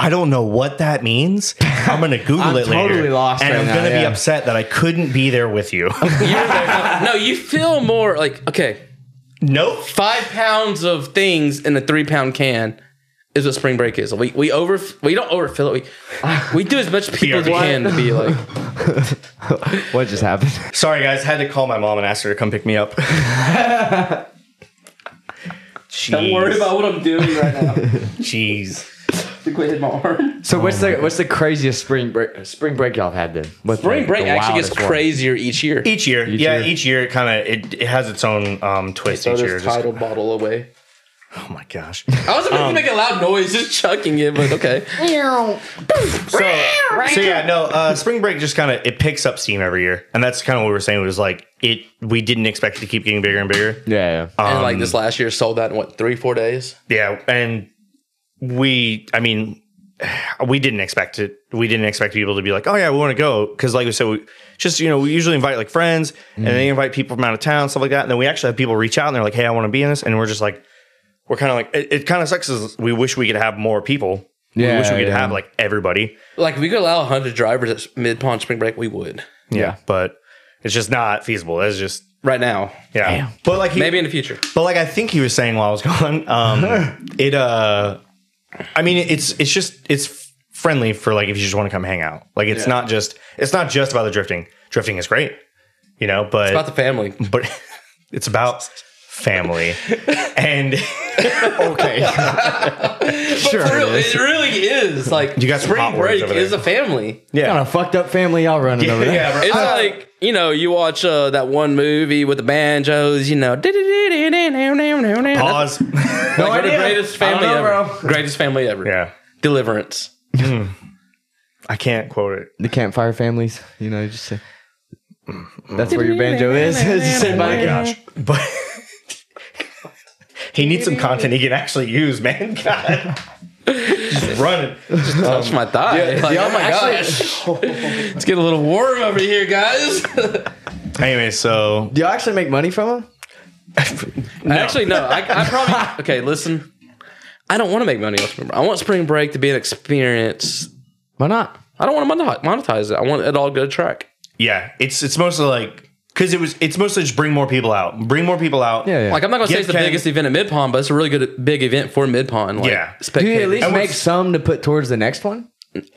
I don't know what that means. I'm gonna Google I'm it later, totally lost and right I'm now, gonna be yeah. upset that I couldn't be there with you. no, you feel more like okay. nope. five pounds of things in a three pound can is what spring break is. We we over we don't overfill it. We we do as much people as we What? can to be like. What just happened? Sorry, guys. Had to call my mom and ask her to come pick me up. Jeez. what I'm doing right now. Jeez. Quit hitting my arm. So what's the what's the craziest spring break spring break y'all had then? What's Spring the- break the actually gets wildest one? crazier each year. Each year, yeah, year. each year it kind of it, it has its own um, twist Throw each this year. Just- title bottle away. oh my gosh! I was about to make a loud noise just chucking it, but okay. so, so yeah, no, uh, spring break just kind of it picks up steam every year, and that's kind of what we were saying. It was like it we didn't expect it to keep getting bigger and bigger. Yeah, yeah. and like this last year sold out in what three four days. Yeah, and we, I mean, we didn't expect it. We didn't expect people to be like, "Oh yeah, we want to go," because like we said, we just you know we usually invite like friends, and Mm. they invite people from out of town, stuff like that. And then we actually have people reach out and they're like, "Hey, I want to be in this," and we're just like, we're kind of like, it, it kind of sucks. Is we wish we could have more people. we Yeah, wish we could yeah. have like everybody. Like if we could allow hundred drivers at mid pond spring break, we would. Yeah. but it's just not feasible. That's just Right now, yeah. But like he, maybe in the future. But like I think he was saying while I was gone, um, it uh, I mean it's it's just it's friendly for like if you just want to come hang out. Like it's not just it's not just about the drifting. Drifting is great, you know, but About the family. but it's about family and okay Sure. For it real, is. it really is. Like You got some hot spring words break over is there. a family. Got yeah a fucked up family y'all running over there. yeah It's bro. Uh, like you know, you watch uh, that one movie with the banjos. You know, pause No Like, we're the idea. greatest I don't family know, ever. bro. Greatest family ever. yeah Deliverance. I can't quote it The campfire families, you know, just say, that's where your banjo is. It's just sitting by the but He needs some content he can actually use, man. God. Just running. Just Touch my thigh. Like, yeah, oh my gosh. it's getting a little warm over here, guys. Anyway, so Do you actually make money from them? Actually, no. I, I probably okay. Listen, I don't want to make money off spring break. I want spring break to be an experience. Why not? I don't want to monetize it. I want it all to go to track. yeah, it's it's mostly like because it was it's mostly just bring more people out, bring more people out. Yeah, yeah. Like I'm not gonna Give say it's the Ken- biggest event at Mid Pond, but it's a really good big event for Mid Pond. Like, Yeah. Do you at spectators. least And make what's- some to put towards the next one?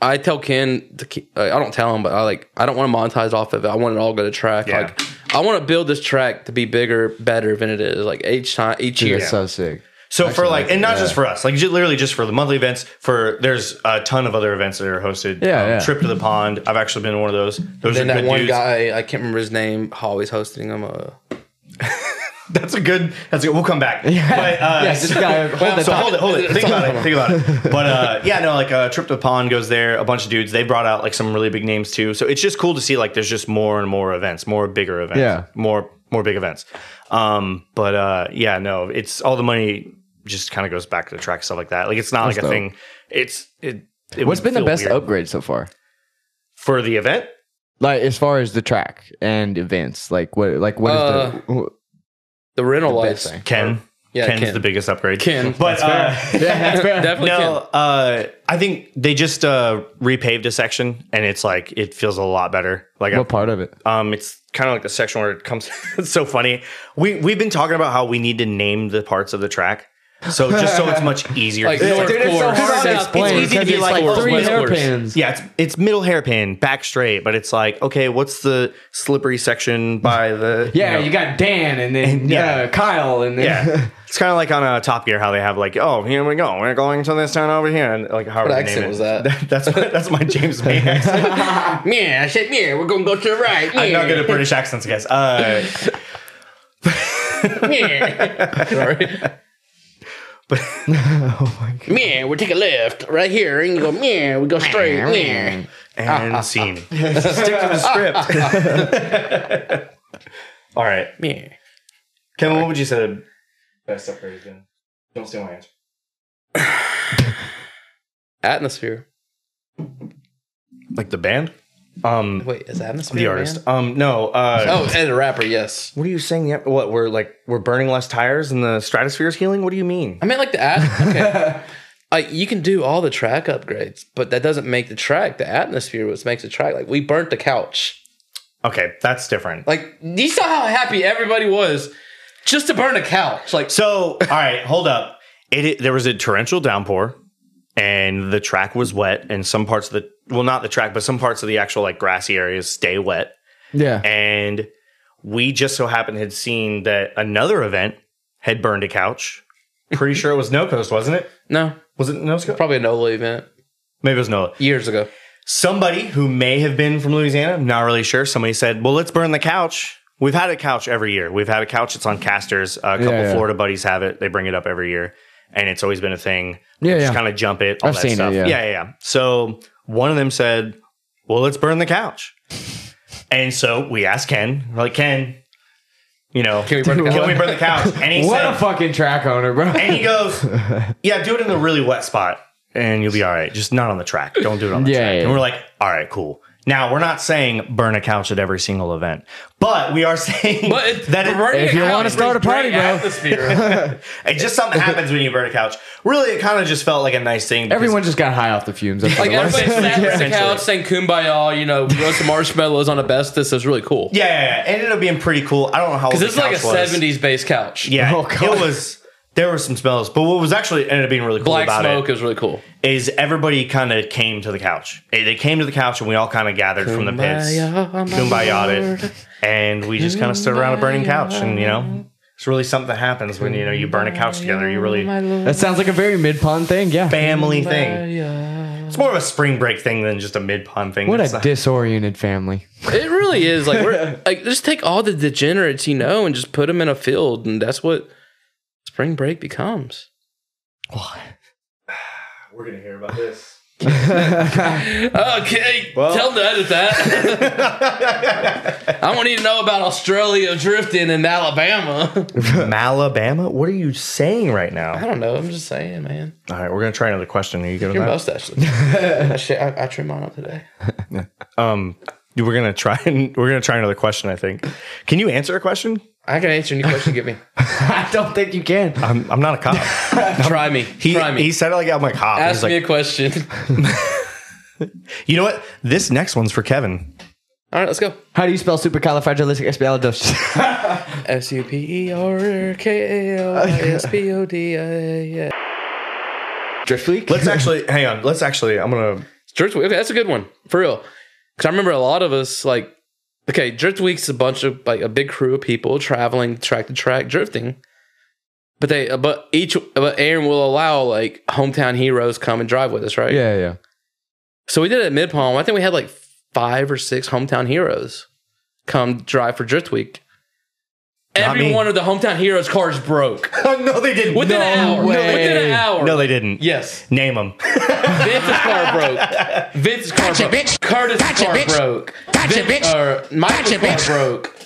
I tell Ken to keep, uh, I don't tell him, but I like I don't want to monetize off of it. I want it all to go to track. Yeah. Like I want to build this track to be bigger, better than it is. Like each time, each year. That's so sick. So for like, and not just for us, like ju- literally just for the monthly events. For there's a ton of other events that are hosted. Um, Yeah, yeah. Trip to the pond. I've actually been to one of those. Those Then are that good one dudes. guy, I can't remember his name, always hosting him. Uh, That's a good. That's a good. We'll come back. But, uh, Yeah, just so- gotta hold that so thought. hold it, hold it. Think about it. Think about it. But uh, yeah, no, like uh, trip to the pond goes there. A bunch of dudes. They brought out like some really big names too. So it's just cool to see like there's just more and more events, more bigger events, Yeah. more more big events. Um, but uh, yeah, no, it's all the money just kind of goes back to the track stuff like that. Like it's not like dope. a thing. It's it. it What's would been the feel best weird. upgrade so far? for the event? Like as far as the track and events, like what, like what is the? the rental The life. best thing. Ken. Yeah, Ken's Ken. the biggest upgrade. Ken. but uh, Definitely no, uh, I think they just uh, repaved a section, and it's like it feels a lot better. Like What part of it? um, it's kind of like the section where it comes. it's so funny. We we've been talking about how we need to name the parts of the track, so just so it's much easier. Like, to North dude, it's so Core, hard to South- explain It's easy to because be it's like, like North three West Course. hairpins. yeah, it's it's middle hairpin, back straight, but it's like okay, what's the slippery section by the Yeah, know, you got Dan and then yeah. uh, Kyle and then Yeah, it's kind of like on a Top Gear how they have like, oh, here we go, we're going to this town over here, and like how What accent was that? That's my, that's my James May accent. Yeah, I said, yeah, we're gonna go to the right. I'm not good at British accents, I guess. Uh, Sorry. Oh yeah, we take a left right here, and you go, yeah, we go straight. Yeah. Ah, and scene. Stick to the script. All right, yeah. Kevin, what would you say the best upgrade has been? Don't steal my answer. Atmosphere. Like the band, um, Wait, is atmosphere the man? artist, um, no, uh, Oh, and a rapper, yes. What are you saying? Yeah, What we're like we're burning less tires and the stratosphere is healing? What do you mean? I meant like the at. Okay. Like you can do all the track upgrades, but that doesn't make the track. The atmosphere was makes the track. Like we burnt the couch. Okay, that's different. Like you saw how happy everybody was just to burn a couch. Like So, all right, hold up. It, it- there was a torrential downpour, and the track was wet, and some parts of the well, not the track, but some parts of the actual like grassy areas stay wet. yeah. And we just so happened had seen that another event had burned a couch. Pretty sure it was No Coast, wasn't it? no, Was it No Coast? probably a NOLA event Maybe it was Nola. years ago. somebody who may have been from Louisiana, not really sure. Somebody said, "Well, let's burn the couch." We've had a couch every year. We've had a couch. It's on casters. A couple yeah. Florida buddies have it. They bring it up every year, and it's always been a thing. Yeah, just yeah. kind of jump it. All I've that seen it, stuff. yeah. yeah, yeah, yeah. So one of them said, "Well, let's burn the couch." And so we asked Ken. We're like, Ken, you know, can we burn the couch?" we burn the couch? And he What said, a fucking track owner, bro. and he goes, "Yeah, do it in a really wet spot, and you'll be all right. Just not on the track. Don't do it on the Yeah, track." yeah, and yeah. we're like, "All right, cool." Now we're not saying burn a couch at every single event, but we are saying But it, that it, burning If a you couch wanna start a brings party, great bro. atmosphere. it just something happens when you burn a couch. Really, it kind of just felt like a nice thing. because- Everyone just got high off the fumes. That's like what it was. everybody sat on the Essentially. couch saying "Kumbaya," you know, roasted marshmallows on a bestis. It was really cool. yeah, yeah, yeah, it ended up being pretty cool. I don't know how old Because it's the like a couch was. '70s bass couch. Yeah, Oh, God. it was. There were some smells, but what was actually ended up being really cool Black about it smoke is really cool. is everybody kind of came to the couch. Eh, They came to the couch and we all kind of gathered from the pits, Kumbaya, my kumbaya'd it, and we just kind of stood around a burning couch. And you know, it's really something that happens when you know you burn a couch together. You really that sounds like a very mid pond thing. Yeah. family thing. It's more of a spring break thing than just a mid pond thing. What It's a not- disoriented family. It really is like we're like just take all the degenerates you know and just put them in a field, and that's what spring break becomes. We're gonna hear about this. Okay, tell them to edit that. I want you to know about Australia drifting in Alabama. Alabama? What are you saying right I now? don't know. I'm just saying, man. All right, we're gonna try another question. Are you good with Your that? mustache. looks- Shit, I, I trimmed mine up today. um, we're gonna try and we're gonna try another question. I think. Can you answer a question? I can answer any question you give me. I don't think you can. I'm, I'm not a cop. Try me. He Try me. he said it like I'm a cop. Ask He's like, me a question. you know what? This next one's for Kevin. All right, let's go. How do you spell supercalifragilisticexpialidocious? S U P E R K A L I S P O D I A. Drift week? Let's actually hang on. Let's actually. I'm gonna. Drift Week. Okay, that's a good one for real. Because I remember a lot of us like, okay, Drift Week's a bunch of like a big crew of people traveling track to track drifting. But they, but each, but Aaron will allow like hometown heroes come and drive with us, right? Yeah, yeah. So we did it at Mid Palm. I think we had like five or six hometown heroes come drive for Drift Week. Not Every me. one of the hometown heroes' cars broke no, they didn't. within an hour. Within an way. hour. No, they didn't. Yes. Name them. Vince's car broke. Vince's car broke. bitch. Curtis' Gotcha, car bitch. broke. Gotcha, bitch. Or Michael's Gotcha, car bitch. broke.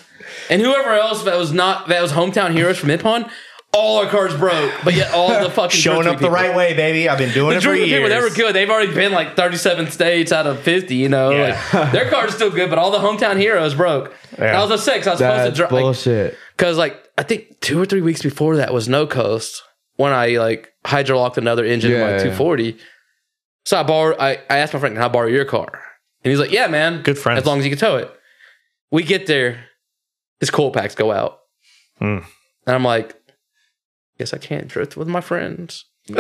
And whoever else that was not that was hometown heroes from Nippon, all our cars broke. But yet all the fucking Showing Driftwood up the people- right way, baby. I've been doing The it for Drew people, years. they were good. They've already been like 37 states out of 50, you know. Yeah. Like, their car's still good, but all the hometown heroes broke. And I was a six. I was supposed to drive. bullshit. Because, like, I think two or three weeks before that was no coast when I, like, hydrolocked another engine in my Yeah. 240. So I borrowed, I, I asked my friend, can I borrow your car? And he's like, yeah, man. Good friends. As long as you can tow it. We get there, his coil packs go out. Hmm. And I'm like, guess I can't drift with my friends. All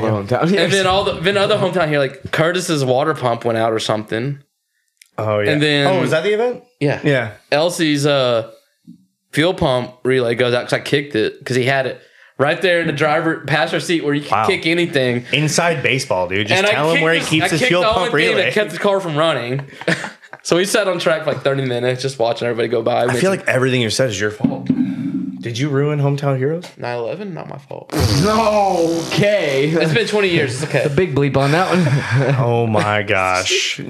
the hometown. And then all the then other hometown here, like Curtis's water pump went out or something. Oh yeah. And then- oh, was that the event? Yeah. Yeah. Elsie's uh fuel pump relay goes out because I kicked it because he had it right there in the driver passenger seat where you can Wow. kick anything. Inside baseball, dude. Just and tell him kicked where he this- keeps his kicked fuel the only pump thing relay. That kept the car from running. so we sat on track for like 30 minutes just watching everybody go by. I feel like everything you said is your fault. Did you ruin Hometown Heroes? 911, not my fault. Okay. It's been 20 years. It's okay. Big bleep on that one. Oh my gosh.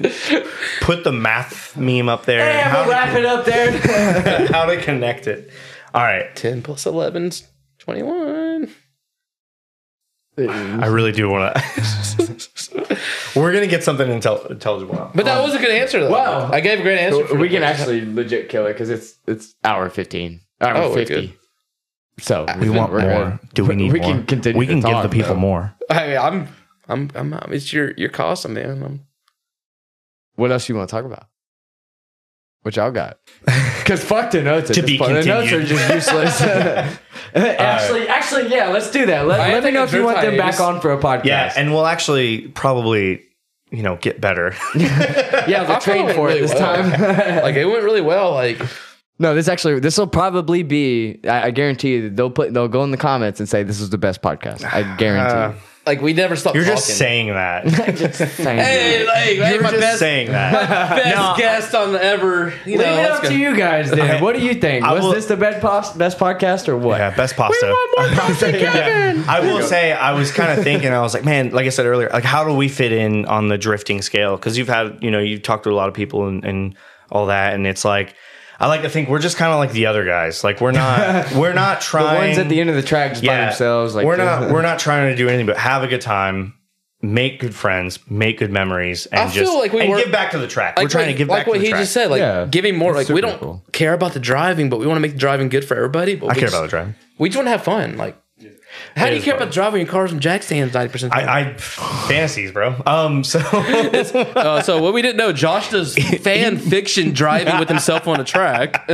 Put the math meme up there. and how, wrap it up there. to, how to connect it. All right. 10 plus 11's 21. I really do want to. We're going to get something intel- intelligible out. But that was a good answer, though. Wow. I gave a great answer. for we it. can actually legit kill it because it's it's hour fifteen. Hour Oh, we're good. fifty. So We can- want we're good. Do we need We more? can continue We to can give talk, the people though. more. I mean, I'm, I'm, I'm, I'm it's your, your cost, man. I'm, What else you want to talk about? What y'all got? Because fuck the notes. At To this be point. The notes are continued. just useless. actually, actually, yeah. Let's do that. Let, I let me think know I if you drew want them hiatus. back on for a podcast. Yeah. And we'll actually probably, you know, get better. yeah. The I feel train it for really it this well. time. like it went really well. Like No, this actually this will probably be. I, I guarantee you that they'll put they'll go in the comments and say this is the best podcast. I guarantee. Uh, like we never stopped. You're talking. just saying that. Thank you. Hey, like, hey, You're my just best, saying that. best guest on ever. You know, Leave it let's up go. to you guys then. What do you think? I Was will- this the best, pos- best podcast or what? Yeah, best pasta. Yeah. I will say, I was kind of thinking, I was like, man, like I said earlier, like how do we fit in on the drifting scale? Because you've had, you know, you've talked to a lot of people and, and all that, and it's like, I like to think we're just kind of like the other guys. Like we're not, we're not The trying. ones at the end of the track just by themselves. Like we're not, we're not trying to do anything but have a good time. Make good friends, make good memories, and I feel just like we and were- give back to the track. we're Like trying what- to give like back what to the he track. just said. Like Yeah, giving more. Like it's we super don't cool. care about the driving, but we want to make the driving good for everybody. But we I care just, about the drive. We just want to have fun. Like, how do you is care fun. about driving your cars from jack stands ninety percent? I, I fantasies, bro. Um, so Uh, so what we didn't know, Josh does fan fiction driving with himself on a track.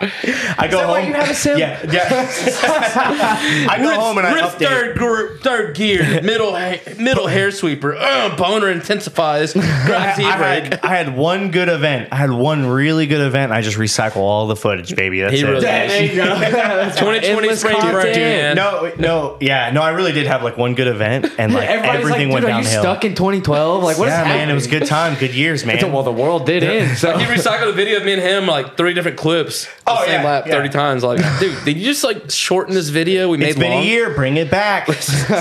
I go home. Yeah, yeah. I go home and I Riff update. third group, third gear, middle ha- middle hair sweeper. Uh, boner intensifies. Grabs I e brake. had, I had one good event. I had one really good event. I just recycle all the footage, baby. That's He it. really there you go. 2020 Endless spring content. break. No, no, yeah, no. I really did have like one good event, and like Everybody's everything like, went dude, are you downhill. stuck in 2012? Like, what is yeah, happening? man, it was a good time, good years, man. Well, the world did end. So He recycled a video of me and him like three different clips. the Oh, same yeah, lap yeah. 30 times. Like, dude, did you just like shorten this video we made It's been long? a year. Bring it back.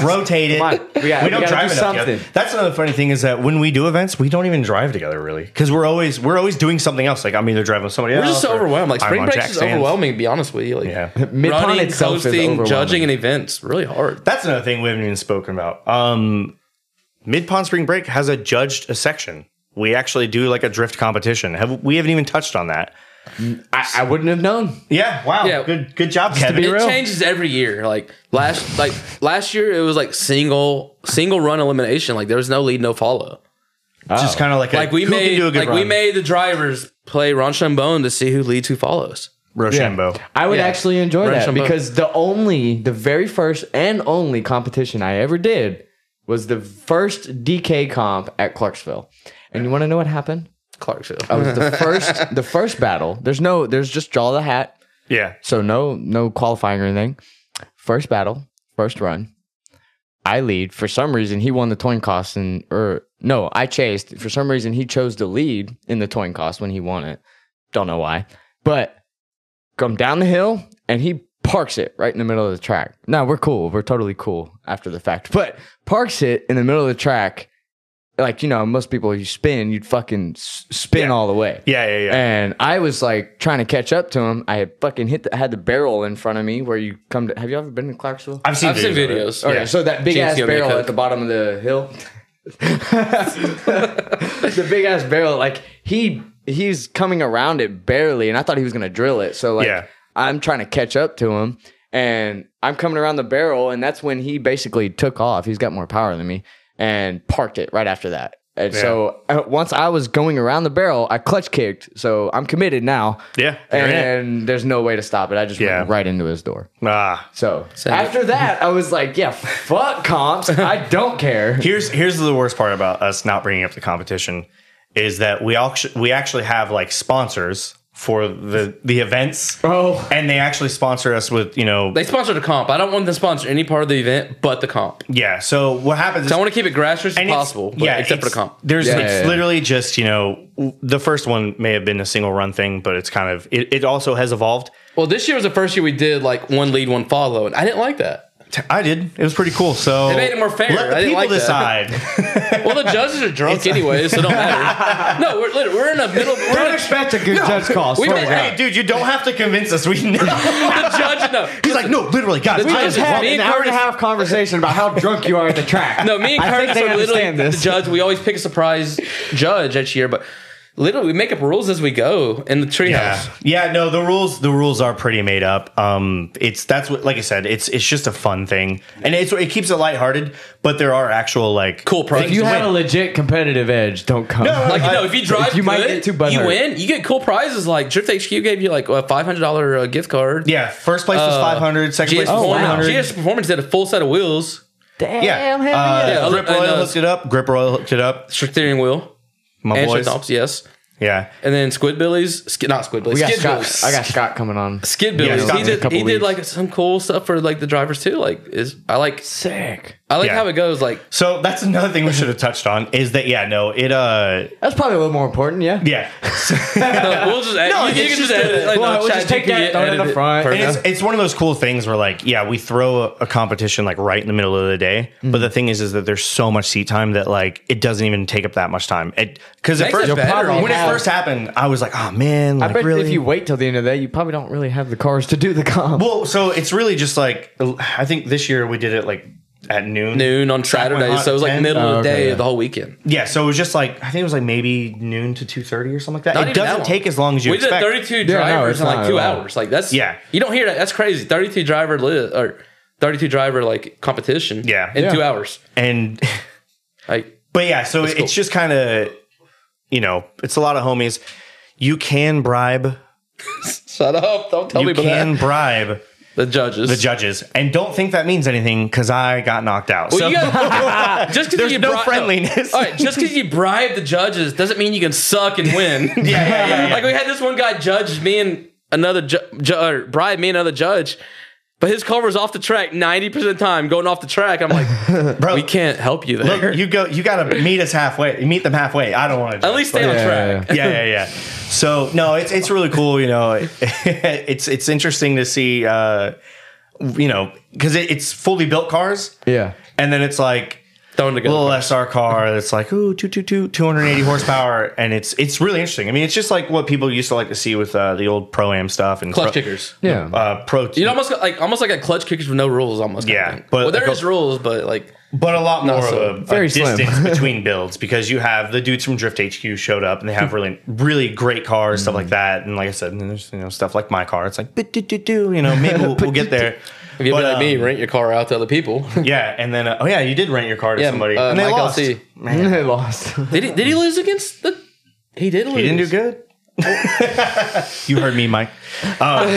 Rotate it. on. We got- we don't gotta drive enough do something. together. That's another funny thing is that when we do events, we don't even drive together really because we're always we're always doing something else. Like I'm either driving with somebody We're else. just so or overwhelmed. Like I'm spring on break jack is stands. overwhelming. To be honest with you, like Yeah. Midtown running, itself is hosting, overwhelming. judging, and events really hard. That's another thing we haven't even spoken about. Um, Mid Pond Spring Break has a judged a section. We actually do like a drift competition. Have we haven't even touched on that? I, I wouldn't have known. Yeah. Wow. Yeah. Good. Good job, Kevin. it changes every year. Like last, like last year, it was like single single run elimination. Like there was no lead, no follow. Just kind of like a, Like we who can made, do a good like we run? made the drivers play Rochambeau to see who leads, who follows. Rochambeau. I would Yeah. actually enjoy Run that some- because the only, the very first and only competition I ever did was the first DK comp at Clarksville. And you want to know what happened? Clarksville. I was the first, the first battle. There's no, there's just draw the hat. Yeah. So no, no qualifying or anything. First battle, first run. I lead. For some reason, he won the toin cost, and or no, I chased. For some reason, he chose to lead in the toin cost when he won it. Don't know why, but come down the hill and he parks it right in the middle of the track. Now we're cool. We're totally cool after the fact, but parks it in the middle of the track. Like you know, most people you spin, you'd fucking s- spin all the way. Yeah. Yeah. Yeah. And I was like trying to catch up to him. I had fucking hit the, had the barrel in front of me where you come to. Have you ever been to Clarksville? I've seen I've seen of it. videos. Okay, Yeah. so that big James, ass you owe me a barrel Coke. at the bottom of the hill. the big ass barrel, like he he's coming around it barely, and I thought he was gonna drill it. So like Yeah. I'm trying to catch up to him, and I'm coming around the barrel, and that's when he basically took off. He's got more power than me, and parked it right after that. And so uh, once I was going around the barrel, I clutch kicked. So I'm committed now. Yeah, you're in it. And there's no way to stop it. I just Yeah. went right into his door. Ah. So after that, I was like, yeah, fuck comps. I don't care. Here's here's the worst part about us not bringing up the competition is that we actually we actually have like sponsors for the the events. Oh. and they actually sponsor us with you know They sponsored a comp. I don't want them to sponsor any part of the event but the comp. yeah. So what happens? So I is, want to keep it grassroots as and it's- possible, but except for the it's- comp. There's Yeah, it's yeah, yeah. literally just you know w- the first one may have been a single run thing, but it's kind of it, it also has evolved. Well, this year was the first year we did like one lead, one follow, and I didn't like that. T- I did. It was pretty cool. So They made it more fair. Let the I didn't people like that. decide. Well, the judges are drunk anyway, so it don't matter. No, we're literally, we're in a middle. We're in a, expect a good judge call. We swear to made- hey, dude, you don't have to convince us. We know. the judge no. He's like, no, literally, guys. The I judges am had wrong. me and Curtis- half conversation about how drunk you are at the track. No, me and Curtis are literally the judge. We always pick a surprise judge each year, but literally we make up rules as we go in the treehouse. Yeah. Yeah, no, the rules the rules are pretty made up. Um it's that's what like I said, it's it's just a fun thing. And it's it keeps it lighthearted, but there are actual like Cool prize. If you had a legit competitive edge, don't come. No, Like no, if you drive, You might good, get too butthurt. You win. You get cool prizes like Drift HQ gave you like a five hundred dollar uh, gift card. Yeah, first place was Uh, 500, second GS place was Oh, wow. 400. Performance, GS Performance did a full set of wheels, Damn, Yeah. hell Uh, yeah. Grip And, Royal uh, hooked it up. Grip Royal hooked it up. steering wheel, My and boys. shit-tops, yes. Yeah. And then Squidbillies, sk- not Squidbillies, we got Skidbillies. Scott. I got Scott coming on. Yeah, Skidbillies. Scott he did a did. couple He did leagues. like some cool stuff for like the drivers too. Like is I like Sick. I like Yeah. how it goes. Like So that's another thing we should have touched on is that yeah, no, it uh That's probably a little more important. Yeah. yeah. no, we'll just No, no, you, it's you can just just a- edit. it, Like, well, no, we'll chat just take GPT that, throw it in edit the front. Perfect. And it's, it's one of those cool things where like yeah we throw a, a competition like right in the middle of the day but the thing is is that there's so much seat time that like it doesn't even take up that much time because at Makes it first better. probably when it have- first happened I was like oh man I like bet really if you wait till the end of the day, you probably don't really have the cars to do the comp. well so it's really just like I think this year we did it like at noon noon on Saturday, so it was like 10? middle Oh, of the okay, day yeah. of the whole weekend. yeah so it was just like I think it was like maybe noon to two thirty or something like that Not it even that doesn't long. take as long as you we expect did 32 Yeah, no, drivers it's in like not two at all. hours. Like that's Yeah. you don't hear that. That's crazy. 32 driver list or 32 driver like competition. Yeah. in Yeah. two hours. and Like But yeah, so it's cool. just kind of, you know, it's a lot of homies. You can bribe. shut up! Don't tell me You about can that. bribe The judges. the judges, and don't think that means anything because I got knocked out. Well, so you gotta, just because There's you no friendliness. All right, just because you bribe the judges doesn't mean you can suck and win. yeah, yeah, yeah, Like we had this one guy judge me and another ju- ju- or bribe me and another judge, But his car was off the track 90% of the time, going off the track. I'm like, Bro, we can't help you there. Look, you go. You gotta meet us halfway. You meet them halfway. I don't want to. At least stay on track. yeah, yeah, yeah. So no, it's it's really cool. You know, it's it's interesting to see. Uh, you know, because it, it's fully built cars, Yeah. and then it's like Thrown together. little SR car that's like ooh two two two 280 horsepower, and it's it's really interesting. I mean, it's just like what people used to like to see with uh, the old pro am stuff and clutch pro, kickers. Yeah. Uh, pro, You know, almost like almost like a clutch kickers with no rules, almost. kind of Yeah, thing. but well, there like a- is rules, but like but a lot more so- of a, a very slim. distance between builds because you have the dudes from Drift HQ showed up and they have really really great cars stuff Mm. like that and like I said and there's you know stuff like my car it's like do do do you know maybe we'll, we'll get there if you're But, like me, um, rent your car out to other people. yeah and then uh, oh yeah you did rent your car to Yeah, somebody uh, and they Mike lost LC. man they lost. Did he did he lose against the? He did lose. you didn't do good you heard me Mike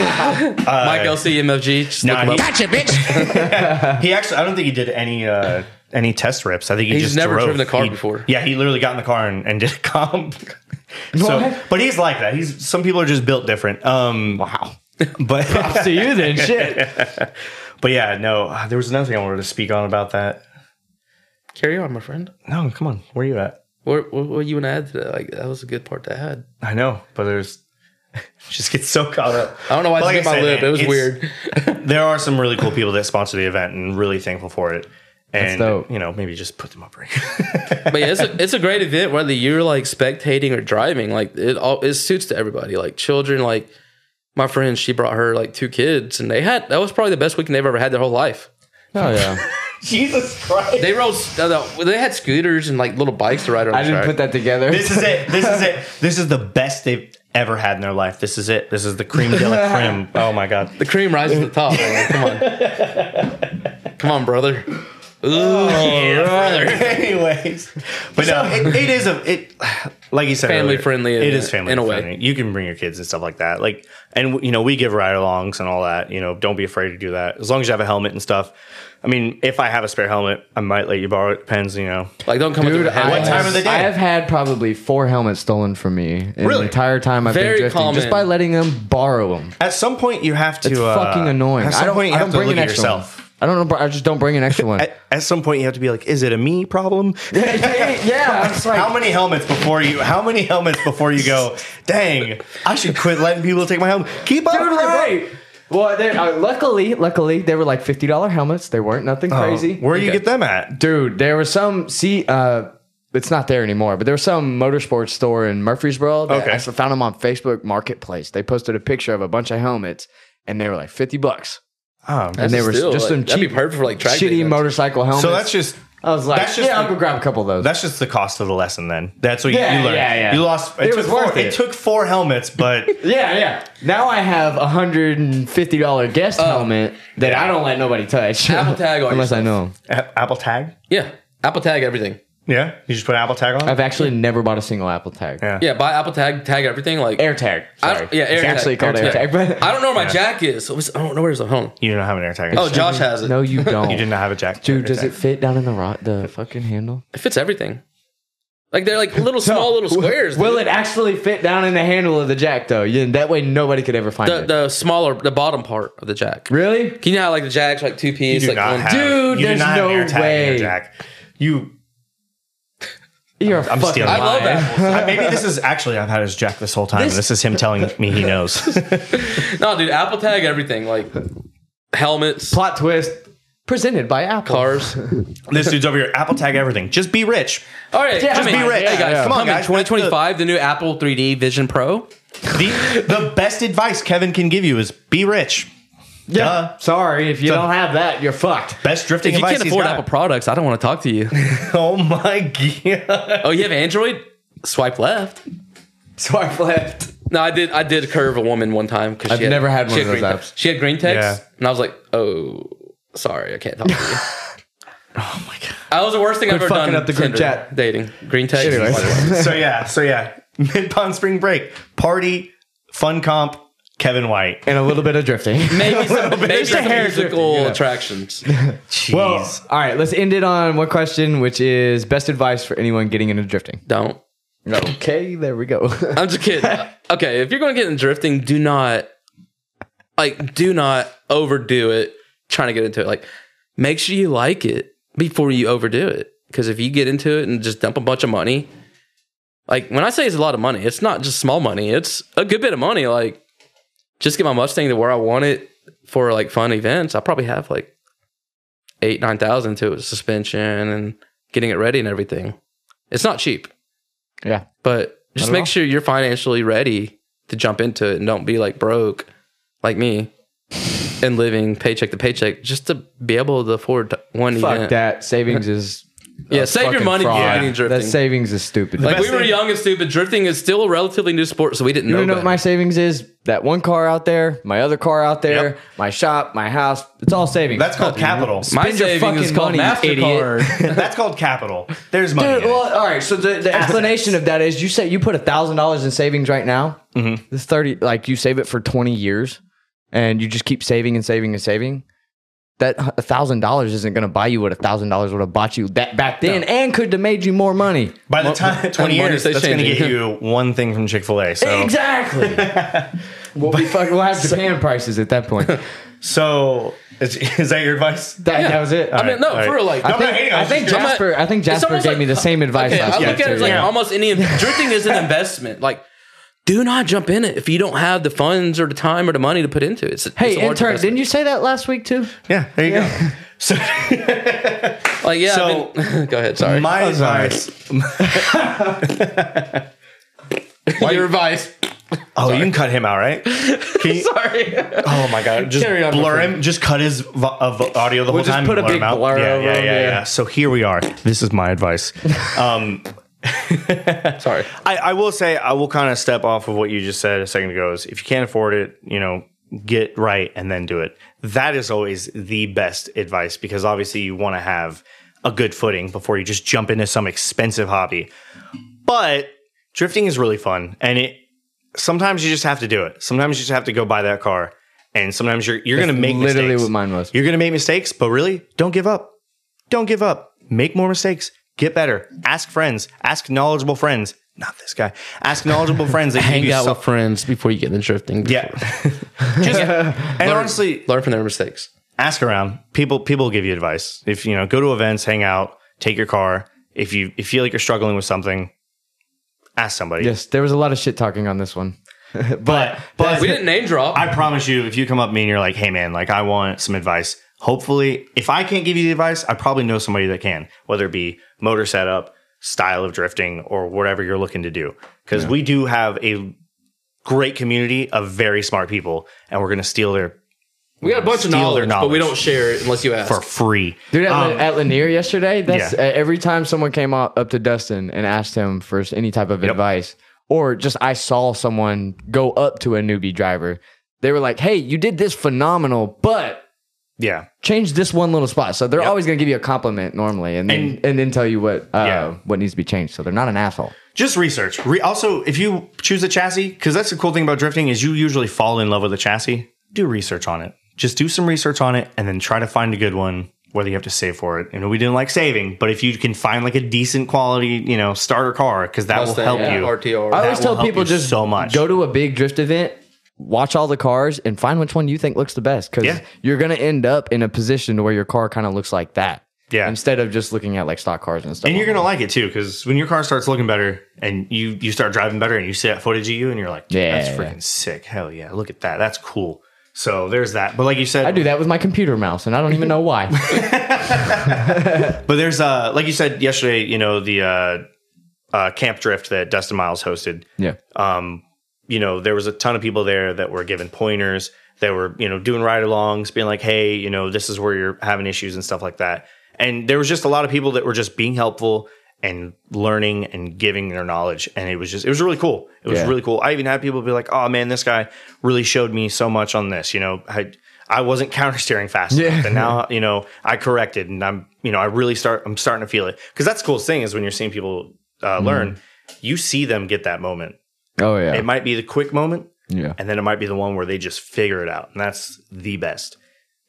Mike LC MFG. Just look Nah, him he- up. He actually, I don't think he did any uh, any test rips. I think he He's just never drove. driven a car He- before. Yeah, he literally got in the car and, and did a comp. so, but he's like that. He's some people are just built different. Um, wow. But to you then, shit. but yeah, no. uh, There was another thing I wanted to speak on about that. Carry on, my friend. No, come on. Where are you at? What what, what you want to add to that? Like that was a good part to add. I know, but there's just get so caught up. I don't know why But I bit I my said, lip. man, It was it's- weird. There are some really cool people that sponsor the event, and really thankful for it. And dope. you know, maybe just put them up right. But yeah, it's a, it's a great event whether you're like spectating or driving. Like it all it suits to everybody. Like children, like my friend, she brought her like two kids, and they had that was probably the best weekend they've ever had their whole life. Oh yeah. Jesus Christ. They rode no, no, they had scooters and like little bikes to ride on. I didn't put that together. This is it. This is it. This is the best they've ever had in their life. This is it. This is the cream de la creme. Oh my god. The cream rises to the top. man. Come on, come on, brother. Oh, Anyways, but no, it, it is a it. Like you said, Family earlier, friendly in It a- is family in a way. friendly. You can bring your kids and stuff like that. Like, and you know, we give ride-alongs and all that. You know, don't be afraid to do that as long as you have a helmet and stuff. I mean, if I have a spare helmet, I might let you borrow it. Depends, you know. Like don't come with Dude, your I head. What have, time of the day? I have had probably four helmets stolen from me in Really? the entire time I've Very been drifting, common. just by letting them borrow them. At some point, you have to. It's uh, fucking annoying. At some I don't. point, you I have don't to bring look an at extra yourself. One. I don't. know, I just don't bring an extra one. At, at some point, you have to be like, "Is it a me problem?" yeah, I'm sorry. How many helmets before you? How many helmets before you go? Dang, I should quit letting people take my helmet. Keep up, Dude, bro." right. Well, they, uh, luckily, luckily, they were like fifty dollar helmets. They weren't nothing Oh, crazy. Where you get them at? Dude, there was some. See, uh, it's not there anymore, but there was some motorsports store in Murfreesboro. That Okay. I s- found them on Facebook Marketplace. They posted a picture of a bunch of helmets, and they were like fifty bucks. Oh, And they were Still, like, just some that'd be cheap, perfect for like track shitty day events. motorcycle helmets. so that's just I was like, that's just yeah, the- I'll go grab a couple of those. that's just the cost of the lesson. Then that's what you- Yeah, you learned. yeah, yeah. You lost. It was took worth four, it. took four helmets, but Yeah, yeah. Now I have a hundred and fifty dollar guest helmet that yeah. I don't let nobody touch. Uh, Apple tag all unless yourself. I know. 'em. A- Apple Tag. Yeah, Apple Tag everything. Yeah, you just put Apple Tag on. I've actually never bought a single Apple tag. Yeah. Yeah, buy Apple Tag, tag everything. Like Air tag. I Sorry. don't- yeah, air it's tag, actually called air air tag. tag. but I don't know where my jack is. It was- I don't know where's the home. you don't have an air tag. Oh, Josh has it. no, you don't. you did not have a jack. Dude, air does tag. it fit down in the rock, the fucking handle? It fits everything. Like they're like little small little squares. Will dude. it actually fit down in the handle of the jack though? Yeah, that way nobody could ever find the, it. the smaller the bottom part of the jack? really? Can you know how like the jack's like two You piece? do Like not one, have. Dude, you do there's not have an no air tag in way. your jack. You. You're a I'm fucking stealing. I love liar. that. I- maybe this is actually I've had his jack this whole time. This- this is him telling me he knows. No, dude, Apple Tag everything. Like helmets, Plot twist presented by Apple. cars. this dude's over here. Apple Tag everything. Just be rich. All right, Yeah, just come be on, ready, yeah, hey guys. yeah. Come Come on, on, guys, that's the- 2025, the new Apple 3D Vision Pro. The, the best advice Kevin can give you is be rich. Yeah. Duh. Sorry, if you don't have that, you're fucked. Best drifting If you advice can't he's afford got. Apple products, I don't want to talk to you. Oh my god! oh, you have Android? Swipe left. Swipe left. No, I did. I did curve a woman one time because I've never had one of green those te- apps. She had green text, Yeah. and I was like, "Oh, sorry, I can't talk to you." oh my god, that was the worst thing I've ever fucking done. up the group Tinder, chat. dating green text. Anyways. so yeah, so yeah. Mid Pond Spring Break party, fun comp. Kevin White. And a little bit of drifting. Maybe some, maybe Just a some hair musical drifting, yeah. attractions. Jeez. Well, all right, let's end it on one question, which is best advice for anyone getting into drifting. Don't. Okay, there we go. I'm just kidding. okay, if you're going to get in drifting, do not like do not overdo it trying to get into it. Like make sure you like it before you overdo it. Because if you get into it and just dump a bunch of money, like when I say it's a lot of money, it's not just small money. It's a good bit of money. Like just get my Mustang to where I want it for like fun events. I probably have like eight, nine thousand to it, suspension and getting it ready and everything. It's not cheap. Yeah. But just at make all. sure you're financially ready to jump into it and don't be like broke like me and living paycheck to paycheck just to be able to afford one Fuck event. that. Savings is Yeah, save your fucking money fraud. for getting drifting. That savings is stupid. like we best were thing- young and stupid. Drifting is still a relatively new sport, so we didn't you know. wanna know what better. my savings is? That one car out there, my other car out there, Yep. my shop, my house. It's all savings. That's called capital. my spend your saving is fucking called money, you idiot. Mastercard. That's called capital. There's money. Dude, in it. well, all right. So the, the explanation of that is you say you put a thousand dollars in savings right now. Mm-hmm. This thirty, like you save it for twenty years, and you just keep saving and saving and saving. That a thousand dollars isn't going to buy you what a thousand dollars would have bought you that back then, and could have made you more money. By the time 20 money years, stays that's going to changing. get you one thing from Chick Fil A. So, Exactly. we'll, be fucking, we'll have Japan prices at that point. That, so is, is that your advice? that was it. I mean, no, All right. for real, like No, I I'm not think, hating on I you, think it's just- Jasper. I think It's Jasper almost gave like- me the same advice okay, last I night. look at it as too. like Yeah. almost any drifting is an investment. Like, do not jump in it if you don't have the funds or the time or the money to put into it. It's, Hey, it's a large intern, investment. didn't you say that last week too? Yeah, there you go. So, Like, yeah. So- I mean, go ahead. Sorry. my advice. your advice. Oh, you can cut him out, right? Can you- Sorry. Oh my god! Just Carry on, my blur friend. him. Just cut his vo- of audio the whole just time. put a and blur big him out. blur yeah, over yeah, him, yeah, yeah. yeah. So here we are. This is my advice. Um, Sorry. I, I will say I will kind of step off of what you just said a second ago. Is if you can't afford it, you know, get right and then do it. That is always the best advice because obviously you want to have a good footing before you just jump into some expensive hobby. But drifting is really fun, and it sometimes you just have to do it. Sometimes you just have to go buy that car, and sometimes you're you're going to make literally mistakes. what mine was. You're going to make mistakes, but really, don't give up don't give up. Make more mistakes. Get better. Ask friends. Ask knowledgeable friends. Not this guy. Ask knowledgeable friends. That Hang you out some- with friends before you get into drifting. Yeah. Just, and honestly, Learn from their mistakes. ask around. People people will give you advice. If you know, go to events, hang out, take your car. If you if you feel like you're struggling with something, ask somebody. Yes, there was a lot of shit talking on this one. But but We didn't name drop. I promise you, if you come up to me and you're like, hey man, like I want some advice, hopefully, if I can't give you the advice, I probably know somebody that can, whether it be motor setup, style of drifting, or whatever you're looking to do. Because we do have a great community of very smart people, and we're going to steal their we got a bunch of Steal their knowledge, but we knowledge. don't share it unless you ask. for free. Dude, at, Lan- at Lanier yesterday, that's um, yeah. uh, every time someone came up, up to Dustin and asked him for s- any type of advice, or just I saw someone go up to a newbie driver, they were like, hey, you did this phenomenal, but Yeah. change this one little spot. So they're always going to give you a compliment normally and then, and, then tell you what, uh, Yeah. what needs to be changed. So they're not an asshole. just research. Re- also, if you choose a chassis, because that's the cool thing about drifting is you usually fall in love with a chassis. Do research on it. Just do some research on it, and then try to find a good one. Whether you have to save for it, you know we didn't like saving, but if you can find like a decent quality, you know, starter car, because that Mustang, will help yeah, you. RTR. I always will tell help people you just so much. Go to a big drift event, watch all the cars, and find which one you think looks the best. Because Yeah. you're gonna end up in a position where your car kind of looks like that. Yeah. Instead of just looking at like stock cars and stuff. and you're like gonna like it too, because when your car starts looking better and you you start driving better, and you see that footage of you, and you're like, yeah, that's Yeah. freaking sick. Hell yeah, look at that. That's cool. So there's that. But like you said, that. I do that with my computer mouse, and I don't even know why. But there's uh like you said yesterday, you know, the uh uh camp drift that Dustin Miles hosted. yeah. Um, you know, there was a ton of people there that were given pointers, that were, you know, doing ride alongs, being like, hey, you know, this is where you're having issues and stuff like that. And there was just a lot of people that were just being helpful and learning and giving their knowledge. And it was just it was really cool. It was Yeah. really cool. I even had people be like, oh man, this guy really showed me so much on this. You know, I I wasn't counter steering fast enough. And now, you know, I corrected and I'm, you know, I really start, I'm starting to feel it. Cause that's the coolest thing is when you're seeing people uh, learn, you see them get that moment. Oh yeah. It might be the quick moment, yeah. and then it might be the one where they just figure it out, and that's the best.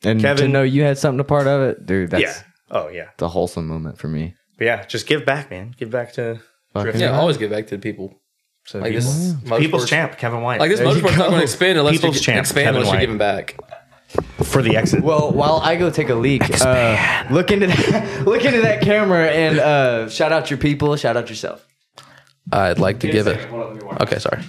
And Kevin- to know you had something to part of it, dude. That's yeah. Oh yeah. the wholesome moment for me. But yeah. Just give back, man. Give back to. Fucking yeah, always give back to the people. So Like people- this is motorsport's- People's champ, Kevin White. Like this There you motorsport's not go. going to expand unless People's you champ, expand Kevin unless you White. give him back. for the exit. Well, while I go take a leak, uh, look into that, look into that camera and uh, shout out your people, shout out yourself. I'd like to give it. Okay, sorry.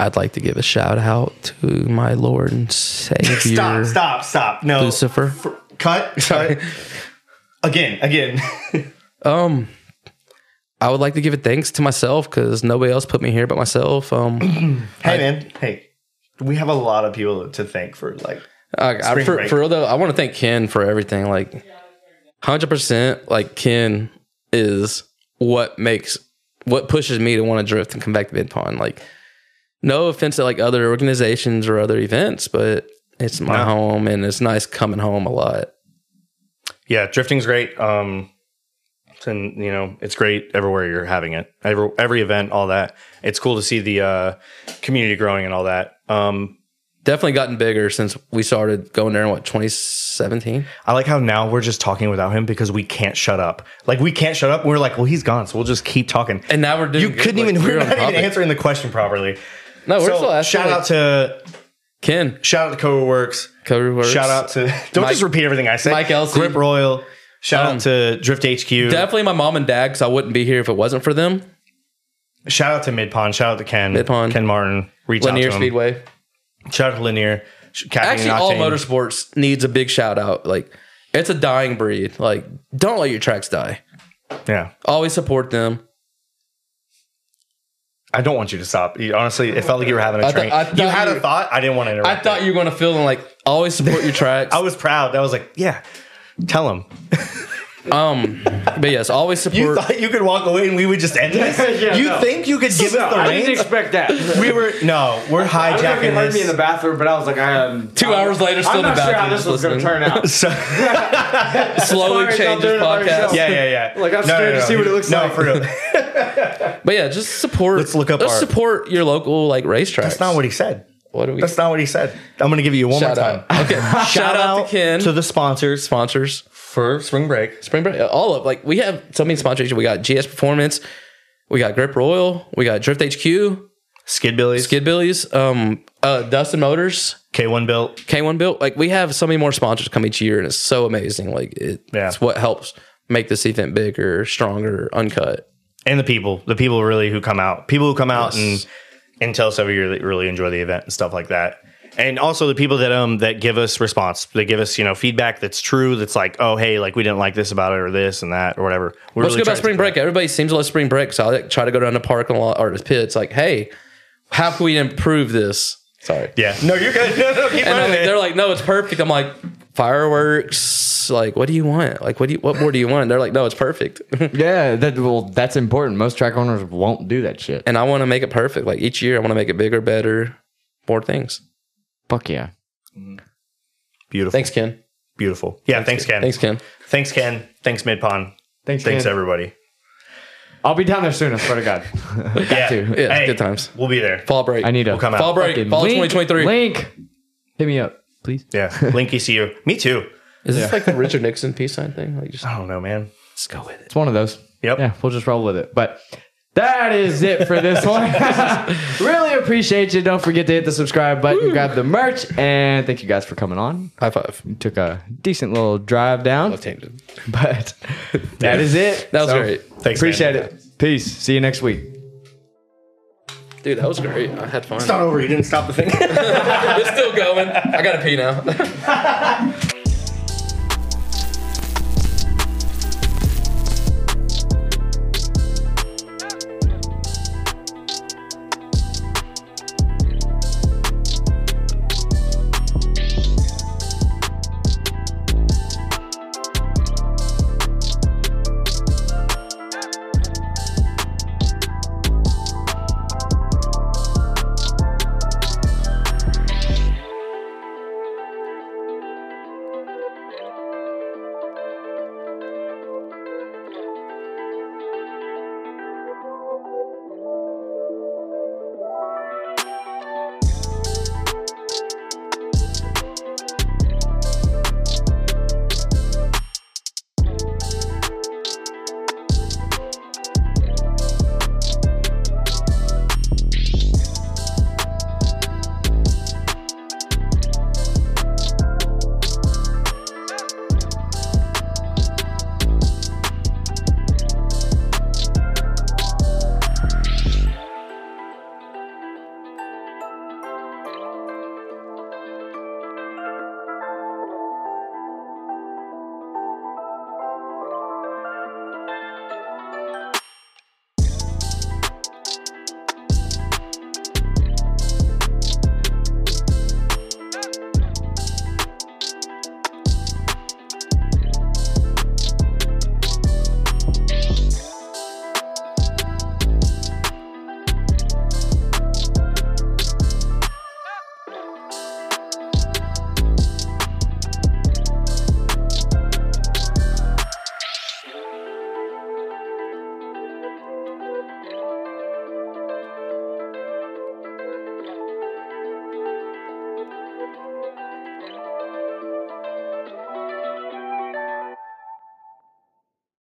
I'd like to give a shout out to my Lord and Savior stop, stop, stop. No. Lucifer. Cut. Sorry. Again, again. Um, I would like to give it thanks to myself because nobody else put me here but myself. Um, hey, man. Hey, we have a lot of people to thank for like. I, I, Spring for, break. for real though, I want to thank Ken for everything. Like, hundred percent. Like Ken is what makes what pushes me to want to drift and come back to Midpond. Like, no offense to like other organizations or other events, but it's my No. home and it's nice coming home a lot. Yeah, drifting's great. Um, and you know it's great everywhere you're having it. Every every event, all that. It's cool to see the uh, community growing and all that. Um, Definitely gotten bigger since we started going there in what 2017. I like how now we're just talking without him because we can't shut up. Like we can't shut up. We're like, well, he's gone, so we'll just keep talking. And now we're doing you good, couldn't like, even. we're We're on not even topic. answering the question properly. No, we're still So asking. shout like, out to Ken. shout out to Coworks. Works. Cover works. Shout out to don't Mike- just repeat everything I said. Mike Elsey. Grip Royal. Shout Um, out to Drift HQ. Definitely my mom and dad because I wouldn't be here if it wasn't for them. shout out to Mid Pond. Shout out to Ken. Mid Pond. Ken Martin. Reach Lanier out to him. Speedway. Shout out to Lanier. Sh- Kathy Actually, and all Octane. motorsports needs a big shout out. Like, it's a dying breed. Like, don't let your tracks die. Yeah. Always support them. I don't want you to stop. You- honestly, it felt like you were having a I thought- train. I thought you had you- a thought. I didn't want to I interrupt. thought you were going to feel like always support your tracks. I was proud. I was like, yeah, tell him. um, but yes, always You support. thought you could walk away and we would just end this? Yeah, you no. think you could give us the I didn't reins? expect that. We were no, we're I don't know if you hijacking heard me this. in the bathroom, but I was like, I um, am. Two hours later, still I'm in the not sure how bathroom. this was going to listening. turn out. So- Slowly Sorry, change y'all his doing it podcast. by yourself. Yeah. yeah, yeah, yeah. Like, I'm scared to see what it looks no, like. for real. But yeah, just support. Let's look up Let's our- support your local like racetracks. That's not what he said. What do we? That's not what he said. I'm gonna give you one shout more time. out. Okay. shout, out to Ken. to the sponsors sponsors. for spring break. spring break, all of like we have so many sponsorships. We got GS Performance, we got Grip Royal, we got Drift HQ, Skid Billies, Skid Billies, um, uh, Dustin Motors, K1 built. K1 Built. Like we have so many more sponsors come each year, and it's so amazing. Like it, Yeah. it's what helps make this event bigger, stronger, uncut. and the people, the people really who come out, people who come out Yes. and and tell us every year that really enjoy the event and stuff like that. And also the people that um that give us response, they give us you know feedback that's true. That's like, oh hey, like we didn't like this about it or this and that or whatever. We're What's really good trying about to spring take break? Everybody seems to love spring break, so I like, try to go down to parking lot or the pits. Like, hey, how can we improve this? Sorry. that- Yeah, no, you're good. No, no, keep And I'm running. like- they're like, no, it's perfect. I'm like, fireworks. Like, what do you want? Like, what do you, what more do you want? And they're like, no, it's perfect. Yeah, that well, that's important. Most track owners won't do that shit. and I want to make it perfect. Like each year, I want to make it bigger, better, more things. Fuck yeah. beautiful, Thanks, Ken. beautiful. Yeah, thanks, Ken. Thanks, Ken. thanks, Ken. Thanks, Mid Pond. Thanks, Thanks, Ken. everybody. I'll be down there soon. I swear to God. Yeah, to. Yeah, good times. We'll be there. Fall break. I need a We'll come out. fall break. fucking Fall link. 2023. Link, hit me up, please. Yeah, Linky, see you. Me too. Is this like the Richard Nixon peace sign thing? Like, just I don't know, man. let's go with it. It's one of those. Yep. Yeah, we'll just roll with it. But that is it for this one. really appreciate you. Don't forget to hit the subscribe button, grab the merch, and thank you guys for coming on. High five. Took a decent little drive down, Tangent. but that is it. That was So, great, Thanks, man. Appreciate it. Peace. See you next week. dude. That was great. I had fun. It's not over. You didn't stop the thing. It's still going. I gotta pee now.